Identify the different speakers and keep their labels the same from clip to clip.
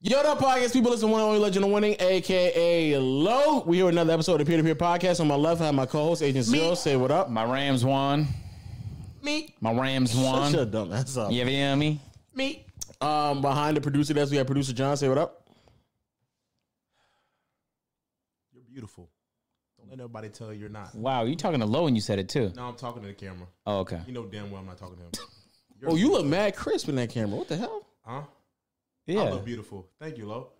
Speaker 1: Yo, what up, podcast people? Listen, one and only legend of winning, aka Low. We here with another episode of Peer to Peer Podcast. On my left, I have my co-host Agent Zero. Say what up,
Speaker 2: My Rams won.
Speaker 1: me.
Speaker 2: My Rams
Speaker 1: Such a
Speaker 2: won.
Speaker 1: dumb. That's up.
Speaker 2: You feel me?
Speaker 1: me. Um, behind the producer desk, we have producer John. Say what up.
Speaker 3: You're beautiful. Don't let nobody tell you you're not.
Speaker 2: Wow, you talking to Low and you said it too.
Speaker 3: Now I'm talking to the camera.
Speaker 2: Oh, okay.
Speaker 3: You know damn well I'm not talking to him. You're
Speaker 1: Oh, you look mad crisp in that camera. What the hell?
Speaker 3: huh? I
Speaker 2: Yeah.
Speaker 3: look beautiful. Thank you, Lo.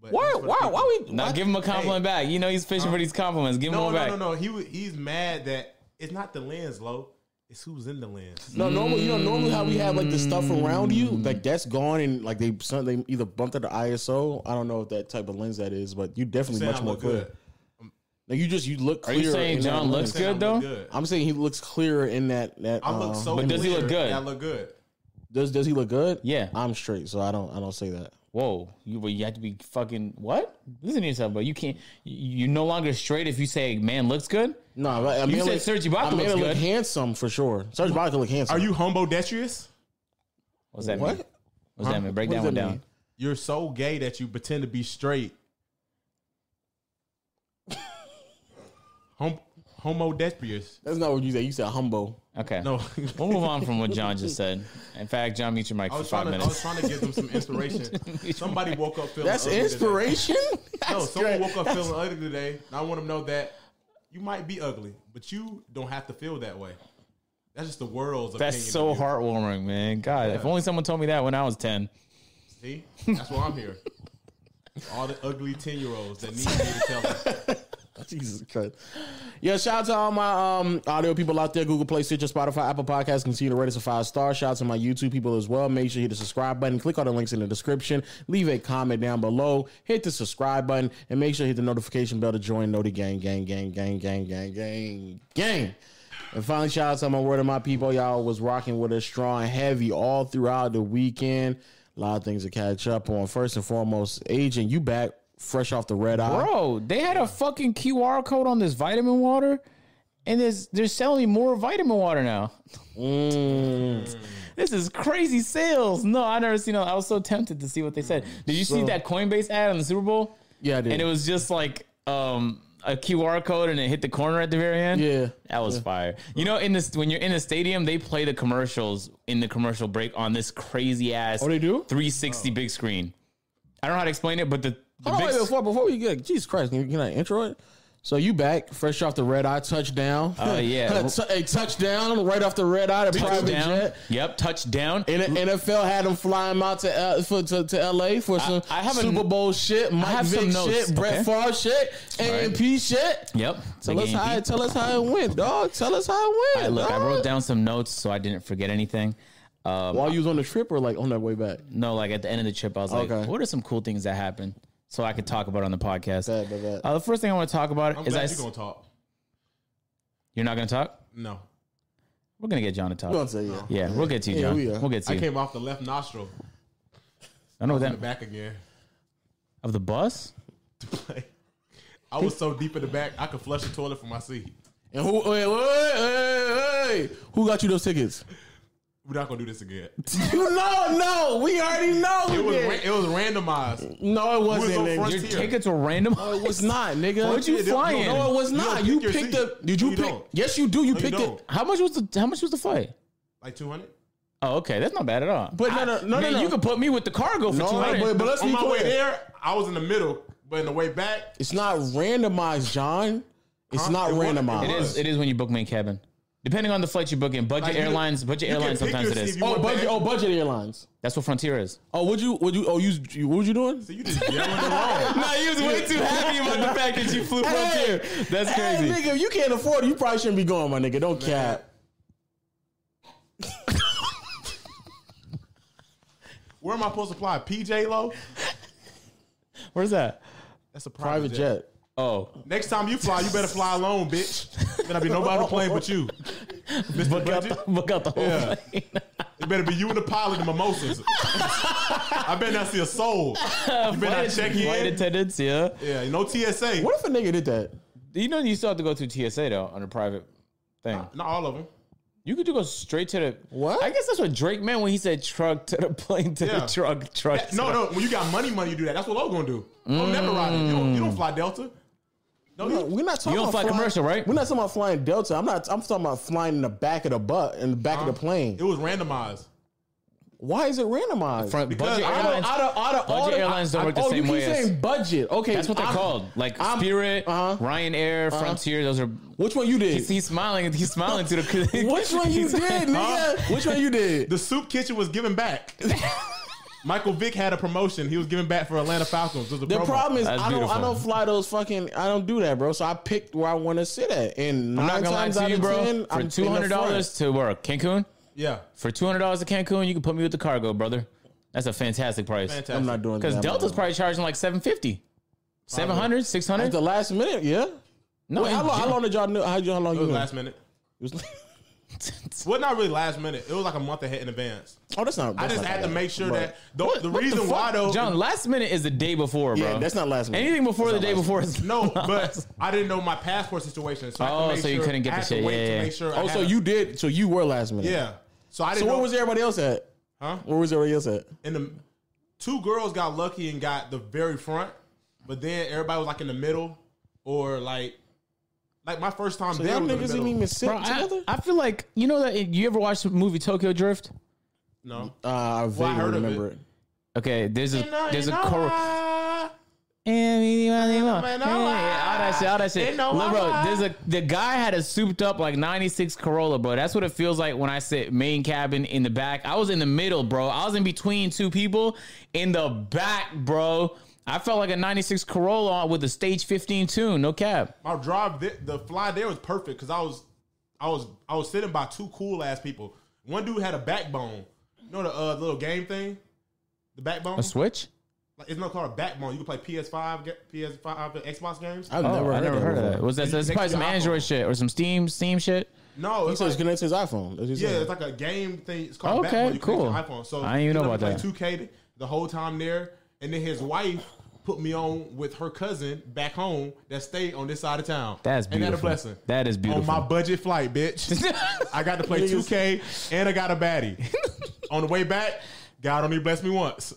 Speaker 3: But
Speaker 1: Why?
Speaker 3: that's for the
Speaker 1: Why?
Speaker 3: people.
Speaker 1: Why we?
Speaker 2: Now
Speaker 1: why-
Speaker 2: give him a compliment back. You know he's fishing for these compliments. Give him
Speaker 3: No,
Speaker 2: one
Speaker 3: no,
Speaker 2: back.
Speaker 3: no, no. He wa- he's mad that it's not the lens, Lo. It's who's in the lens.
Speaker 1: No, normally you know normally how we have like the stuff around you,
Speaker 2: Mm.
Speaker 1: like that's gone and like they some- they either bumped it to ISO. I don't know if that type of lens that is, but you definitely
Speaker 3: Saying
Speaker 1: much
Speaker 3: I
Speaker 1: more
Speaker 3: look
Speaker 1: clear.
Speaker 3: good.
Speaker 1: Like you just you look.
Speaker 2: Are
Speaker 1: Clearer
Speaker 2: you saying
Speaker 1: in that lens.
Speaker 2: John looks
Speaker 3: Saying I
Speaker 2: good, though?
Speaker 3: look good.
Speaker 1: I'm saying he looks clearer in that that.
Speaker 3: I look
Speaker 1: uh,
Speaker 3: so.
Speaker 2: But does he
Speaker 3: clear
Speaker 2: look good?
Speaker 3: that I look good.
Speaker 1: Does does he look good?
Speaker 2: Yeah.
Speaker 1: I'm straight, so I don't I don't say that.
Speaker 2: Whoa, you but you have to be fucking what? Listen to yourself, bro. You can't. you- You're no longer straight if you say man looks good.
Speaker 1: No, but I mean,
Speaker 2: said
Speaker 1: like,
Speaker 2: Serge Ibaka
Speaker 1: I mean,
Speaker 2: looks
Speaker 1: it look
Speaker 2: good.
Speaker 1: handsome for sure. Serge Ibaka look handsome.
Speaker 3: Are you hombodetrious?
Speaker 2: What's that
Speaker 1: what?
Speaker 2: mean? What's that mean? Break
Speaker 1: What
Speaker 2: that
Speaker 1: does
Speaker 2: one
Speaker 1: that
Speaker 2: down.
Speaker 1: mean?
Speaker 3: You're so gay that you pretend to be straight. Hom- homodetrious.
Speaker 1: That's not what you said. You said humble.
Speaker 2: Okay.
Speaker 3: No.
Speaker 2: We'll mute move on from what John just said. In fact, John, mute your mic
Speaker 3: I
Speaker 2: for
Speaker 3: was,
Speaker 2: five
Speaker 3: trying to, I was
Speaker 2: minutes.
Speaker 3: trying to give them some inspiration. Somebody woke up feeling
Speaker 1: That's
Speaker 3: ugly today.
Speaker 1: inspiration.
Speaker 3: No,
Speaker 1: That's
Speaker 3: someone
Speaker 1: great.
Speaker 3: woke up feeling ugly today. And I want them to know that you might be ugly, but you don't have to feel that way. That's just the world's
Speaker 2: That's
Speaker 3: opinion.
Speaker 2: so
Speaker 3: of you.
Speaker 2: heartwarming, man. God, if
Speaker 3: Yeah.
Speaker 2: only someone told me that when I was ten.
Speaker 3: See, that's why I'm here. All the ugly ten year olds that need me to tell them.
Speaker 1: Jesus Christ. Yeah, shout out to all my um, audio people out there. Google Play, Stitcher, Spotify, Apple Podcasts. Continue to rate us a five star. Shout out to my YouTube people as well. Make sure you hit the subscribe button. Click on the links in the description. Leave a comment down below. Hit the subscribe button. And make sure you hit the notification bell to join Know the Gang, Gang, Gang, Gang, Gang, Gang, Gang, Gang. And finally, shout out to my word of my people. Y'all was rocking with us strong and heavy all throughout the weekend. A lot of things to catch up on. First and foremost, Agent, you back fresh off the red eye.
Speaker 2: Bro, they had a fucking QR code on this vitamin water, and there's they're selling more vitamin water now.
Speaker 1: Mm.
Speaker 2: This is crazy sales. No, I never seen. I was so tempted to see what they said. Did you see
Speaker 1: Mm, So-
Speaker 2: that Coinbase ad on the Super Bowl?
Speaker 1: Yeah, I did.
Speaker 2: And it was just like um, a QR code, and it hit the corner at the very end.
Speaker 1: Yeah.
Speaker 2: That was fire. You know, in this when you're in a stadium, they play the commercials in the commercial break on this crazy ass.
Speaker 1: Oh, they do?
Speaker 2: 360 big screen. I don't know how to explain it, but the, the
Speaker 1: Hold on,
Speaker 2: big
Speaker 1: wait, before before we get Jesus Christ, can, can I intro it? So you back, fresh off the red eye touchdown.
Speaker 2: Oh, yeah.
Speaker 1: a, tou- a touchdown right off the red eye, a private
Speaker 2: touchdown. Mm.
Speaker 1: jet.
Speaker 2: Yep, touchdown.
Speaker 1: And the NFL had him flying out to uh, for, to, to LA for some
Speaker 2: I have a-
Speaker 1: Super Bowl shit, Mike
Speaker 2: have some
Speaker 1: Vick
Speaker 2: notes,
Speaker 1: shit, Brett
Speaker 2: okay.
Speaker 1: Favre shit, AMP shit.
Speaker 2: Yep.
Speaker 1: Tell us how it, tell us how it went, dog. Tell us how it went.
Speaker 2: Look, I
Speaker 1: dog.
Speaker 2: wrote down some notes so I didn't forget anything. Um,
Speaker 1: while you was on the trip or like on that way back.
Speaker 2: no, like at the end of the trip, I was like,
Speaker 1: Okay.
Speaker 2: "What are some cool things that happened?" So I could talk about it on the podcast.
Speaker 1: Bad, bad, bad.
Speaker 2: Uh, the first thing I want to talk about
Speaker 3: I'm
Speaker 2: is I.
Speaker 3: glad
Speaker 2: s-
Speaker 3: you're gonna talk.
Speaker 2: you're not going to talk.
Speaker 3: No,
Speaker 2: We're going to get John to talk.
Speaker 1: You gonna say yeah.
Speaker 2: yeah, we'll get to you,
Speaker 1: Yeah,
Speaker 2: John.
Speaker 1: we uh, are.
Speaker 2: we'll get to
Speaker 3: I
Speaker 2: you.
Speaker 3: came off the left nostril
Speaker 2: I know
Speaker 3: in the
Speaker 2: that
Speaker 3: back again.
Speaker 2: of the bus.
Speaker 3: To play. I was so deep in the back, I could flush the toilet from my seat.
Speaker 1: And who wait, wait, wait, wait. who got you those tickets?
Speaker 3: We're not gonna do this again.
Speaker 1: You know, no, we already know.
Speaker 3: It
Speaker 1: who
Speaker 3: was
Speaker 1: did.
Speaker 3: ra- it was randomized.
Speaker 1: No, it wasn't.
Speaker 3: on
Speaker 1: nigga.
Speaker 3: front
Speaker 2: Your
Speaker 3: Here.
Speaker 2: tickets were random.
Speaker 1: No, Oh, it was not, nigga.
Speaker 2: Where'd you
Speaker 3: Yeah, they-
Speaker 2: fly
Speaker 3: no,
Speaker 2: in?
Speaker 1: No, it was
Speaker 3: You
Speaker 1: not.
Speaker 3: don't
Speaker 1: You
Speaker 3: pick your
Speaker 1: picked
Speaker 3: seat.
Speaker 1: up. Did
Speaker 3: No,
Speaker 1: you
Speaker 3: you
Speaker 1: pick?
Speaker 3: don't.
Speaker 1: Yes, you do. You picked
Speaker 3: don't.
Speaker 1: it.
Speaker 2: How much was the How much was the flight?
Speaker 3: Like two hundred.
Speaker 2: Oh, okay, that's not bad at all.
Speaker 1: But no, no,
Speaker 2: I-
Speaker 1: no, no,
Speaker 2: man,
Speaker 1: no.
Speaker 2: You could put me with the cargo for
Speaker 1: No,
Speaker 2: two hundred.
Speaker 1: but- but let's-
Speaker 3: On my way
Speaker 1: Clear.
Speaker 3: there, I was in the middle, but in the way back,
Speaker 1: It's not randomized, John. It's
Speaker 3: Huh?
Speaker 1: not
Speaker 3: It wasn't- it
Speaker 1: randomized.
Speaker 2: It is. It is when you book main cabin. Depending on the flight you book in, budget
Speaker 3: Like, you-
Speaker 2: airlines, budget
Speaker 3: you can
Speaker 2: airlines
Speaker 3: pick
Speaker 2: sometimes it
Speaker 3: your
Speaker 2: is.
Speaker 3: seat if you
Speaker 1: Oh,
Speaker 3: want
Speaker 1: budget.
Speaker 3: that.
Speaker 1: Oh, budget airlines.
Speaker 2: That's what Frontier is.
Speaker 1: Oh, would you? Would you? Oh, you? you what you doing?
Speaker 3: so you just yelling along.
Speaker 2: No, he was way too happy about the fact that you flew
Speaker 1: Hey! Hey, nigga, if you can't afford it, you probably shouldn't be going, my nigga. Don't cap.
Speaker 3: Where am I supposed to fly? PJ Low?
Speaker 2: Where's that?
Speaker 3: That's a private,
Speaker 1: Private jet.
Speaker 2: Oh,
Speaker 3: Next time you fly, you better fly alone, bitch. There'll be nobody playing but you. Mr.
Speaker 2: book out,
Speaker 3: Budget.
Speaker 2: the, book out the whole
Speaker 3: Yeah.
Speaker 2: plane.
Speaker 3: It better be you and the pilot and mimosas. I better not see a soul. You better not check
Speaker 2: Flight
Speaker 3: in.
Speaker 2: attendants, yeah.
Speaker 3: Yeah, no TSA.
Speaker 1: What if a nigga did that?
Speaker 2: You know you still have to go through TSA though on a private thing.
Speaker 3: Not all of them.
Speaker 2: You could just go straight to the
Speaker 1: What?
Speaker 2: I guess that's what Drake meant when he said truck to the plane to
Speaker 3: Yeah.
Speaker 2: the truck truck.
Speaker 3: That-
Speaker 2: to
Speaker 3: no,
Speaker 2: the-
Speaker 3: no. When you got money, money, you do that. That's what I'm gonna do. I'm never riding. You don't, you don't fly Delta. No,
Speaker 1: We're not-
Speaker 3: you,
Speaker 1: We're not talking
Speaker 2: You don't
Speaker 1: about
Speaker 2: fly
Speaker 1: flying-
Speaker 2: commercial, right?
Speaker 1: We're not talking about flying Delta. I'm not. I'm talking about flying in the back of the butt in the back of the plane.
Speaker 3: it was randomized.
Speaker 1: Why is it randomized?
Speaker 2: Front-
Speaker 3: Because
Speaker 2: budget
Speaker 3: I
Speaker 1: Out of-
Speaker 2: airlines.
Speaker 1: out of- out of
Speaker 2: budget
Speaker 1: all the-
Speaker 2: airlines don't work the
Speaker 1: oh,
Speaker 2: same
Speaker 1: you
Speaker 2: way
Speaker 1: keep
Speaker 2: as-
Speaker 1: saying budget. Okay,
Speaker 2: That's what they're
Speaker 1: I'm-
Speaker 2: called. Like
Speaker 1: I'm-
Speaker 2: Spirit,
Speaker 1: uh-huh.
Speaker 2: Ryanair, Frontier. Those are.
Speaker 1: Which one you did?
Speaker 2: He's, he's smiling. He's smiling to the.
Speaker 1: Which one you
Speaker 2: He's-
Speaker 1: did,
Speaker 2: Huh?
Speaker 1: nigga? Which one you did?
Speaker 3: The soup kitchen was giving back. Michael Vick had a promotion. He was giving back for Atlanta Falcons. It was a
Speaker 1: The
Speaker 3: promo.
Speaker 1: problem is
Speaker 2: That's
Speaker 1: I don't I
Speaker 2: beautiful.
Speaker 1: don't fly those fucking I don't do that, bro. So I picked where I want to sit at, and nine
Speaker 2: I'm not gonna lie
Speaker 1: times
Speaker 2: to
Speaker 1: out
Speaker 2: you,
Speaker 1: of
Speaker 2: bro.
Speaker 1: ten, I'm
Speaker 2: for
Speaker 1: in the
Speaker 2: two hundred
Speaker 1: front.
Speaker 2: dollars to work Cancun,
Speaker 3: Yeah,
Speaker 2: for two hundred dollars to Cancun, you can put me with the cargo, brother. That's a fantastic price.
Speaker 3: fantastic.
Speaker 1: I'm not doing that.
Speaker 2: Because Delta's
Speaker 1: bro.
Speaker 2: probably charging like 750 700
Speaker 1: at
Speaker 2: 600
Speaker 1: the last minute. Yeah.
Speaker 2: No,
Speaker 1: Wait, how
Speaker 2: in
Speaker 1: long? How
Speaker 2: Jan-
Speaker 1: long did y'all know? How, y'all- how long you
Speaker 3: It was
Speaker 1: know?
Speaker 3: last minute.
Speaker 1: It was-
Speaker 3: Well, not really last minute. It was like a month ahead in advance.
Speaker 1: oh, that's not.
Speaker 3: I
Speaker 1: that's
Speaker 3: just
Speaker 1: not
Speaker 3: had to
Speaker 1: bad.
Speaker 3: make sure
Speaker 1: But-
Speaker 3: that the, the reason
Speaker 2: What the
Speaker 3: why
Speaker 2: fuck?
Speaker 3: though,
Speaker 2: John, last minute is the day before, bro.
Speaker 1: Yeah, that's not last minute.
Speaker 2: anything before the
Speaker 1: That's not
Speaker 2: day
Speaker 1: last
Speaker 2: before is
Speaker 3: no, but I didn't know my passport situation. So I had to
Speaker 2: Oh,
Speaker 3: make
Speaker 2: so you
Speaker 3: sure-
Speaker 2: couldn't get
Speaker 3: I
Speaker 2: the
Speaker 3: had to
Speaker 2: shit.
Speaker 3: wait
Speaker 2: Yeah,
Speaker 3: to
Speaker 2: yeah,
Speaker 3: make
Speaker 2: yeah.
Speaker 3: sure. I
Speaker 1: Oh, so
Speaker 3: had a-
Speaker 1: you did. So you were last minute.
Speaker 3: yeah. So I
Speaker 1: So
Speaker 3: didn't.
Speaker 1: where
Speaker 3: know,
Speaker 1: was everybody else at?
Speaker 3: Huh?
Speaker 1: Where was everybody else at?
Speaker 3: And the two girls got lucky and got the very front, but then everybody was like in the middle or like, like my first time there
Speaker 1: Y'all
Speaker 3: was in the
Speaker 1: niggas didn't
Speaker 3: middle.
Speaker 1: even sit
Speaker 2: Bro,
Speaker 1: together.
Speaker 2: I, I feel like you know that you ever watched the movie Tokyo Drift?
Speaker 3: no.
Speaker 1: uh, I vaguely
Speaker 3: heard of
Speaker 1: remember
Speaker 3: it.
Speaker 1: it.
Speaker 2: Okay, there's a there's a chorus.
Speaker 3: chorus.
Speaker 2: all that shit, all that shit. Look, bro, there's a the guy had a souped up like '96 Corolla, bro. That's what it feels like when I sit main cabin in the back. I was in the middle, bro. I was in between two people in the back, bro. I felt like a '96 Corolla with a stage 15 tune, no cap.
Speaker 3: my drive the, the fly there was perfect because I was I was I was sitting by two cool ass people. One dude had a backbone. You know the uh, little game thing? The backbone?
Speaker 2: A switch?
Speaker 3: Like, it's not called a backbone. You can play PS5, ga- PS5, and Xbox games.
Speaker 1: I've
Speaker 2: Oh,
Speaker 1: never
Speaker 2: I
Speaker 1: heard,
Speaker 2: never heard of that.
Speaker 1: before.
Speaker 2: Was that that's
Speaker 3: Next
Speaker 2: probably
Speaker 3: to
Speaker 2: some
Speaker 3: your
Speaker 2: Android
Speaker 3: iPhone.
Speaker 2: shit or some Steam Steam shit?
Speaker 3: no,
Speaker 1: He
Speaker 3: it's
Speaker 1: says
Speaker 3: like,
Speaker 1: it's connected to his iPhone. That's what he
Speaker 3: yeah,
Speaker 1: said.
Speaker 3: it's like a game thing. It's called
Speaker 2: Okay,
Speaker 3: backbone. You can
Speaker 2: cool.
Speaker 3: connect to iPhone. So
Speaker 2: I didn't even know
Speaker 3: ended up
Speaker 2: about
Speaker 3: playing 2K the whole time there, and then his wife put me on with her cousin back home that stayed on this side of town.
Speaker 2: That's beautiful.
Speaker 3: Ain't that a blessing?
Speaker 2: That is beautiful.
Speaker 3: on my budget flight, bitch. I got to play
Speaker 1: Niggas.
Speaker 3: 2K and I got a baddie. on the way back, God only blessed me once.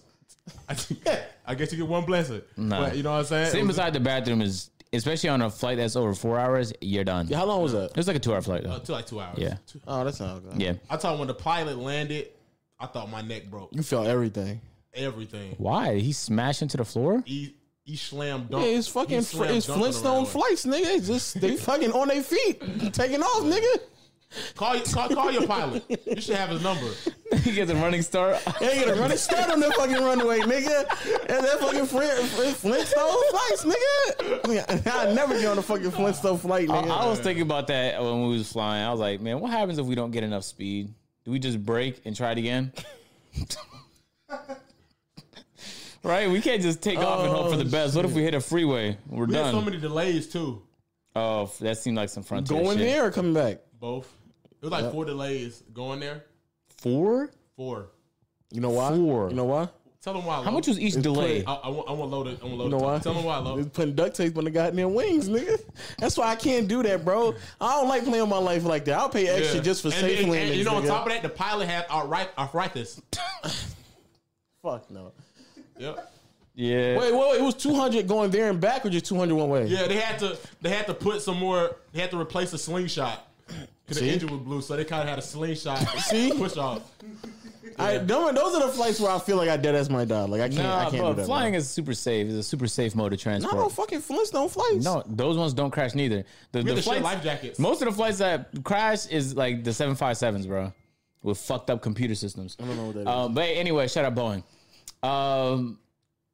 Speaker 3: I think- I guess you get one blessing.
Speaker 2: Nah.
Speaker 3: But you know what I'm saying? It
Speaker 2: Sitting
Speaker 3: was-
Speaker 2: beside the bathroom is, especially on a flight that's over four hours, you're done.
Speaker 1: How long was that?
Speaker 2: It's like a two-hour flight
Speaker 3: uh,
Speaker 2: though.
Speaker 3: to like two hours.
Speaker 2: Yeah.
Speaker 3: Two-
Speaker 1: Oh, that sounds good.
Speaker 2: Yeah.
Speaker 3: I thought when the pilot landed, I thought my neck broke.
Speaker 1: You felt everything.
Speaker 3: Everything.
Speaker 2: Why did he smash into the floor?
Speaker 3: He, he slammed
Speaker 1: Yeah,
Speaker 3: E, dunk.
Speaker 1: it's fucking
Speaker 3: He
Speaker 1: fr-
Speaker 3: slam
Speaker 1: it's
Speaker 3: dunked on the
Speaker 1: Flintstone
Speaker 3: runway.
Speaker 1: flights, nigga. It's just they fucking on their feet, taking off, nigga.
Speaker 3: Call, your- call, call your pilot. You should have his number.
Speaker 2: he gets a running start.
Speaker 1: They ain't gonna run it start on that fucking runway, nigga. And that fucking fr- fr- Flintstone flights, nigga. I mean, I'll never get on a fucking Flintstone flight,
Speaker 2: I,
Speaker 1: nigga.
Speaker 2: I was thinking about that when we was flying. I was like, man, what happens if we don't get enough speed? Do we just break and try it again? right? We can't just take off and hope for the
Speaker 1: Oh,
Speaker 2: best. What if we hit a freeway? We're
Speaker 3: We had
Speaker 2: done.
Speaker 3: so many delays too.
Speaker 2: oh, f- that seemed like some frontier
Speaker 1: Going
Speaker 2: shit.
Speaker 1: there or coming back?
Speaker 3: Both. It was like four delays going there.
Speaker 2: Four?
Speaker 3: Four.
Speaker 1: You know why?
Speaker 2: Four.
Speaker 1: You know why?
Speaker 3: Tell them why.
Speaker 2: How much was each delay?
Speaker 3: I, I want, I want loaded. I want
Speaker 1: You
Speaker 3: loaded.
Speaker 1: know why?
Speaker 3: Tell them why,
Speaker 1: They
Speaker 3: low.
Speaker 1: putting duct tape on the goddamn wings, nigga. That's why I can't do that, bro. I don't like playing my life like that. I'll pay extra just for
Speaker 3: and,
Speaker 1: safe
Speaker 3: and,
Speaker 1: landings.
Speaker 3: And, you know, on
Speaker 1: nigga.
Speaker 3: top of that, the pilot had arthri- arthritis.
Speaker 1: Fuck no.
Speaker 3: yep.
Speaker 2: Yeah.
Speaker 1: Wait, wait, wait. It was 200 going there and back or just 200 one way?
Speaker 3: Yeah, they had to. They had to put some more. They had to replace the slingshot. Cause
Speaker 1: See?
Speaker 3: the engine was blue, so they kind of had a slingshot
Speaker 1: See?
Speaker 3: push off.
Speaker 1: I, them- those are the flights where I feel like I dead as my dog. Like I can't, I
Speaker 2: nah,
Speaker 1: can't
Speaker 2: but
Speaker 1: do that.
Speaker 2: flying is super safe. It's a super safe mode of
Speaker 1: bro.
Speaker 2: transport.
Speaker 1: no, no fucking Flintstone flights.
Speaker 2: No, those ones don't crash neither. The,
Speaker 3: We
Speaker 2: the
Speaker 3: had to share
Speaker 2: flights,
Speaker 3: life jackets.
Speaker 2: Most of the flights that crash is like the 757s, bro, with fucked up computer systems. I
Speaker 1: don't know what that
Speaker 3: Uh,
Speaker 1: is.
Speaker 2: Um, but anyway, shout out Boeing. Um,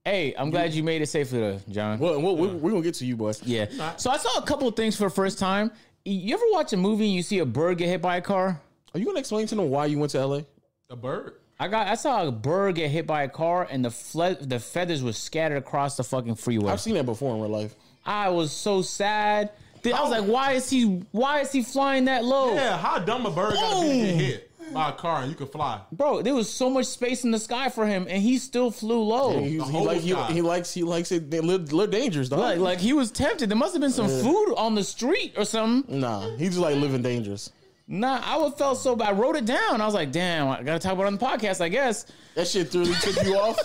Speaker 2: hey, I'm glad you made it safely, though, John.
Speaker 1: Well, well, we- we're gonna get to you, boy.
Speaker 2: Yeah. So I saw a couple of things for the first time. You ever watch a movie and you see a bird get hit by a car?
Speaker 1: Are you gonna explain to them why you went to LA?
Speaker 3: A bird.
Speaker 2: I got I saw a bird get hit by a car and the fle- the feathers were scattered across the fucking freeway.
Speaker 1: I've seen that before in real life.
Speaker 2: I was so sad. Then I
Speaker 1: Oh.
Speaker 2: was like, why is he why is he flying that low?
Speaker 3: Yeah, how dumb a bird gotta be to get hit by a car and you can fly?
Speaker 2: Bro, there was so much space in the sky for him, and he still flew low.
Speaker 1: He, he,
Speaker 3: The whole
Speaker 1: like, he,
Speaker 3: sky.
Speaker 1: he likes he likes it. They live, live dangerous, dog.
Speaker 2: like, like he was tempted. There must have been some food on the street or something.
Speaker 1: nah, he's just like living dangerous.
Speaker 2: Nah, I would felt so bad. I wrote it down. I was like, damn, I gotta talk about it on the podcast, I guess.
Speaker 1: That shit really took you off.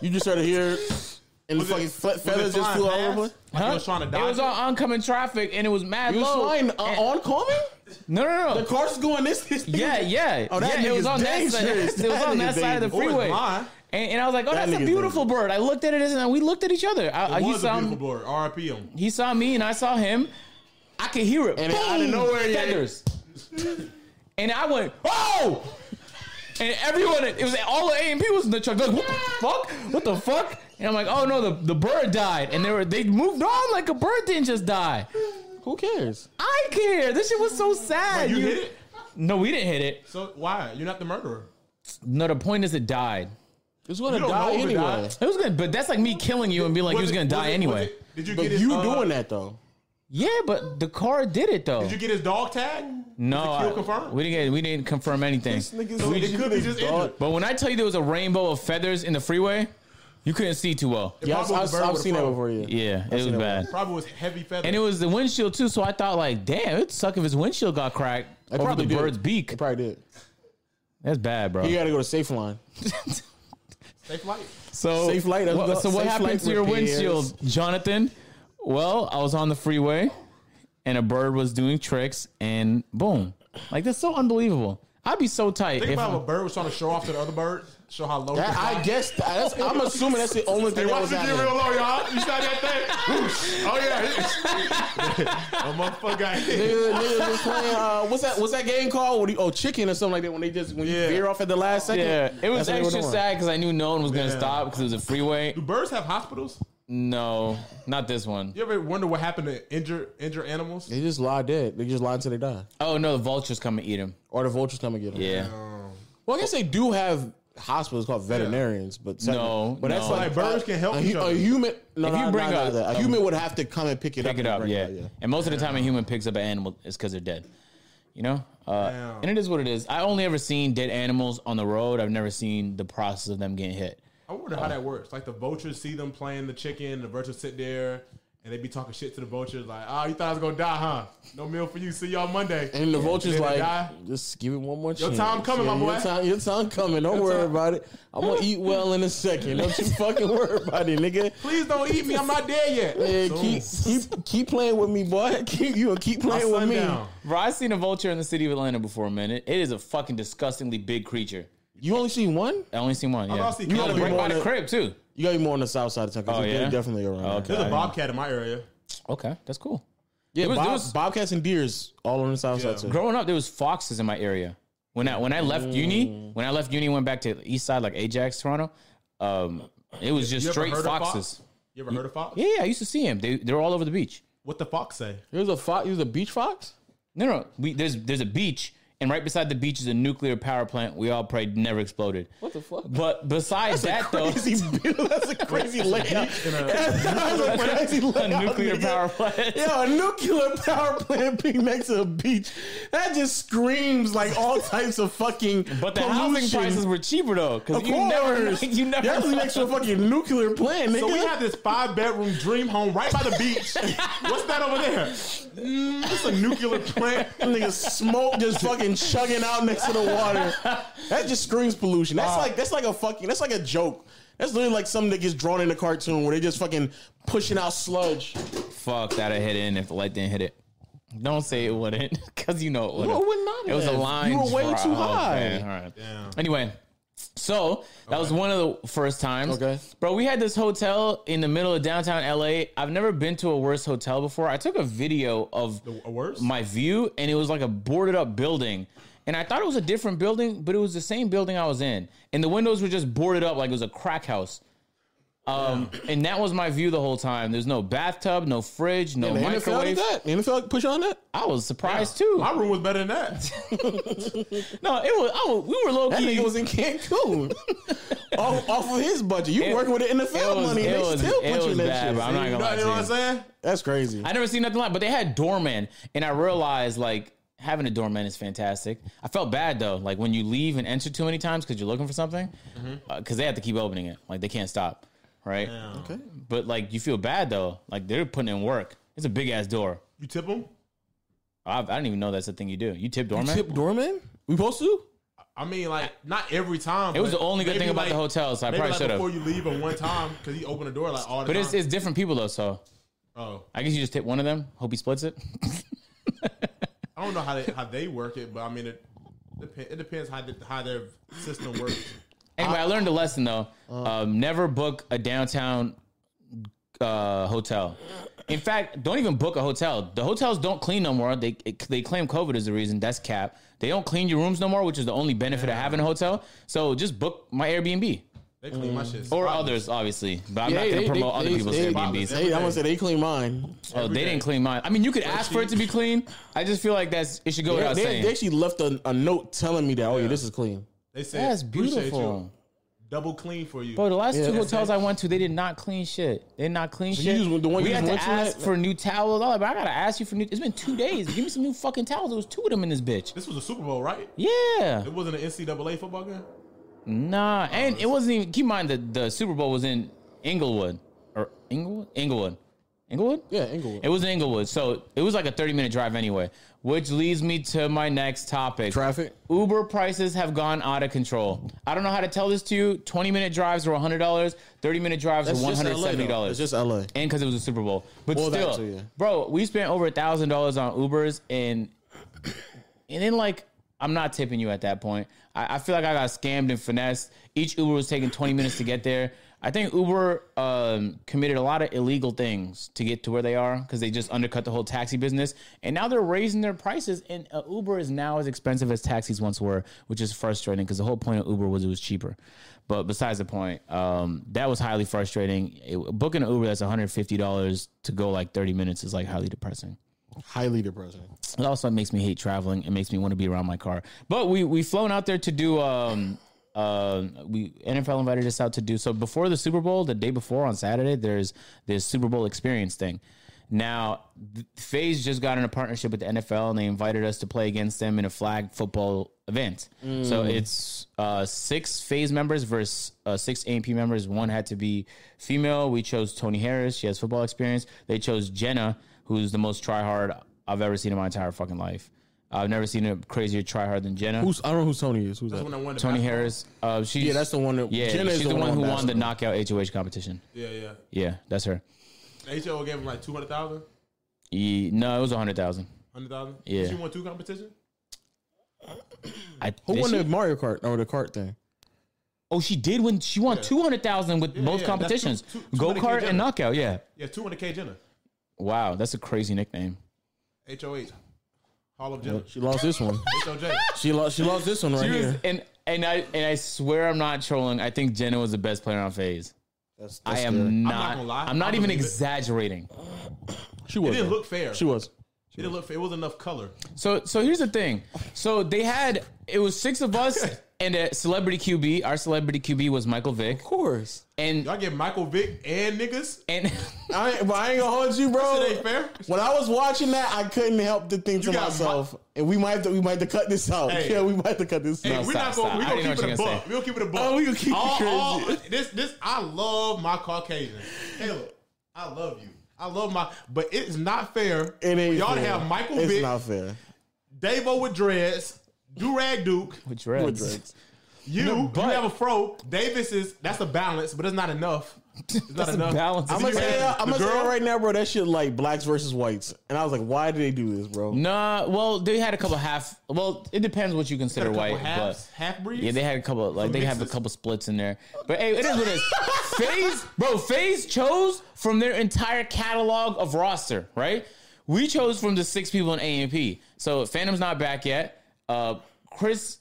Speaker 1: You just started here, and the
Speaker 3: Was it-
Speaker 1: fucking fe-
Speaker 3: was
Speaker 1: feathers just
Speaker 3: it flying
Speaker 1: flew all
Speaker 3: past?
Speaker 1: over.
Speaker 3: Like it was trying to dodge.
Speaker 2: It was
Speaker 3: it?
Speaker 2: on oncoming traffic and it was mad
Speaker 1: You was
Speaker 2: low.
Speaker 1: flying uh,
Speaker 2: And-
Speaker 1: on Coleman?
Speaker 2: no, no, no.
Speaker 1: The car's going this. this
Speaker 2: yeah, yeah.
Speaker 1: Oh, that
Speaker 2: yeah, it was
Speaker 1: nigga's
Speaker 2: on that side.
Speaker 1: dangerous.
Speaker 2: It was
Speaker 1: That
Speaker 2: on that
Speaker 1: nigga's Oh,
Speaker 2: side of the
Speaker 3: Or it's
Speaker 2: freeway.
Speaker 3: mine.
Speaker 2: And, and I was like, oh,
Speaker 1: That
Speaker 2: that's a
Speaker 1: nigga's
Speaker 2: beautiful bird. I looked at it and we looked at each other. I,
Speaker 3: It
Speaker 2: he
Speaker 3: was a
Speaker 2: saw
Speaker 3: beautiful
Speaker 2: him,
Speaker 3: blur. RIP him.
Speaker 2: he saw me and I saw him. I could hear it.
Speaker 1: And
Speaker 2: Boom!
Speaker 1: then out of nowhere, yeah.
Speaker 2: feathers. and I went,
Speaker 1: Oh!
Speaker 2: And everyone, it was all the A and P was in the truck. They're like, what the fuck? What the fuck? And I'm like, oh no, the, the bird died. And they were they moved on like a bird didn't just die.
Speaker 1: Who cares?
Speaker 2: I care. This shit was so sad.
Speaker 3: You hit it.
Speaker 2: No, we didn't hit it.
Speaker 3: So why? You're not the murderer.
Speaker 2: No, the point is it died.
Speaker 1: It's gonna
Speaker 3: You don't
Speaker 1: die
Speaker 3: know if it
Speaker 1: anyway.
Speaker 3: dies.
Speaker 2: It was good, but that's like me killing you and being like you was
Speaker 3: it-
Speaker 2: gonna die
Speaker 3: it-
Speaker 2: anyway.
Speaker 3: it- did you
Speaker 1: But
Speaker 3: get his,
Speaker 1: you
Speaker 3: uh,
Speaker 1: doing that though?
Speaker 2: Yeah, but the car did it though.
Speaker 3: Did you get his dog tag?
Speaker 2: no,
Speaker 3: Was the kill
Speaker 2: I-
Speaker 3: confirmed?
Speaker 2: we didn't get we didn't confirm anything.
Speaker 3: So it could be just injured.
Speaker 2: But when I tell you there was a rainbow of feathers in the freeway, you couldn't see too well.
Speaker 3: It
Speaker 1: Yeah, I've,
Speaker 3: probably
Speaker 1: I've,
Speaker 3: was a bird
Speaker 1: I've
Speaker 3: with a
Speaker 1: seen that
Speaker 3: pro.
Speaker 1: before. Yeah.
Speaker 2: Yeah, it was
Speaker 1: seen that
Speaker 2: bad.
Speaker 3: Probably was heavy feather.
Speaker 2: And it was the windshield too, so I thought like, damn, it'd suck if his windshield got cracked
Speaker 1: It
Speaker 2: over the
Speaker 1: did.
Speaker 2: bird's beak.
Speaker 1: It probably did.
Speaker 2: That's bad, bro.
Speaker 1: You gotta go to safe line.
Speaker 3: safe light.
Speaker 2: So
Speaker 1: Safe light, that's
Speaker 2: what-
Speaker 1: what-
Speaker 2: so what
Speaker 1: safe
Speaker 2: happened
Speaker 1: light
Speaker 2: to your
Speaker 1: repairs.
Speaker 2: windshield, Jonathan? Well, I was on the freeway, and a bird was doing tricks, and boom! Like that's so unbelievable. I'd be so tight.
Speaker 3: Think
Speaker 2: if
Speaker 3: about if a
Speaker 2: I,
Speaker 3: bird was trying to show off to the other bird, show how low.
Speaker 1: That, I guess that's, I'm assuming that's the only
Speaker 3: Hey,
Speaker 1: thing that
Speaker 3: watch
Speaker 1: was
Speaker 3: it get real
Speaker 1: happening.
Speaker 3: low, y'all. You saw that thing? Oh, Whoosh. Oh yeah. a motherfucker got hit.
Speaker 1: Niggas- niggas was playing, uh, what's that? What's that game called? What do you, oh, chicken or something like that. When they just when you
Speaker 3: Yeah.
Speaker 1: veer off at the last second.
Speaker 2: yeah, it
Speaker 1: That's what
Speaker 2: was
Speaker 1: they were
Speaker 2: extra
Speaker 1: doing.
Speaker 2: sad because I knew no one was gonna
Speaker 3: Yeah.
Speaker 2: stop because it was a freeway.
Speaker 3: Do birds have hospitals?
Speaker 2: No, not this one.
Speaker 3: You ever wonder what happened to injured injured animals?
Speaker 1: They just lie dead. They just lie until they die,
Speaker 2: Oh no, the vultures come and eat him.
Speaker 1: or the vultures come and get them.
Speaker 2: Yeah,
Speaker 3: Um,
Speaker 1: Well, I guess they do have hospitals called veterinarians, but
Speaker 2: No,
Speaker 1: but that's
Speaker 2: no.
Speaker 1: like
Speaker 3: Like, birds can help
Speaker 1: a,
Speaker 3: each
Speaker 1: hu-
Speaker 3: other.
Speaker 1: A human, no,
Speaker 2: If
Speaker 1: no,
Speaker 2: you
Speaker 1: no,
Speaker 2: bring
Speaker 1: no,
Speaker 2: a-
Speaker 1: no, a human would have to come and pick it up.
Speaker 2: pick it
Speaker 1: and
Speaker 2: up.
Speaker 1: bring
Speaker 2: Yeah.
Speaker 1: it out,
Speaker 2: and most of the time a human picks up an animal is because they're dead. You know, uh,
Speaker 3: Damn.
Speaker 2: and it is what it is. I only ever seen dead animals on the road. I've never seen the process of them getting hit.
Speaker 3: I wonder how that works. Like the vultures see them playing the chicken, the vultures sit there and they be talking shit to the vultures like, "Oh, you thought I was gonna die, huh? No meal for you. See y'all Monday."
Speaker 1: And the vulture's
Speaker 3: Did it
Speaker 1: like,
Speaker 3: die?
Speaker 1: just give it one more chance.
Speaker 3: time coming, my
Speaker 1: Your
Speaker 3: boy.
Speaker 1: time, your time coming. Don't worry
Speaker 3: time-
Speaker 1: about it. I'm gonna eat well in a second. Don't you fucking worry about it, nigga.
Speaker 3: "Please don't eat me. I'm not dead yet."
Speaker 1: Yeah,
Speaker 3: Soon.
Speaker 1: keep, keep keep playing with me, boy. Keep you gonna keep
Speaker 3: My
Speaker 1: playing with
Speaker 3: son
Speaker 1: me.
Speaker 3: down.
Speaker 2: Bro, I've seen a vulture in the city of Atlanta before, man. It, it is a fucking disgustingly big creature.
Speaker 1: You only see one.
Speaker 2: I only seen one. Yeah.
Speaker 3: I've seen
Speaker 2: You
Speaker 3: You gotta colours.
Speaker 2: gotta
Speaker 3: be
Speaker 2: right
Speaker 1: more
Speaker 2: by the
Speaker 1: than-
Speaker 2: crib too.
Speaker 1: You gotta be more on the south side of town. 'cause
Speaker 2: Oh,
Speaker 1: they're-
Speaker 2: yeah?
Speaker 1: they're definitely around. there.
Speaker 2: Okay.
Speaker 3: There's a bobcat in my area.
Speaker 2: Okay, that's cool.
Speaker 1: Yeah,
Speaker 2: was-
Speaker 1: Bob-
Speaker 2: there was-
Speaker 1: bobcats and deers all on the south
Speaker 3: Yeah.
Speaker 1: side too.
Speaker 2: Growing up, there was foxes in my area. When I when I left uni, when I left uni, went back to the East Side, like Ajax, Toronto. Um, it was just
Speaker 3: You ever
Speaker 2: straight
Speaker 3: heard of fox?
Speaker 2: foxes.
Speaker 3: You ever heard of fox?
Speaker 2: Yeah, yeah, I used to see him. They they're all over the beach.
Speaker 3: What the fox say?
Speaker 1: He was a fox. He was a beach fox.
Speaker 2: No, no, we there's there's a beach, and right beside the beach is a nuclear power plant. We all prayed never exploded.
Speaker 1: What the fuck?
Speaker 2: But besides that, though,
Speaker 1: Crazy, that's a crazy layout.
Speaker 3: In a-
Speaker 1: That's a crazy
Speaker 2: a
Speaker 1: layout.
Speaker 2: nuclear
Speaker 1: nigga.
Speaker 2: power plant.
Speaker 1: Yo, a nuclear power plant being next to a beach. That just screams like all types of fucking.
Speaker 2: But the
Speaker 1: pollution.
Speaker 2: housing prices were cheaper though, because
Speaker 1: Of
Speaker 2: you
Speaker 1: course.
Speaker 2: never, you never.
Speaker 1: That's next to a fucking nuclear plant, nigga.
Speaker 3: So we have this five bedroom dream home right by the beach. What's that over there? Mm, it's a nuclear plant.
Speaker 1: Nigga, smoke just fucking chugging out next to the water. That just screams pollution. That's like that's like a fucking that's like a joke. That's literally like something that gets drawn in a cartoon where they just fucking pushing out sludge.
Speaker 2: Fuck, that I hit in if the light didn't hit it. Don't say it wouldn't, because you know it wouldn't.
Speaker 1: No, it would not
Speaker 2: It was a
Speaker 1: have.
Speaker 2: line.
Speaker 1: You were way
Speaker 2: draw.
Speaker 1: too high.
Speaker 2: Okay, all right.
Speaker 3: Damn.
Speaker 2: Anyway, so that was one of the first times.
Speaker 1: Okay.
Speaker 2: Bro, we had this hotel in the middle of downtown LA. I've never been to a worse hotel before. I took a video of
Speaker 3: The a worse?
Speaker 2: my view, and it was like a boarded up building. And I thought it was a different building, but it was the same building I was in. And the windows were just boarded up like it was a crack house. Um, and that was my view the whole time. There's no bathtub, no fridge, no
Speaker 1: The NFL did
Speaker 2: microwave.
Speaker 1: that. The NFL push on that.
Speaker 2: I was surprised too.
Speaker 3: My room was better than that.
Speaker 2: no, it was. I was, we were low
Speaker 1: That
Speaker 2: key.
Speaker 1: nigga was in Cancun. off, off of his budget. You
Speaker 2: It-
Speaker 1: working with the
Speaker 2: it
Speaker 1: NFL
Speaker 2: was-
Speaker 1: money.
Speaker 2: it
Speaker 1: They
Speaker 2: was-
Speaker 1: still
Speaker 2: it
Speaker 1: put you in
Speaker 2: was
Speaker 1: that
Speaker 2: bad,
Speaker 1: shit.
Speaker 2: but I'm not
Speaker 1: see?
Speaker 2: gonna
Speaker 3: You know,
Speaker 2: lie
Speaker 3: you
Speaker 2: to
Speaker 3: know what
Speaker 2: you.
Speaker 3: I'm saying?
Speaker 1: That's crazy.
Speaker 2: I never seen nothing like. But they had doorman, and I realized like having a doorman is fantastic. I felt bad though, like when you leave and enter too many times because you're looking for something, because
Speaker 3: Mm-hmm.
Speaker 2: they have to keep opening it, like they can't stop, right?
Speaker 1: okay.
Speaker 2: But like you feel bad though, like they're putting in work. It's a big ass door.
Speaker 3: You tip them?
Speaker 2: I, I didn't even know that's the thing you do. You tip doorman.
Speaker 1: Tip doorman? We supposed to?
Speaker 3: I mean, like not every time.
Speaker 2: it was
Speaker 3: but
Speaker 2: the only good
Speaker 3: maybe
Speaker 2: thing about
Speaker 3: like-
Speaker 2: the hotel, so I
Speaker 3: Maybe
Speaker 2: probably
Speaker 3: like
Speaker 2: should have.
Speaker 3: before you leave at one time because he opened the door like all the
Speaker 2: But
Speaker 3: time.
Speaker 2: it's, it's different people though, so
Speaker 3: oh,
Speaker 2: I guess you just tip one of them. Hope he splits it.
Speaker 3: I don't know how they how they work it, but I mean it. depen- It depends how the, how their system works.
Speaker 2: Anyway, I, learned a lesson though.
Speaker 1: Uh.
Speaker 2: um, never book a downtown uh, hotel. In fact, don't even book a hotel. The hotels don't clean no more. They they claim COVID is the reason. That's cap. They don't clean your rooms no more, which is the only benefit of having a hotel. So just book my Airbnb
Speaker 3: They clean my shit
Speaker 2: or
Speaker 3: spotless.
Speaker 2: others, obviously. But I'm
Speaker 1: Yeah,
Speaker 2: not going
Speaker 1: they-
Speaker 2: to promote
Speaker 1: they-
Speaker 2: other
Speaker 1: they-
Speaker 2: people's
Speaker 1: they-
Speaker 2: Airbnbs.
Speaker 1: Hey, I'm gonna say they clean mine.
Speaker 2: oh, they
Speaker 3: every day.
Speaker 2: didn't clean mine. I mean, you could ask for it to be clean. I just feel like that's it should go
Speaker 1: They,
Speaker 2: without
Speaker 1: they,
Speaker 2: saying.
Speaker 1: they actually left a, a note telling me that. Oh yeah, this is clean.
Speaker 3: They said
Speaker 2: that's
Speaker 3: "Appreciate you.
Speaker 2: beautiful. uh,
Speaker 3: Double clean for you.
Speaker 2: Bro, the last
Speaker 1: Yeah.
Speaker 2: two hotels I went to, they did not clean shit. They did not clean
Speaker 1: you
Speaker 2: shit.
Speaker 1: just- the one
Speaker 2: we
Speaker 1: you
Speaker 2: had
Speaker 1: just
Speaker 2: to
Speaker 1: went to
Speaker 2: ask
Speaker 1: that-
Speaker 2: for new towels. All that, but I gotta ask you for new. It's been two days. Give me some new fucking towels. There was two of them in this bitch.
Speaker 3: this was a Super Bowl, right?
Speaker 2: Yeah,
Speaker 3: It wasn't an NCAA football game.
Speaker 2: nah, and it wasn't even. Keep in mind that the Super Bowl was in Inglewood or Inglewood, Inglewood, Inglewood.
Speaker 1: Yeah, Inglewood.
Speaker 2: It was in Inglewood, so it was like a thirty-minute drive anyway. Which leads me to my next topic.
Speaker 1: Traffic.
Speaker 2: Uber prices have gone out of control. I don't know how to tell this to you. Twenty-minute drives were hundred dollars. Thirty-minute drives were one
Speaker 1: just LA,
Speaker 2: hundred seventy
Speaker 1: though. It's
Speaker 2: dollars.
Speaker 1: just LA.
Speaker 2: and because it was a Super Bowl. But
Speaker 1: Well, that
Speaker 2: still,
Speaker 1: too, yeah.
Speaker 2: bro, we spent over a thousand dollars on Ubers, and and then like I'm not tipping you at that point. I, I feel like I got scammed and finessed. Each Uber was taking 20 minutes to get there. I think Uber um, committed a lot of illegal things to get to where they are because they just undercut the whole taxi business, and now they're raising their prices. And uh, Uber is now as expensive as taxis once were, which is frustrating because the whole point of Uber was it was cheaper. But besides the point, um, that was highly frustrating. It, booking an Uber that's 150 dollars to go like 30 minutes is like highly depressing.
Speaker 1: Highly depressing.
Speaker 2: It also makes me hate traveling. It makes me want to be around my car. But we we flown out there to do um uh we NFL invited us out to do so before the Super Bowl, the day before on Saturday, there's this Super Bowl experience thing. Now, th- FaZe just got in a partnership with the NFL and they invited us to play against them in a flag football event. So
Speaker 1: Mm.
Speaker 2: it's uh, six FaZe members versus uh, six AMP members. One had to be female. We chose Tony Harris. She has football experience. They chose Jenna, who's the most tryhard I've ever seen in my entire fucking life. I've never seen a crazier tryhard than Jenna.
Speaker 1: Who's I don't know who Tony is. Who's that?
Speaker 3: When I won the
Speaker 2: Tony
Speaker 3: basketball-
Speaker 2: Harris? Uh, she's,
Speaker 1: Yeah, that's the one that-
Speaker 2: yeah,
Speaker 1: Jenna is
Speaker 2: she's
Speaker 1: the
Speaker 2: the,
Speaker 1: one
Speaker 2: one,
Speaker 1: on
Speaker 2: who won the
Speaker 1: basketball.
Speaker 2: knockout HOH competition.
Speaker 3: Yeah, yeah.
Speaker 2: Yeah, that's her.
Speaker 3: The HO gave him like 200,000,
Speaker 2: E- no, it was a hundred thousand.
Speaker 3: 100,000.
Speaker 2: Yeah.
Speaker 3: She won two competitions?
Speaker 2: I
Speaker 1: Who
Speaker 2: did
Speaker 1: won
Speaker 2: she-
Speaker 1: the Mario Kart or the kart thing?
Speaker 2: Oh, she did win. She won two hundred thousand with both
Speaker 3: yeah, that's
Speaker 2: competitions,
Speaker 3: two- two-
Speaker 2: go
Speaker 3: 200K
Speaker 2: kart
Speaker 3: Jenna.
Speaker 2: and knockout. Yeah.
Speaker 3: Yeah, 200K Jenna.
Speaker 2: Wow, that's a crazy nickname.
Speaker 3: HOH. Hall of Jenna.
Speaker 1: She lost this one.
Speaker 3: HOJ.
Speaker 1: She lost. She lost this one right
Speaker 2: She was-
Speaker 1: here.
Speaker 2: and and I and I swear I'm not trolling. I think Jenna was the best player on phase.
Speaker 1: That's,
Speaker 2: I
Speaker 1: that's
Speaker 2: am
Speaker 1: good.
Speaker 2: not.
Speaker 3: gonna lie.
Speaker 2: I'm not
Speaker 3: I
Speaker 2: even
Speaker 3: believe it.
Speaker 2: exaggerating.
Speaker 1: She
Speaker 3: It
Speaker 1: was.
Speaker 3: didn't
Speaker 1: though.
Speaker 3: look fair.
Speaker 1: She
Speaker 3: It
Speaker 1: was.
Speaker 3: didn't look fair. It was enough color.
Speaker 2: So so here's the thing. So they had it was six of us and a celebrity QB. Our celebrity QB was Michael Vick,
Speaker 1: Of course.
Speaker 2: and
Speaker 3: Y'all get Michael Vick and niggas?
Speaker 2: and
Speaker 1: I ain't, but I ain't gonna hold you, bro.
Speaker 3: That ain't fair.
Speaker 1: When I was watching that, I couldn't help to think
Speaker 3: You
Speaker 1: to
Speaker 3: got
Speaker 1: myself, and we might have to, we might have to cut this out.
Speaker 3: Hey.
Speaker 1: Yeah, we might have to cut this
Speaker 3: Hey,
Speaker 1: out.
Speaker 3: we're not
Speaker 2: stop,
Speaker 3: going
Speaker 2: stop.
Speaker 3: we
Speaker 2: I
Speaker 3: gonna
Speaker 2: didn't
Speaker 3: keep
Speaker 2: know
Speaker 3: it a
Speaker 2: what you gonna
Speaker 3: buck.
Speaker 2: say.
Speaker 3: We'll keep it a buck.
Speaker 1: Oh, we gonna keep it
Speaker 3: all,
Speaker 1: crazy.
Speaker 3: all, this this I love my Caucasian. Caleb, I love you. I love my but it's not fair.
Speaker 1: It ain't
Speaker 3: y'all to
Speaker 1: fair.
Speaker 3: have Michael
Speaker 1: It's
Speaker 3: Vick,
Speaker 1: not fair.
Speaker 3: Davo with dreads, Durag Duke,
Speaker 1: With
Speaker 2: which Reds.
Speaker 1: Drake.
Speaker 3: you,
Speaker 2: but-
Speaker 3: you have a fro. Davis is that's a balance, but it's not enough. It's not
Speaker 2: That's a
Speaker 3: enough.
Speaker 2: balance.
Speaker 1: I'm
Speaker 2: Did
Speaker 1: gonna
Speaker 2: you
Speaker 1: say,
Speaker 2: have
Speaker 1: I'm
Speaker 3: the
Speaker 1: gonna say
Speaker 3: girl?
Speaker 1: right now, bro. That shit like blacks versus whites, and I was like, why do they do this, bro?
Speaker 2: Nah, well, they had a couple half. Well, it depends what you consider
Speaker 3: a couple
Speaker 2: white.
Speaker 3: halves,
Speaker 2: but
Speaker 3: half breeds.
Speaker 2: yeah, they had a couple. Like they have a
Speaker 3: mixes.
Speaker 2: couple splits in there. But hey, it is what it is. Phase, bro. Phase chose from their entire catalog of roster, right? We chose from the six people in AMP. So Phantom's not back yet. Uh, Chris,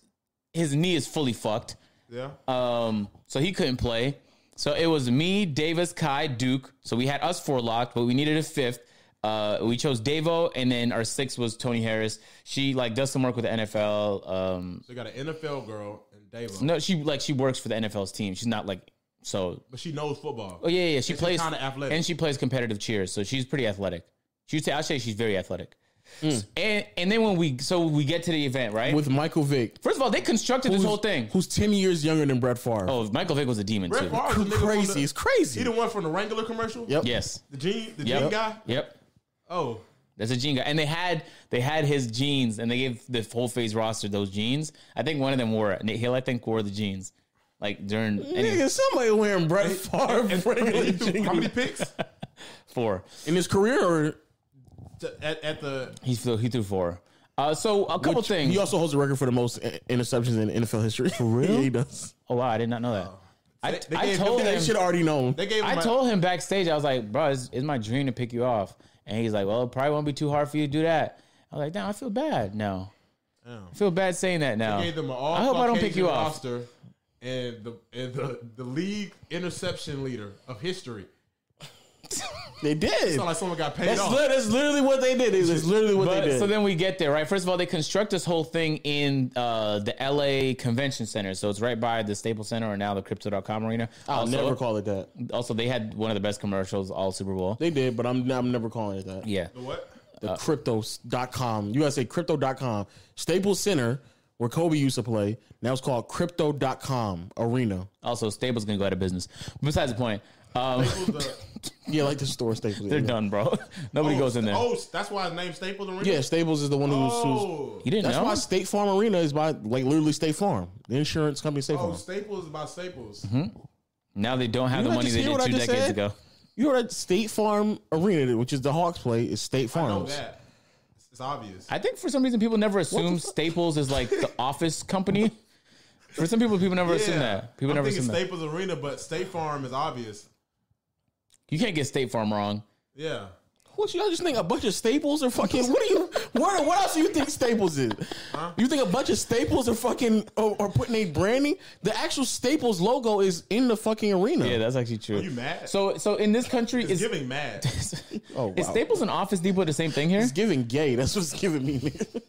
Speaker 2: his knee is fully fucked.
Speaker 3: yeah.
Speaker 2: Um, so he couldn't play. So it was me, Davis, Kai, Duke. So we had us four locked, but we needed a fifth. Uh, we chose Davo, and then our sixth was Tony Harris. She like does some work with the NFL. Um,
Speaker 3: so you got an NFL girl and Davo.
Speaker 2: no, she like she works for the NFL's team. She's not like so.
Speaker 3: But she knows football.
Speaker 2: Oh yeah, yeah. She plays
Speaker 3: kinda athletic.
Speaker 2: and she plays competitive cheers, so she's pretty athletic. She'd say I'd say she's very athletic. And and then when we so we get to the event right.
Speaker 1: Mm. With Michael Vick,
Speaker 2: First of all, they constructed this
Speaker 1: who's-
Speaker 2: whole thing.
Speaker 1: who's ten years younger than Brett Favre.
Speaker 2: Oh, Michael Vick was a demon
Speaker 3: Brett
Speaker 2: too.
Speaker 3: Favre is the nigga from
Speaker 1: crazy!
Speaker 3: the-
Speaker 1: It's crazy.
Speaker 3: He the one from the Wrangler commercial?
Speaker 1: Yep.
Speaker 2: Yes.
Speaker 3: The jean the
Speaker 2: Yep.
Speaker 3: jean guy?
Speaker 2: Yep.
Speaker 3: Oh.
Speaker 2: That's a jean guy, and they had they had his jeans, and they gave the whole phase roster those jeans. I think one of them wore it. Nate Hill, I think, wore the jeans like during any
Speaker 1: Nigga, somebody wearing Brett Favre regular
Speaker 3: How
Speaker 1: jeans
Speaker 3: many picks
Speaker 2: four.
Speaker 1: in his career, or
Speaker 3: To- at, at the?
Speaker 2: He threw he threw four. Uh, so a couple
Speaker 1: which-
Speaker 2: things.
Speaker 1: He also holds the record for the most i- interceptions in NFL history. For real, he does.
Speaker 2: oh wow, I did not know that. I,
Speaker 3: They- they
Speaker 2: I
Speaker 3: gave him-
Speaker 2: told
Speaker 3: they
Speaker 1: They
Speaker 2: him
Speaker 1: should already known.
Speaker 3: They gave. Him
Speaker 2: I
Speaker 3: a-
Speaker 2: told him backstage, I was like, bro, it's, it's my dream to pick you off. And he's like, well, it probably won't be too hard for you to do that. I was like, damn, I feel bad now. I feel bad saying that now.
Speaker 3: gave them an all.
Speaker 2: I hope I don't pick
Speaker 3: Caucasian
Speaker 2: you off.
Speaker 3: roster And the and the the league interception leader of history.
Speaker 1: They did.
Speaker 3: It's not like someone got paid
Speaker 1: That's,
Speaker 3: off.
Speaker 1: li- that's literally what they did. It's, it's literally what
Speaker 2: But
Speaker 1: they did.
Speaker 2: Uh, so then we get there, right? First of all, they construct this whole thing in uh, the LA Convention Center. So it's right by the Staples Center or now the Crypto.com Arena.
Speaker 1: I'll
Speaker 2: also,
Speaker 1: never call it that.
Speaker 2: also, they had one of the best commercials all Super Bowl.
Speaker 1: They did, but I'm I'm never calling it that.
Speaker 2: Yeah. uh,
Speaker 3: The what?
Speaker 1: The cryptos.com. You gotta say crypto.com. Staples Center, where Kobe used to play. Now it's called crypto.com arena.
Speaker 2: Also, Staples going to go out of business. Besides the point, um,
Speaker 3: Who's the-
Speaker 1: Yeah, like the store Staples.
Speaker 2: they're
Speaker 1: yeah.
Speaker 2: done, bro. Nobody goes in there.
Speaker 3: Oh, that's why his name's Staples Arena.
Speaker 1: Yeah, Staples is the one who's, who's
Speaker 3: Oh,
Speaker 2: you didn't
Speaker 1: that's
Speaker 2: know?
Speaker 1: why State Farm Arena is by like literally State Farm. The insurance company State
Speaker 3: oh,
Speaker 1: Farm.
Speaker 3: Staples is by Staples.
Speaker 2: Mm-hmm. now they don't have
Speaker 1: You
Speaker 2: the
Speaker 1: not
Speaker 2: money
Speaker 1: just
Speaker 2: they
Speaker 1: hear
Speaker 2: did
Speaker 1: what I
Speaker 2: two
Speaker 1: just
Speaker 2: decades
Speaker 1: said?
Speaker 2: ago.
Speaker 1: You know that State Farm Arena, which is the Hawks play, is State
Speaker 3: I know
Speaker 1: Farms.
Speaker 3: that. It's, it's obvious.
Speaker 2: I think for some reason people never assume Staples is like the office company. For some people, people never assume that. People
Speaker 3: I'm
Speaker 2: never
Speaker 3: thinking
Speaker 2: assume that.
Speaker 3: Staples Arena, but State Farm is obvious.
Speaker 2: You can't get State Farm wrong.
Speaker 3: Yeah.
Speaker 1: What y'all just think a bunch of staples are fucking? What do you? What, what else do you think staples is? You think a bunch of staples are fucking or, or putting a branding? The actual staples logo is in the fucking arena.
Speaker 2: Yeah, that's actually true.
Speaker 3: Are you mad?
Speaker 2: So, so in this country, is,
Speaker 3: giving mad.
Speaker 2: is,
Speaker 1: Oh, wow.
Speaker 2: Staples and Office Depot the same thing here?
Speaker 1: it's giving gay. That's what's giving me. nigga.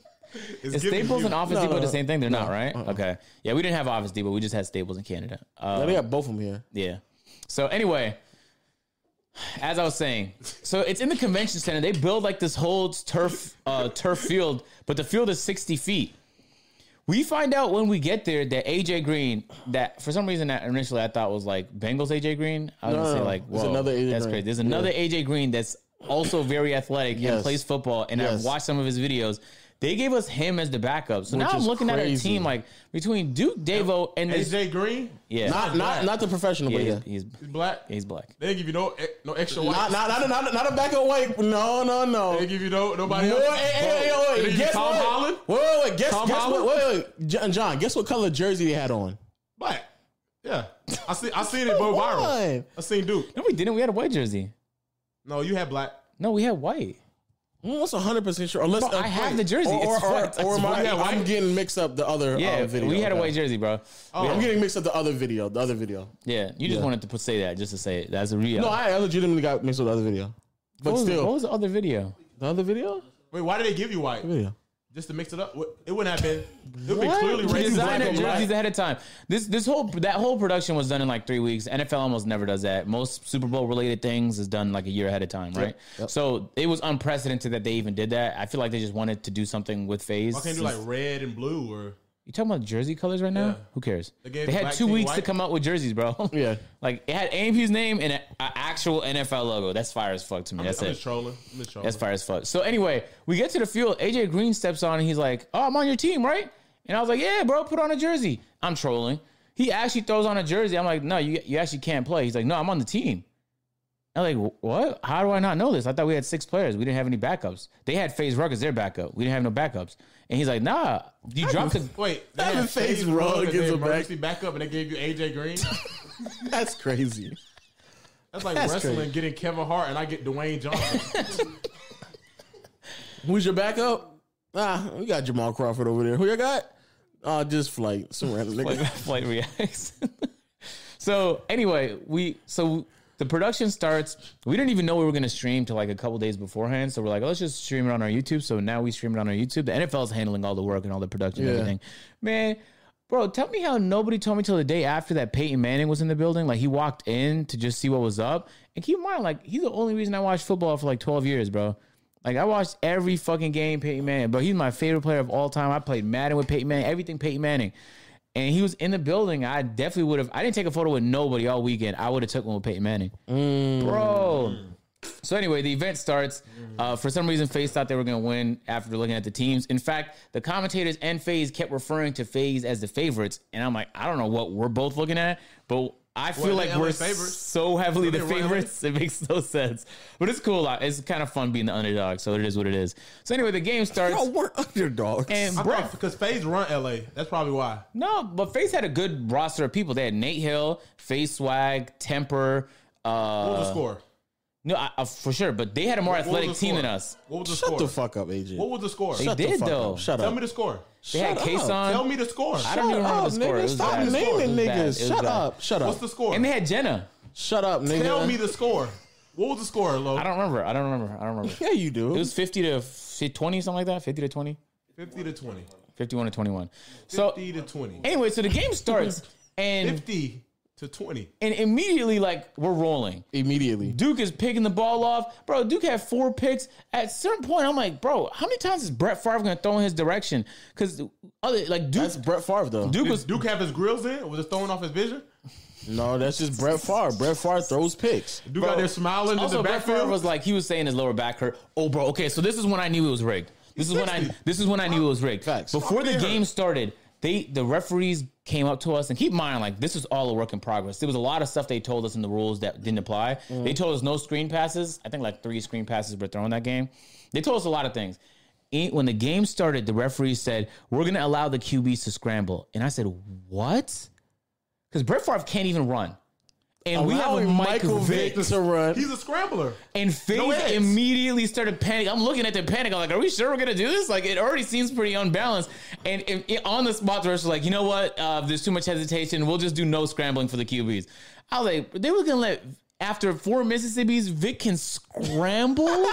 Speaker 3: It's
Speaker 2: Is
Speaker 3: giving
Speaker 2: Staples
Speaker 3: you-
Speaker 2: and Office
Speaker 1: No,
Speaker 2: Depot
Speaker 1: no,
Speaker 2: the
Speaker 1: no. Uh-uh.
Speaker 2: same thing? They're not, right? Okay. Yeah, we didn't have Office Depot. We just had Staples in Canada. Uh,
Speaker 1: Now they got both of them here.
Speaker 2: Yeah. So anyway, as I was saying, so it's in the convention center. They build like this whole turf uh, turf field, but the field is sixty feet. We find out when we get there that AJ Green, that for some reason that initially I thought was like Bengals AJ Green. I was
Speaker 1: No,
Speaker 2: gonna
Speaker 1: no,
Speaker 2: say
Speaker 1: no.
Speaker 2: like,
Speaker 1: There's
Speaker 2: whoa,
Speaker 1: another AJ
Speaker 2: that's
Speaker 1: Green.
Speaker 2: crazy. There's another AJ Green that's also very athletic
Speaker 1: Yes.
Speaker 2: and plays football, and
Speaker 1: Yes.
Speaker 2: I've watched some of his videos. They gave us him as the backup, so now
Speaker 1: Which
Speaker 2: I'm
Speaker 1: is
Speaker 2: looking at our
Speaker 1: crazy.
Speaker 2: team like between Duke Devo and this,
Speaker 3: AJ Green,
Speaker 2: yeah,
Speaker 1: Not not not the professional,
Speaker 2: yeah,
Speaker 1: but
Speaker 2: he's,
Speaker 1: yeah.
Speaker 2: he's
Speaker 3: he's black.
Speaker 2: he's black.
Speaker 3: They didn't give you no e- no extra white.
Speaker 1: Not, not, not, not, not a back away. No, no,
Speaker 3: they
Speaker 1: no.
Speaker 3: didn't give you no nobody
Speaker 1: Boy,
Speaker 3: else.
Speaker 1: hey, hey, hey,
Speaker 3: They
Speaker 1: wait,
Speaker 3: didn't give you
Speaker 1: guess
Speaker 3: Tom
Speaker 1: what?
Speaker 3: Holland,
Speaker 1: Wait, wait, wait, guess,
Speaker 3: Tom
Speaker 1: guess
Speaker 3: Holland?
Speaker 1: what? Wait, wait, wait. John, John, guess what color jersey they had on?
Speaker 3: black. Yeah, I see. I seen it go viral.
Speaker 1: One.
Speaker 3: I seen Duke.
Speaker 2: No, we didn't. We had a white jersey.
Speaker 3: No, you had black.
Speaker 2: No, we had white.
Speaker 1: Mm, That's hundred percent sure. Unless uh,
Speaker 2: Bro, I have the jersey.
Speaker 1: or,
Speaker 2: It's
Speaker 1: or,
Speaker 2: white. It's
Speaker 1: or am I-
Speaker 2: white.
Speaker 1: I'm getting mixed up the other uh,
Speaker 2: Yeah,
Speaker 1: video.
Speaker 2: Oh, we had a
Speaker 1: Okay.
Speaker 2: white jersey, bro.
Speaker 3: Oh,
Speaker 1: I'm getting mixed up the other video. The other video.
Speaker 2: Yeah, you just
Speaker 1: Yeah.
Speaker 2: wanted to put, say that just to say it. That's a real.
Speaker 1: No, I, I legitimately got mixed up with the other video. But
Speaker 2: what, was,
Speaker 1: still,
Speaker 2: what was the other video?
Speaker 1: the other video.
Speaker 3: Wait, why did they give you white?
Speaker 1: Video.
Speaker 3: Just to mix it up? What- It wouldn't have been. It would be
Speaker 2: What?
Speaker 3: clearly
Speaker 2: We
Speaker 3: racist.
Speaker 2: designed
Speaker 3: Black
Speaker 2: our
Speaker 3: and black.
Speaker 2: jerseys ahead of time. This this whole that whole production was done in like three weeks. NFL almost never does that. Most Super Bowl related things is done like a year ahead of time, right? So it was unprecedented that they even did that. I feel like they just wanted to do something with phase.
Speaker 3: Why can't you do like red and blue or?
Speaker 2: you talking about jersey colors right now?
Speaker 3: Yeah.
Speaker 2: Who cares?
Speaker 3: They
Speaker 2: They,
Speaker 3: gave
Speaker 2: had
Speaker 3: black
Speaker 2: two
Speaker 3: team
Speaker 2: weeks to
Speaker 3: white.
Speaker 2: come out with jerseys, bro.
Speaker 1: Yeah.
Speaker 2: Like it had AMP's name and an actual NFL logo. That's fire as fuck to me. That's
Speaker 3: I'm
Speaker 2: it.
Speaker 3: just trolling. I'm just trolling.
Speaker 2: That's fire as fuck. So anyway, we get to the field. AJ Green steps on and he's like, "Oh, I'm on your team, right?" And I was like, "Yeah, bro, put on a jersey." I'm trolling. He actually throws on a jersey. I'm like, "No, you you actually can't play." He's like, "No, I'm on the team." I'm like, "What? How do I not know this? I thought we had six players. We didn't have any backups. They had Phase Rugg as their backup. We didn't have no backups." And he's like, "Nah, you dropped the."
Speaker 3: Wait, they
Speaker 1: That
Speaker 3: had
Speaker 1: was face
Speaker 3: Faze
Speaker 1: wrong
Speaker 3: Rugg as
Speaker 1: as
Speaker 3: their
Speaker 1: a back-
Speaker 3: emergency backup, and they gave you AJ Green.
Speaker 1: That's crazy.
Speaker 3: That's like
Speaker 1: That's
Speaker 3: wrestling,
Speaker 1: crazy.
Speaker 3: getting Kevin Hart, and I get Dwayne Johnson.
Speaker 1: Who's your backup? Ah, we got Jamal Crawford over there. Who you got? Uh, just flight. Some random
Speaker 2: Flight,
Speaker 1: nigga.
Speaker 2: flight reacts. so anyway, we so the production starts. We didn't even know we were going to stream till like a couple days beforehand. So we're like, "Oh, let's just stream it on our YouTube. So now we stream it on our YouTube. The NFL is handling all the work and all the production
Speaker 1: Yeah.
Speaker 2: and everything. Man, bro, tell me how nobody told me till the day after that Peyton Manning was in the building. Like he walked in to just see what was up. And keep in mind, like he's the only reason I watched football for like twelve years, bro. Like I watched every fucking game Peyton Manning, bro. He's my favorite player of all time. I played Madden with Peyton Manning, everything Peyton Manning and he was in the building, I definitely
Speaker 3: Mm.
Speaker 2: would have. I didn't take a photo with nobody all weekend. I would have took one with Peyton Manning, bro. So anyway, the event starts. Uh, for some reason, FaZe thought they were going to win after looking at the teams. In fact, the commentators and FaZe kept referring to FaZe as the favorites, and I'm like, I don't know what we're both looking at, but I feel
Speaker 3: they
Speaker 2: like
Speaker 3: LA
Speaker 2: we're
Speaker 3: favorites.
Speaker 2: so heavily the
Speaker 3: they were LA.
Speaker 2: favorites. It makes no sense, but it's cool. It's kind of fun being the underdog, so it is what it is. So anyway, the game starts.
Speaker 1: Yo, we're underdogs.
Speaker 2: and
Speaker 3: I
Speaker 2: bro,
Speaker 3: thought because FaZe run LA. That's probably why.
Speaker 2: no, but FaZe had a good roster of people. They had Nate Hill, FaZe Swag, Temper.
Speaker 3: What was
Speaker 2: Uh,
Speaker 3: the score?
Speaker 2: no, I, I- for sure, but they had a more
Speaker 3: What was
Speaker 2: athletic
Speaker 3: the
Speaker 2: team than
Speaker 3: score?
Speaker 2: us.
Speaker 3: What was the
Speaker 1: Shut
Speaker 3: score?
Speaker 1: the fuck up, AJ.
Speaker 3: What was the score?
Speaker 2: They
Speaker 1: Shut
Speaker 2: did,
Speaker 1: the fuck
Speaker 2: though.
Speaker 1: Up. Shut
Speaker 3: Tell
Speaker 1: up.
Speaker 3: me the score.
Speaker 2: They had
Speaker 1: Shut up.
Speaker 2: Kason.
Speaker 3: Tell me the score.
Speaker 2: I don't even
Speaker 1: Shut
Speaker 2: remember
Speaker 1: up,
Speaker 2: the score. It
Speaker 1: nigga.
Speaker 2: was
Speaker 1: Stop
Speaker 2: bad. It was
Speaker 1: naming
Speaker 2: bad. It was
Speaker 1: niggas. Shut
Speaker 2: bad.
Speaker 1: up. Shut
Speaker 3: What's
Speaker 1: up.
Speaker 3: the score?
Speaker 2: And they had Jenna.
Speaker 1: Shut up, nigga.
Speaker 3: Tell me the score. What was the score, Lo?
Speaker 2: I don't remember. I don't remember. I don't remember.
Speaker 1: Yeah, you do.
Speaker 2: It was 50 to f- 20, something like that. 50 to 20.
Speaker 3: 50 to 20.
Speaker 2: 51 to 21. So,
Speaker 3: 50 to 20.
Speaker 2: anyway, so the game starts and
Speaker 3: 50 to 20.
Speaker 2: and immediately, like, we're rolling.
Speaker 1: immediately.
Speaker 2: Duke is picking the ball off. Bro, Duke had four picks. At a certain point, I'm like, bro, how many times is Brett Favre going to throw in his direction? Because, other like, Duke,
Speaker 1: That's Brett Favre, though.
Speaker 2: Duke was.
Speaker 3: Did Duke have his grills in? Was it throwing off his vision?
Speaker 1: No, that's just Brett Favre. Brett Favre throws picks.
Speaker 3: Duke
Speaker 2: Bro.
Speaker 3: out there smiling in
Speaker 2: Also,
Speaker 3: the
Speaker 2: Brett Favre
Speaker 3: backfield.
Speaker 2: was like, he was saying his lower back hurt. Oh, bro. Okay, so this is when I knew it was rigged. This is when I.
Speaker 3: 60.
Speaker 2: This is when I knew it was rigged.
Speaker 1: Facts.
Speaker 2: Before the
Speaker 3: Stop there.
Speaker 2: game started, they the referees came up to us and keep in mind like this is all a work in progress. There was a lot of stuff they told us in the rules that didn't apply. They told us no screen passes. I think like three screen passes were thrown that game. They told us a lot of things. And When the game started, the referees said, "We're going to allow the QBs to scramble," and I said, "What?" Because Brett Favre can't even run, and we have a
Speaker 1: Allowing
Speaker 2: Michael, "Oh, Vick
Speaker 1: to run.
Speaker 3: He's a scrambler.
Speaker 2: and FaZe
Speaker 3: No eggs.
Speaker 2: immediately started panicking. I'm looking at the panic. I'm like, are we sure we're going to do this? Like, it already seems pretty unbalanced. And if, it, on the spot, the rest was like, you know what? Uh, there's too much hesitation. We'll just do no scrambling for the QBs. I was like, they were going to let, after four Mississippis, Vic can scramble?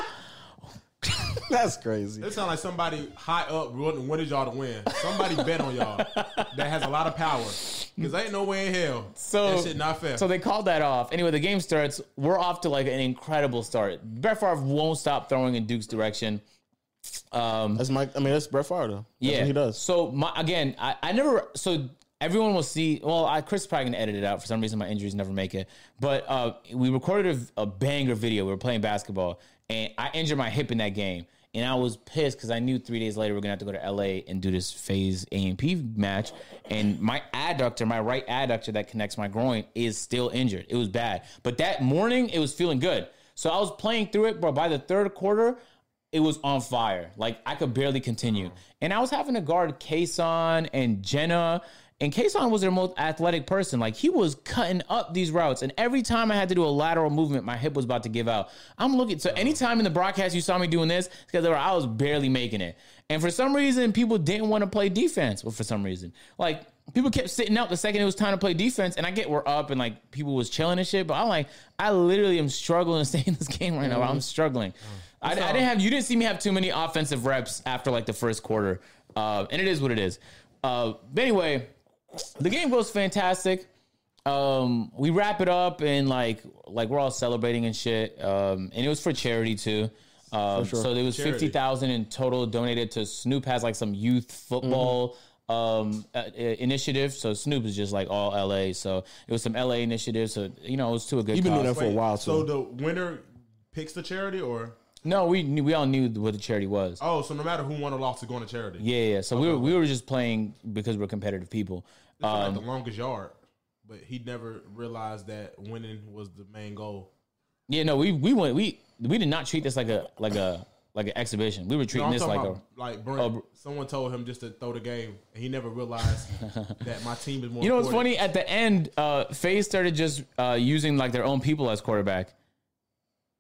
Speaker 1: That's crazy.
Speaker 3: It sounds like somebody high up wanted wanted y'all to win. Somebody bet on y'all that has a lot of power. Because ain't no way in hell.
Speaker 2: So
Speaker 3: that shit not fair.
Speaker 2: So they called that off. Anyway, the game starts. We're off to like an incredible start. Brett Favre won't stop throwing in Duke's direction. Um,
Speaker 1: That's Mike. I mean, that's Brett Favre, though. That's
Speaker 2: yeah,
Speaker 1: what he does.
Speaker 2: So my again, I, I never. So everyone will see. Well, I Chris probably gonna edit it out for some reason. My injuries never make it. But uh, we recorded a, a banger video. We were playing basketball, and I injured my hip in that game, and I was pissed because I knew three days later we are gonna have to go to LA and do this phase A and P match, and my adductor, my right adductor that connects my groin, is still injured. It was bad, but that morning it was feeling good. So I was playing through it, but by the third quarter, it was on fire. Like I could barely continue. And I was having to guard Kason and Jenna. And Kason was their most athletic person. Like he was cutting up these routes. And every time I had to do a lateral movement, my hip was about to give out. I'm looking. So anytime in the broadcast you saw me doing this, because I was barely making it. And for some reason, people didn't want to play defense. Well, for some reason. Like people kept sitting out the second it was time to play defense. And I get we're up and like people was chilling and shit. But I'm like, I literally am struggling to stay in this game right now. I'm struggling. I, I didn't have you didn't see me have too many offensive reps after like the first quarter, uh, and it is what it is. Uh, but anyway, the game goes fantastic. Um, we wrap it up and like like we're all celebrating and shit. Um, and it was for charity too. Um, So there was
Speaker 3: Charity.
Speaker 2: fifty thousand in total donated to Snoop has like some youth football
Speaker 1: Mm-hmm.
Speaker 2: um uh, uh, initiative. So Snoop is just like all LA. So it was some LA initiative. So you know it was to a good.
Speaker 1: You've been doing
Speaker 2: cause.
Speaker 1: that for a while,
Speaker 3: so
Speaker 1: too.
Speaker 3: the winner picks the charity or
Speaker 2: No, we knew, we all knew what the charity was.
Speaker 3: oh, so no matter who won or lost it's going to charity.
Speaker 2: Yeah, yeah. So we were we were just playing because we're competitive people.
Speaker 3: It's
Speaker 2: um,
Speaker 3: like the longest yard. But he never realized that winning was the main goal.
Speaker 2: Yeah, no, we we went we we did not treat this like a like a like an exhibition. We were
Speaker 3: No,
Speaker 2: treating
Speaker 3: I'm
Speaker 2: this
Speaker 3: talking
Speaker 2: like
Speaker 3: about like Brent.
Speaker 2: a-
Speaker 3: someone told him just to throw the game, and he never realized that my team is more.
Speaker 2: a. You know what's
Speaker 3: important.
Speaker 2: funny? At the end, uh, FaZe started just uh, using like their own people as quarterback,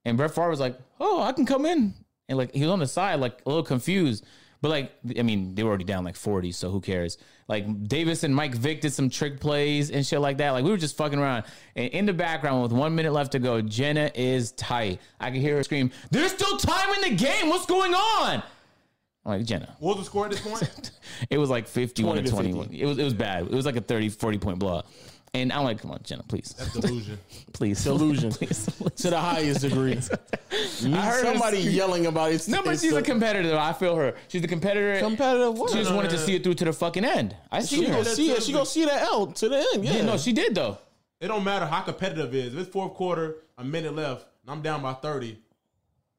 Speaker 2: and Brett Favre was like, "Oh, I can come in," and like he was on the side, like a little confused. But like, I mean, they were already down like forty, so who cares? Like Davis and Mike Vick did some trick plays and shit like that. Like we were just fucking around. And in the background, with one minute left to go, Jenna is tight. I can hear her scream, "There's still time in the game. What's going on?" I'm like Jenna.
Speaker 3: What was the score at this point?
Speaker 2: it was like 51 to
Speaker 1: 20 to
Speaker 2: 21. It was it was bad. It was like a 30 40 point blowout. And I'm like, come on, Jenna, please.
Speaker 3: Delusion.
Speaker 2: please.
Speaker 1: Delusion.
Speaker 2: please.
Speaker 1: to the highest degree.
Speaker 2: heard
Speaker 1: somebody
Speaker 2: it's-
Speaker 1: yelling about it.
Speaker 2: No, but she's a competitor. I feel her. She's a competitor.
Speaker 1: competitive. What?
Speaker 2: She just
Speaker 1: No, no,
Speaker 2: wanted to see it through to the fucking end. I see
Speaker 1: She
Speaker 2: her.
Speaker 1: gonna see it. She gonna see that L to the end. Yeah.
Speaker 2: Yeah, no, she did though.
Speaker 3: It don't matter how competitive it is. If it's fourth quarter, a minute left, and I'm down by 30,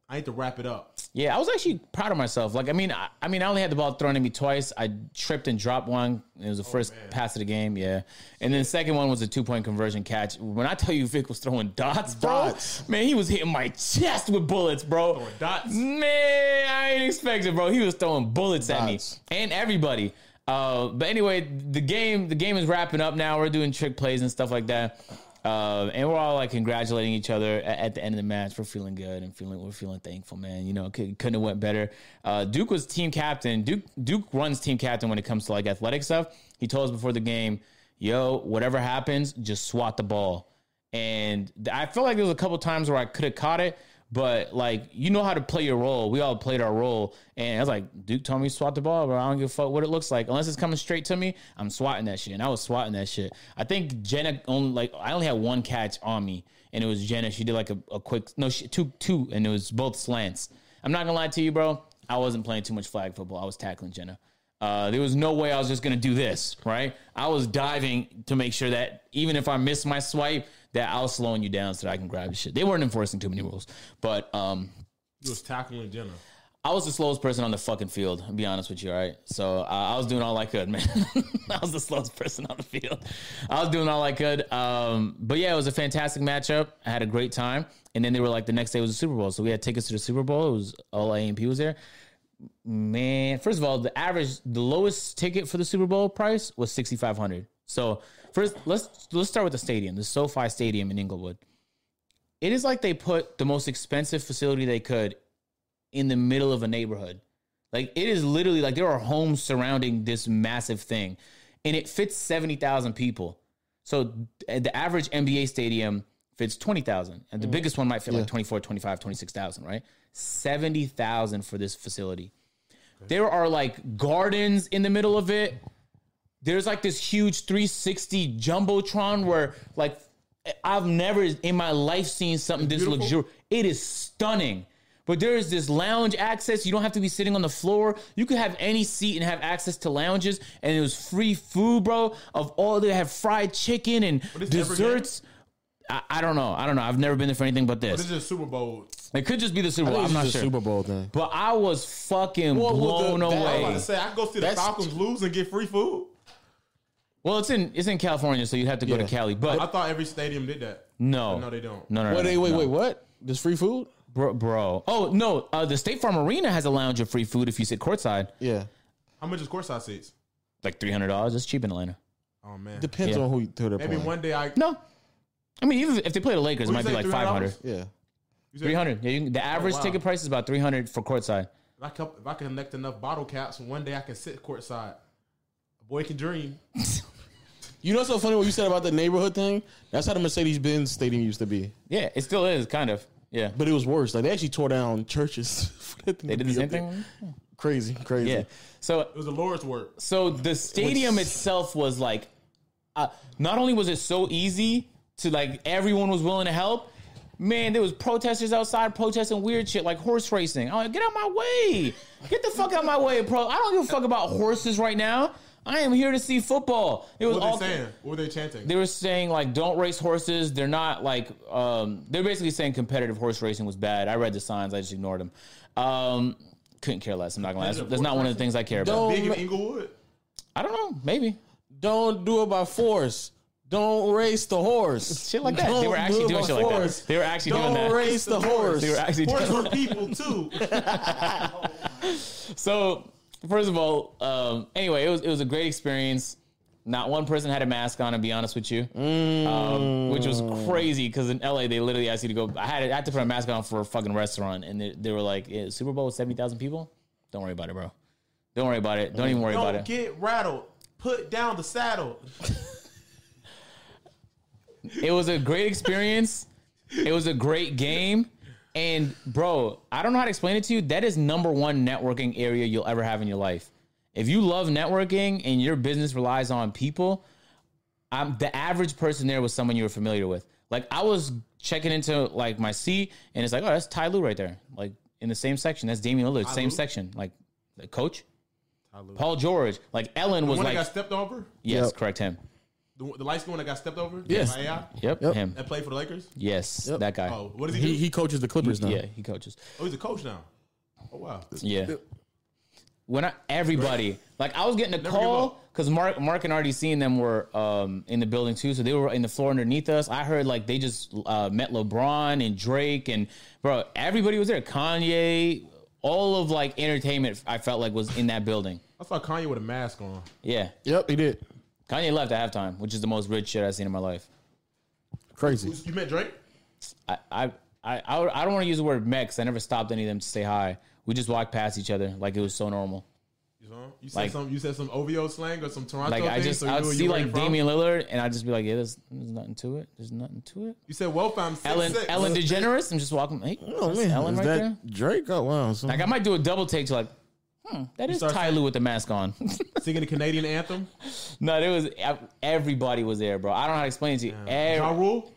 Speaker 3: I need to wrap it up.
Speaker 2: Yeah, I was actually proud of myself. Like, I mean, I, I mean, I only had the ball thrown at me twice. I tripped and dropped one. It was the first pass of the game. Yeah, and then the second one was a two point conversion catch. When I tell you, Vic was throwing dots, bro.
Speaker 1: Dots.
Speaker 2: Man, he was hitting my chest with bullets, bro.
Speaker 3: Throwing dots.
Speaker 2: Mm. Man, I ain't expecting, bro. He was throwing bullets at me
Speaker 1: Dots.
Speaker 2: and everybody. Uh, but anyway, the game the game is wrapping up now. We're doing trick plays and stuff like that. Uh, and we're all like congratulating each other at, at the end of the match. We're feeling good and feeling we're feeling thankful, man. You know, could, couldn't have went better. Uh, Duke was team captain. Duke Duke runs team captain when it comes to like athletic stuff. He told us before the game, "Yo, whatever happens, just swat the ball." and th- I feel like there was a couple times where I could have caught it, but like you know how to play your role. We all played our role, and I was like, Duke told me to swat the ball, but I don't give a fuck what it looks like unless it's coming straight to me. I'm swatting that shit, and I was swatting that shit. I think Jenna only like I only had one catch on me, and it was Jenna. She did like a, a quick no she, two two, and it was both slants. I'm not gonna lie to you, bro. I wasn't playing too much flag football. I was tackling Jenna. Uh, there was no way I was just gonna do this, right? I was diving to make sure that even if I missed my swipe, that I was slowing you down so that I can grab your shit. They weren't enforcing too many rules, but um,
Speaker 3: You was tackling Jenna.
Speaker 2: I was the slowest person on the fucking field. I'll be honest with you, all right? So uh, I was doing all I could, man. I was the slowest person on the field. I was doing all I could. Um, but yeah, it was a fantastic matchup. I had a great time. And then they were like, the next day was the Super Bowl, so we had tickets to the Super Bowl. It was all AMP was there. Man, first of all, the average, the lowest ticket for the Super Bowl price was sixty five hundred. So first, let's let's start with the stadium, the SoFi Stadium in Inglewood. It is like they put the most expensive facility they could in the middle of a neighborhood. Like it is literally like there are homes surrounding this massive thing, and it fits seventy thousand people. So th- the average NBA stadium fits twenty thousand, and the biggest one might fit like 24, 25, 26,000, Right, seventy thousand for this facility. There are like gardens in the middle of it. There's like this huge 360 jumbotron where like I've never in my life seen something this
Speaker 3: beautiful.
Speaker 2: luxurious. It is stunning. But there is this lounge access. You don't have to be sitting on the floor. You could have any seat and have access to lounges. And it was free food, bro. Of all they have fried chicken and
Speaker 3: is it, every game?
Speaker 2: desserts. I, I don't know. I don't know. I've never been there for anything but this.
Speaker 3: This is a Super Bowl.
Speaker 2: it could just be the Super Bowl. I'm
Speaker 1: It's
Speaker 2: not
Speaker 1: just a
Speaker 2: sure.
Speaker 1: Super Bowl thing.
Speaker 2: But I was fucking
Speaker 1: Well, well, the-
Speaker 2: blown
Speaker 1: that-
Speaker 3: I was about
Speaker 2: away.
Speaker 3: to say I could go see the
Speaker 1: That's-
Speaker 3: Falcons lose and get free food.
Speaker 2: Well, it's in it's in California, so you'd have to go
Speaker 1: Yeah.
Speaker 2: to Cali. But
Speaker 3: I thought every stadium did that.
Speaker 2: no,
Speaker 3: No, they don't.
Speaker 2: No, no, no,
Speaker 1: Wait, wait, wait,
Speaker 2: no.
Speaker 1: wait, what? This free food?
Speaker 2: bro, bro. Oh no, uh, the State Farm Arena has a lounge of free food if you sit courtside,
Speaker 1: Yeah.
Speaker 3: How much is courtside seats?
Speaker 2: like three hundred dollars. That's cheap in Atlanta.
Speaker 3: Oh man,
Speaker 1: Depends
Speaker 2: Yeah.
Speaker 1: on who you to the
Speaker 3: maybe one day I.
Speaker 2: No, I mean even if they play the Lakers, it
Speaker 3: What'd
Speaker 2: might
Speaker 3: you
Speaker 2: be like
Speaker 3: say,
Speaker 2: five hundred.
Speaker 3: $300?
Speaker 1: Yeah.
Speaker 3: You said-
Speaker 2: Three hundred. Yeah, you can- the average
Speaker 3: wow.
Speaker 2: ticket price is about three hundred for courtside.
Speaker 3: If I, cup- if I can collect enough bottle caps, one day I can sit courtside. A boy can dream.
Speaker 1: You know what's so funny what you said about the neighborhood thing? That's how the Mercedes Benz Stadium used to be.
Speaker 2: Yeah, it still is kind of. Yeah,
Speaker 1: But it was worse. Like they actually tore down churches. for that thing
Speaker 2: they
Speaker 1: to be
Speaker 2: did the same
Speaker 1: up there.
Speaker 2: thing.
Speaker 1: Crazy, crazy.
Speaker 2: Yeah. So
Speaker 3: It was the Lord's work.
Speaker 2: So the stadium itself was like, uh, not only was it so easy to like everyone was willing to help. Man, there was protesters outside protesting weird shit like horse racing. I'm like, get out my way, get the fuck out my way, bro. I don't give a fuck about horses right now. I am here to see football. It was
Speaker 3: What were
Speaker 2: all
Speaker 3: they saying? What were they chanting?
Speaker 2: they were saying like don't race horses they're not like um they're basically saying competitive horse racing was bad i read the signs i just ignored them um couldn't care less i'm not gonna lie that's, that's not one of the things i care about
Speaker 1: Don't
Speaker 3: Big in
Speaker 1: ma-
Speaker 3: Inglewood.
Speaker 2: i don't know maybe
Speaker 1: don't do it by force. Don't race the horse.
Speaker 2: Shit like that. They
Speaker 1: Don't
Speaker 2: were
Speaker 1: do
Speaker 2: actually
Speaker 1: it
Speaker 2: doing
Speaker 1: by
Speaker 2: shit like
Speaker 1: force.
Speaker 2: that. They were actually
Speaker 1: Don't
Speaker 2: doing that.
Speaker 1: race the horse.
Speaker 2: They were actually
Speaker 3: Horse
Speaker 2: doing
Speaker 3: were people too.
Speaker 2: So, first of all, um, anyway, it was it was a great experience. Not one person had a mask on, to be honest with you, um, which was
Speaker 1: Mm.
Speaker 2: crazy because in LA they literally asked you to go. I had, I had to put a mask on for a fucking restaurant, and they, they were like, yeah, "Super Bowl with seventy thousand people? Don't worry about it, bro. Don't worry about it. Don't even worry about
Speaker 3: Don't
Speaker 2: it."
Speaker 3: get rattled. Put down the saddle.
Speaker 2: It was a great experience. It was a great game. And bro, I don't know how to explain it to you. That is number one networking area you'll ever have in your life. If you love networking and your business relies on people, I'm the average person there was someone you were familiar with. Like I was checking into like my seat, and it's like, oh, that's Ty Lue right there. Like in the same section. That's Damian Lillard, same
Speaker 3: Lue?
Speaker 2: section. Like the coach,
Speaker 3: Ty Lue.
Speaker 2: Paul George. Like Ellen was
Speaker 3: When I
Speaker 2: like,
Speaker 3: got stepped over,
Speaker 2: yes,
Speaker 1: Yep.
Speaker 2: correct him.
Speaker 3: The, the light skin one that got stepped over?
Speaker 1: Yes.
Speaker 3: By AI?
Speaker 2: Yep,
Speaker 1: Yep.
Speaker 2: him.
Speaker 3: That played for the Lakers?
Speaker 2: Yes,
Speaker 1: Yep.
Speaker 2: that guy.
Speaker 3: Oh, what does he,
Speaker 1: He
Speaker 3: do?
Speaker 1: he coaches the Clippers now.
Speaker 2: yeah, he coaches.
Speaker 3: Oh, he's a coach now. Oh, wow.
Speaker 2: Yeah. When I, everybody, like I was getting a
Speaker 3: give
Speaker 2: call
Speaker 3: up.
Speaker 2: because Mark, Mark and already seen them were um, in the building too, so they were in the floor underneath us. I heard like they just uh, met LeBron and Drake and bro, everybody was there. Kanye, all of like entertainment, I felt like was in that building.
Speaker 3: I saw Kanye with a mask on.
Speaker 2: Yeah,
Speaker 1: Yep, he did.
Speaker 2: Kanye left at halftime, which is the most rich shit I've seen in my life.
Speaker 1: Crazy.
Speaker 3: You met Drake?
Speaker 2: I, I, I, I would- I don't want to use the word met 'cause I never stopped any of them to say hi. We just walked past each other like it was so normal.
Speaker 3: You saw him? You said
Speaker 2: Like-
Speaker 3: some you said some OVO slang or some Toronto
Speaker 2: Like I
Speaker 3: thing,
Speaker 2: just,
Speaker 3: so you
Speaker 2: I
Speaker 3: knew
Speaker 2: would
Speaker 3: where
Speaker 2: see
Speaker 3: you were
Speaker 2: like
Speaker 3: from?
Speaker 2: Damian Lillard, and I'd just be like, yeah, there's, there's nothing to it. There's nothing to it.
Speaker 3: You said Welp, I'm six,
Speaker 2: Ellen,
Speaker 3: six.
Speaker 2: Ellen DeGeneres. I'm just walking. Hey,
Speaker 1: Oh
Speaker 2: that's
Speaker 1: man,
Speaker 2: Ellen
Speaker 1: is
Speaker 2: right
Speaker 1: that
Speaker 2: there.
Speaker 1: Drake? Oh wow. So-
Speaker 2: Like I might do a double take to like, hmm, that is
Speaker 3: start
Speaker 2: Ty Lue with the mask on.
Speaker 3: singing the Canadian anthem.
Speaker 2: no, there was everybody was there, bro. I don't know how to explain it to you. Every,
Speaker 3: Ja Rule.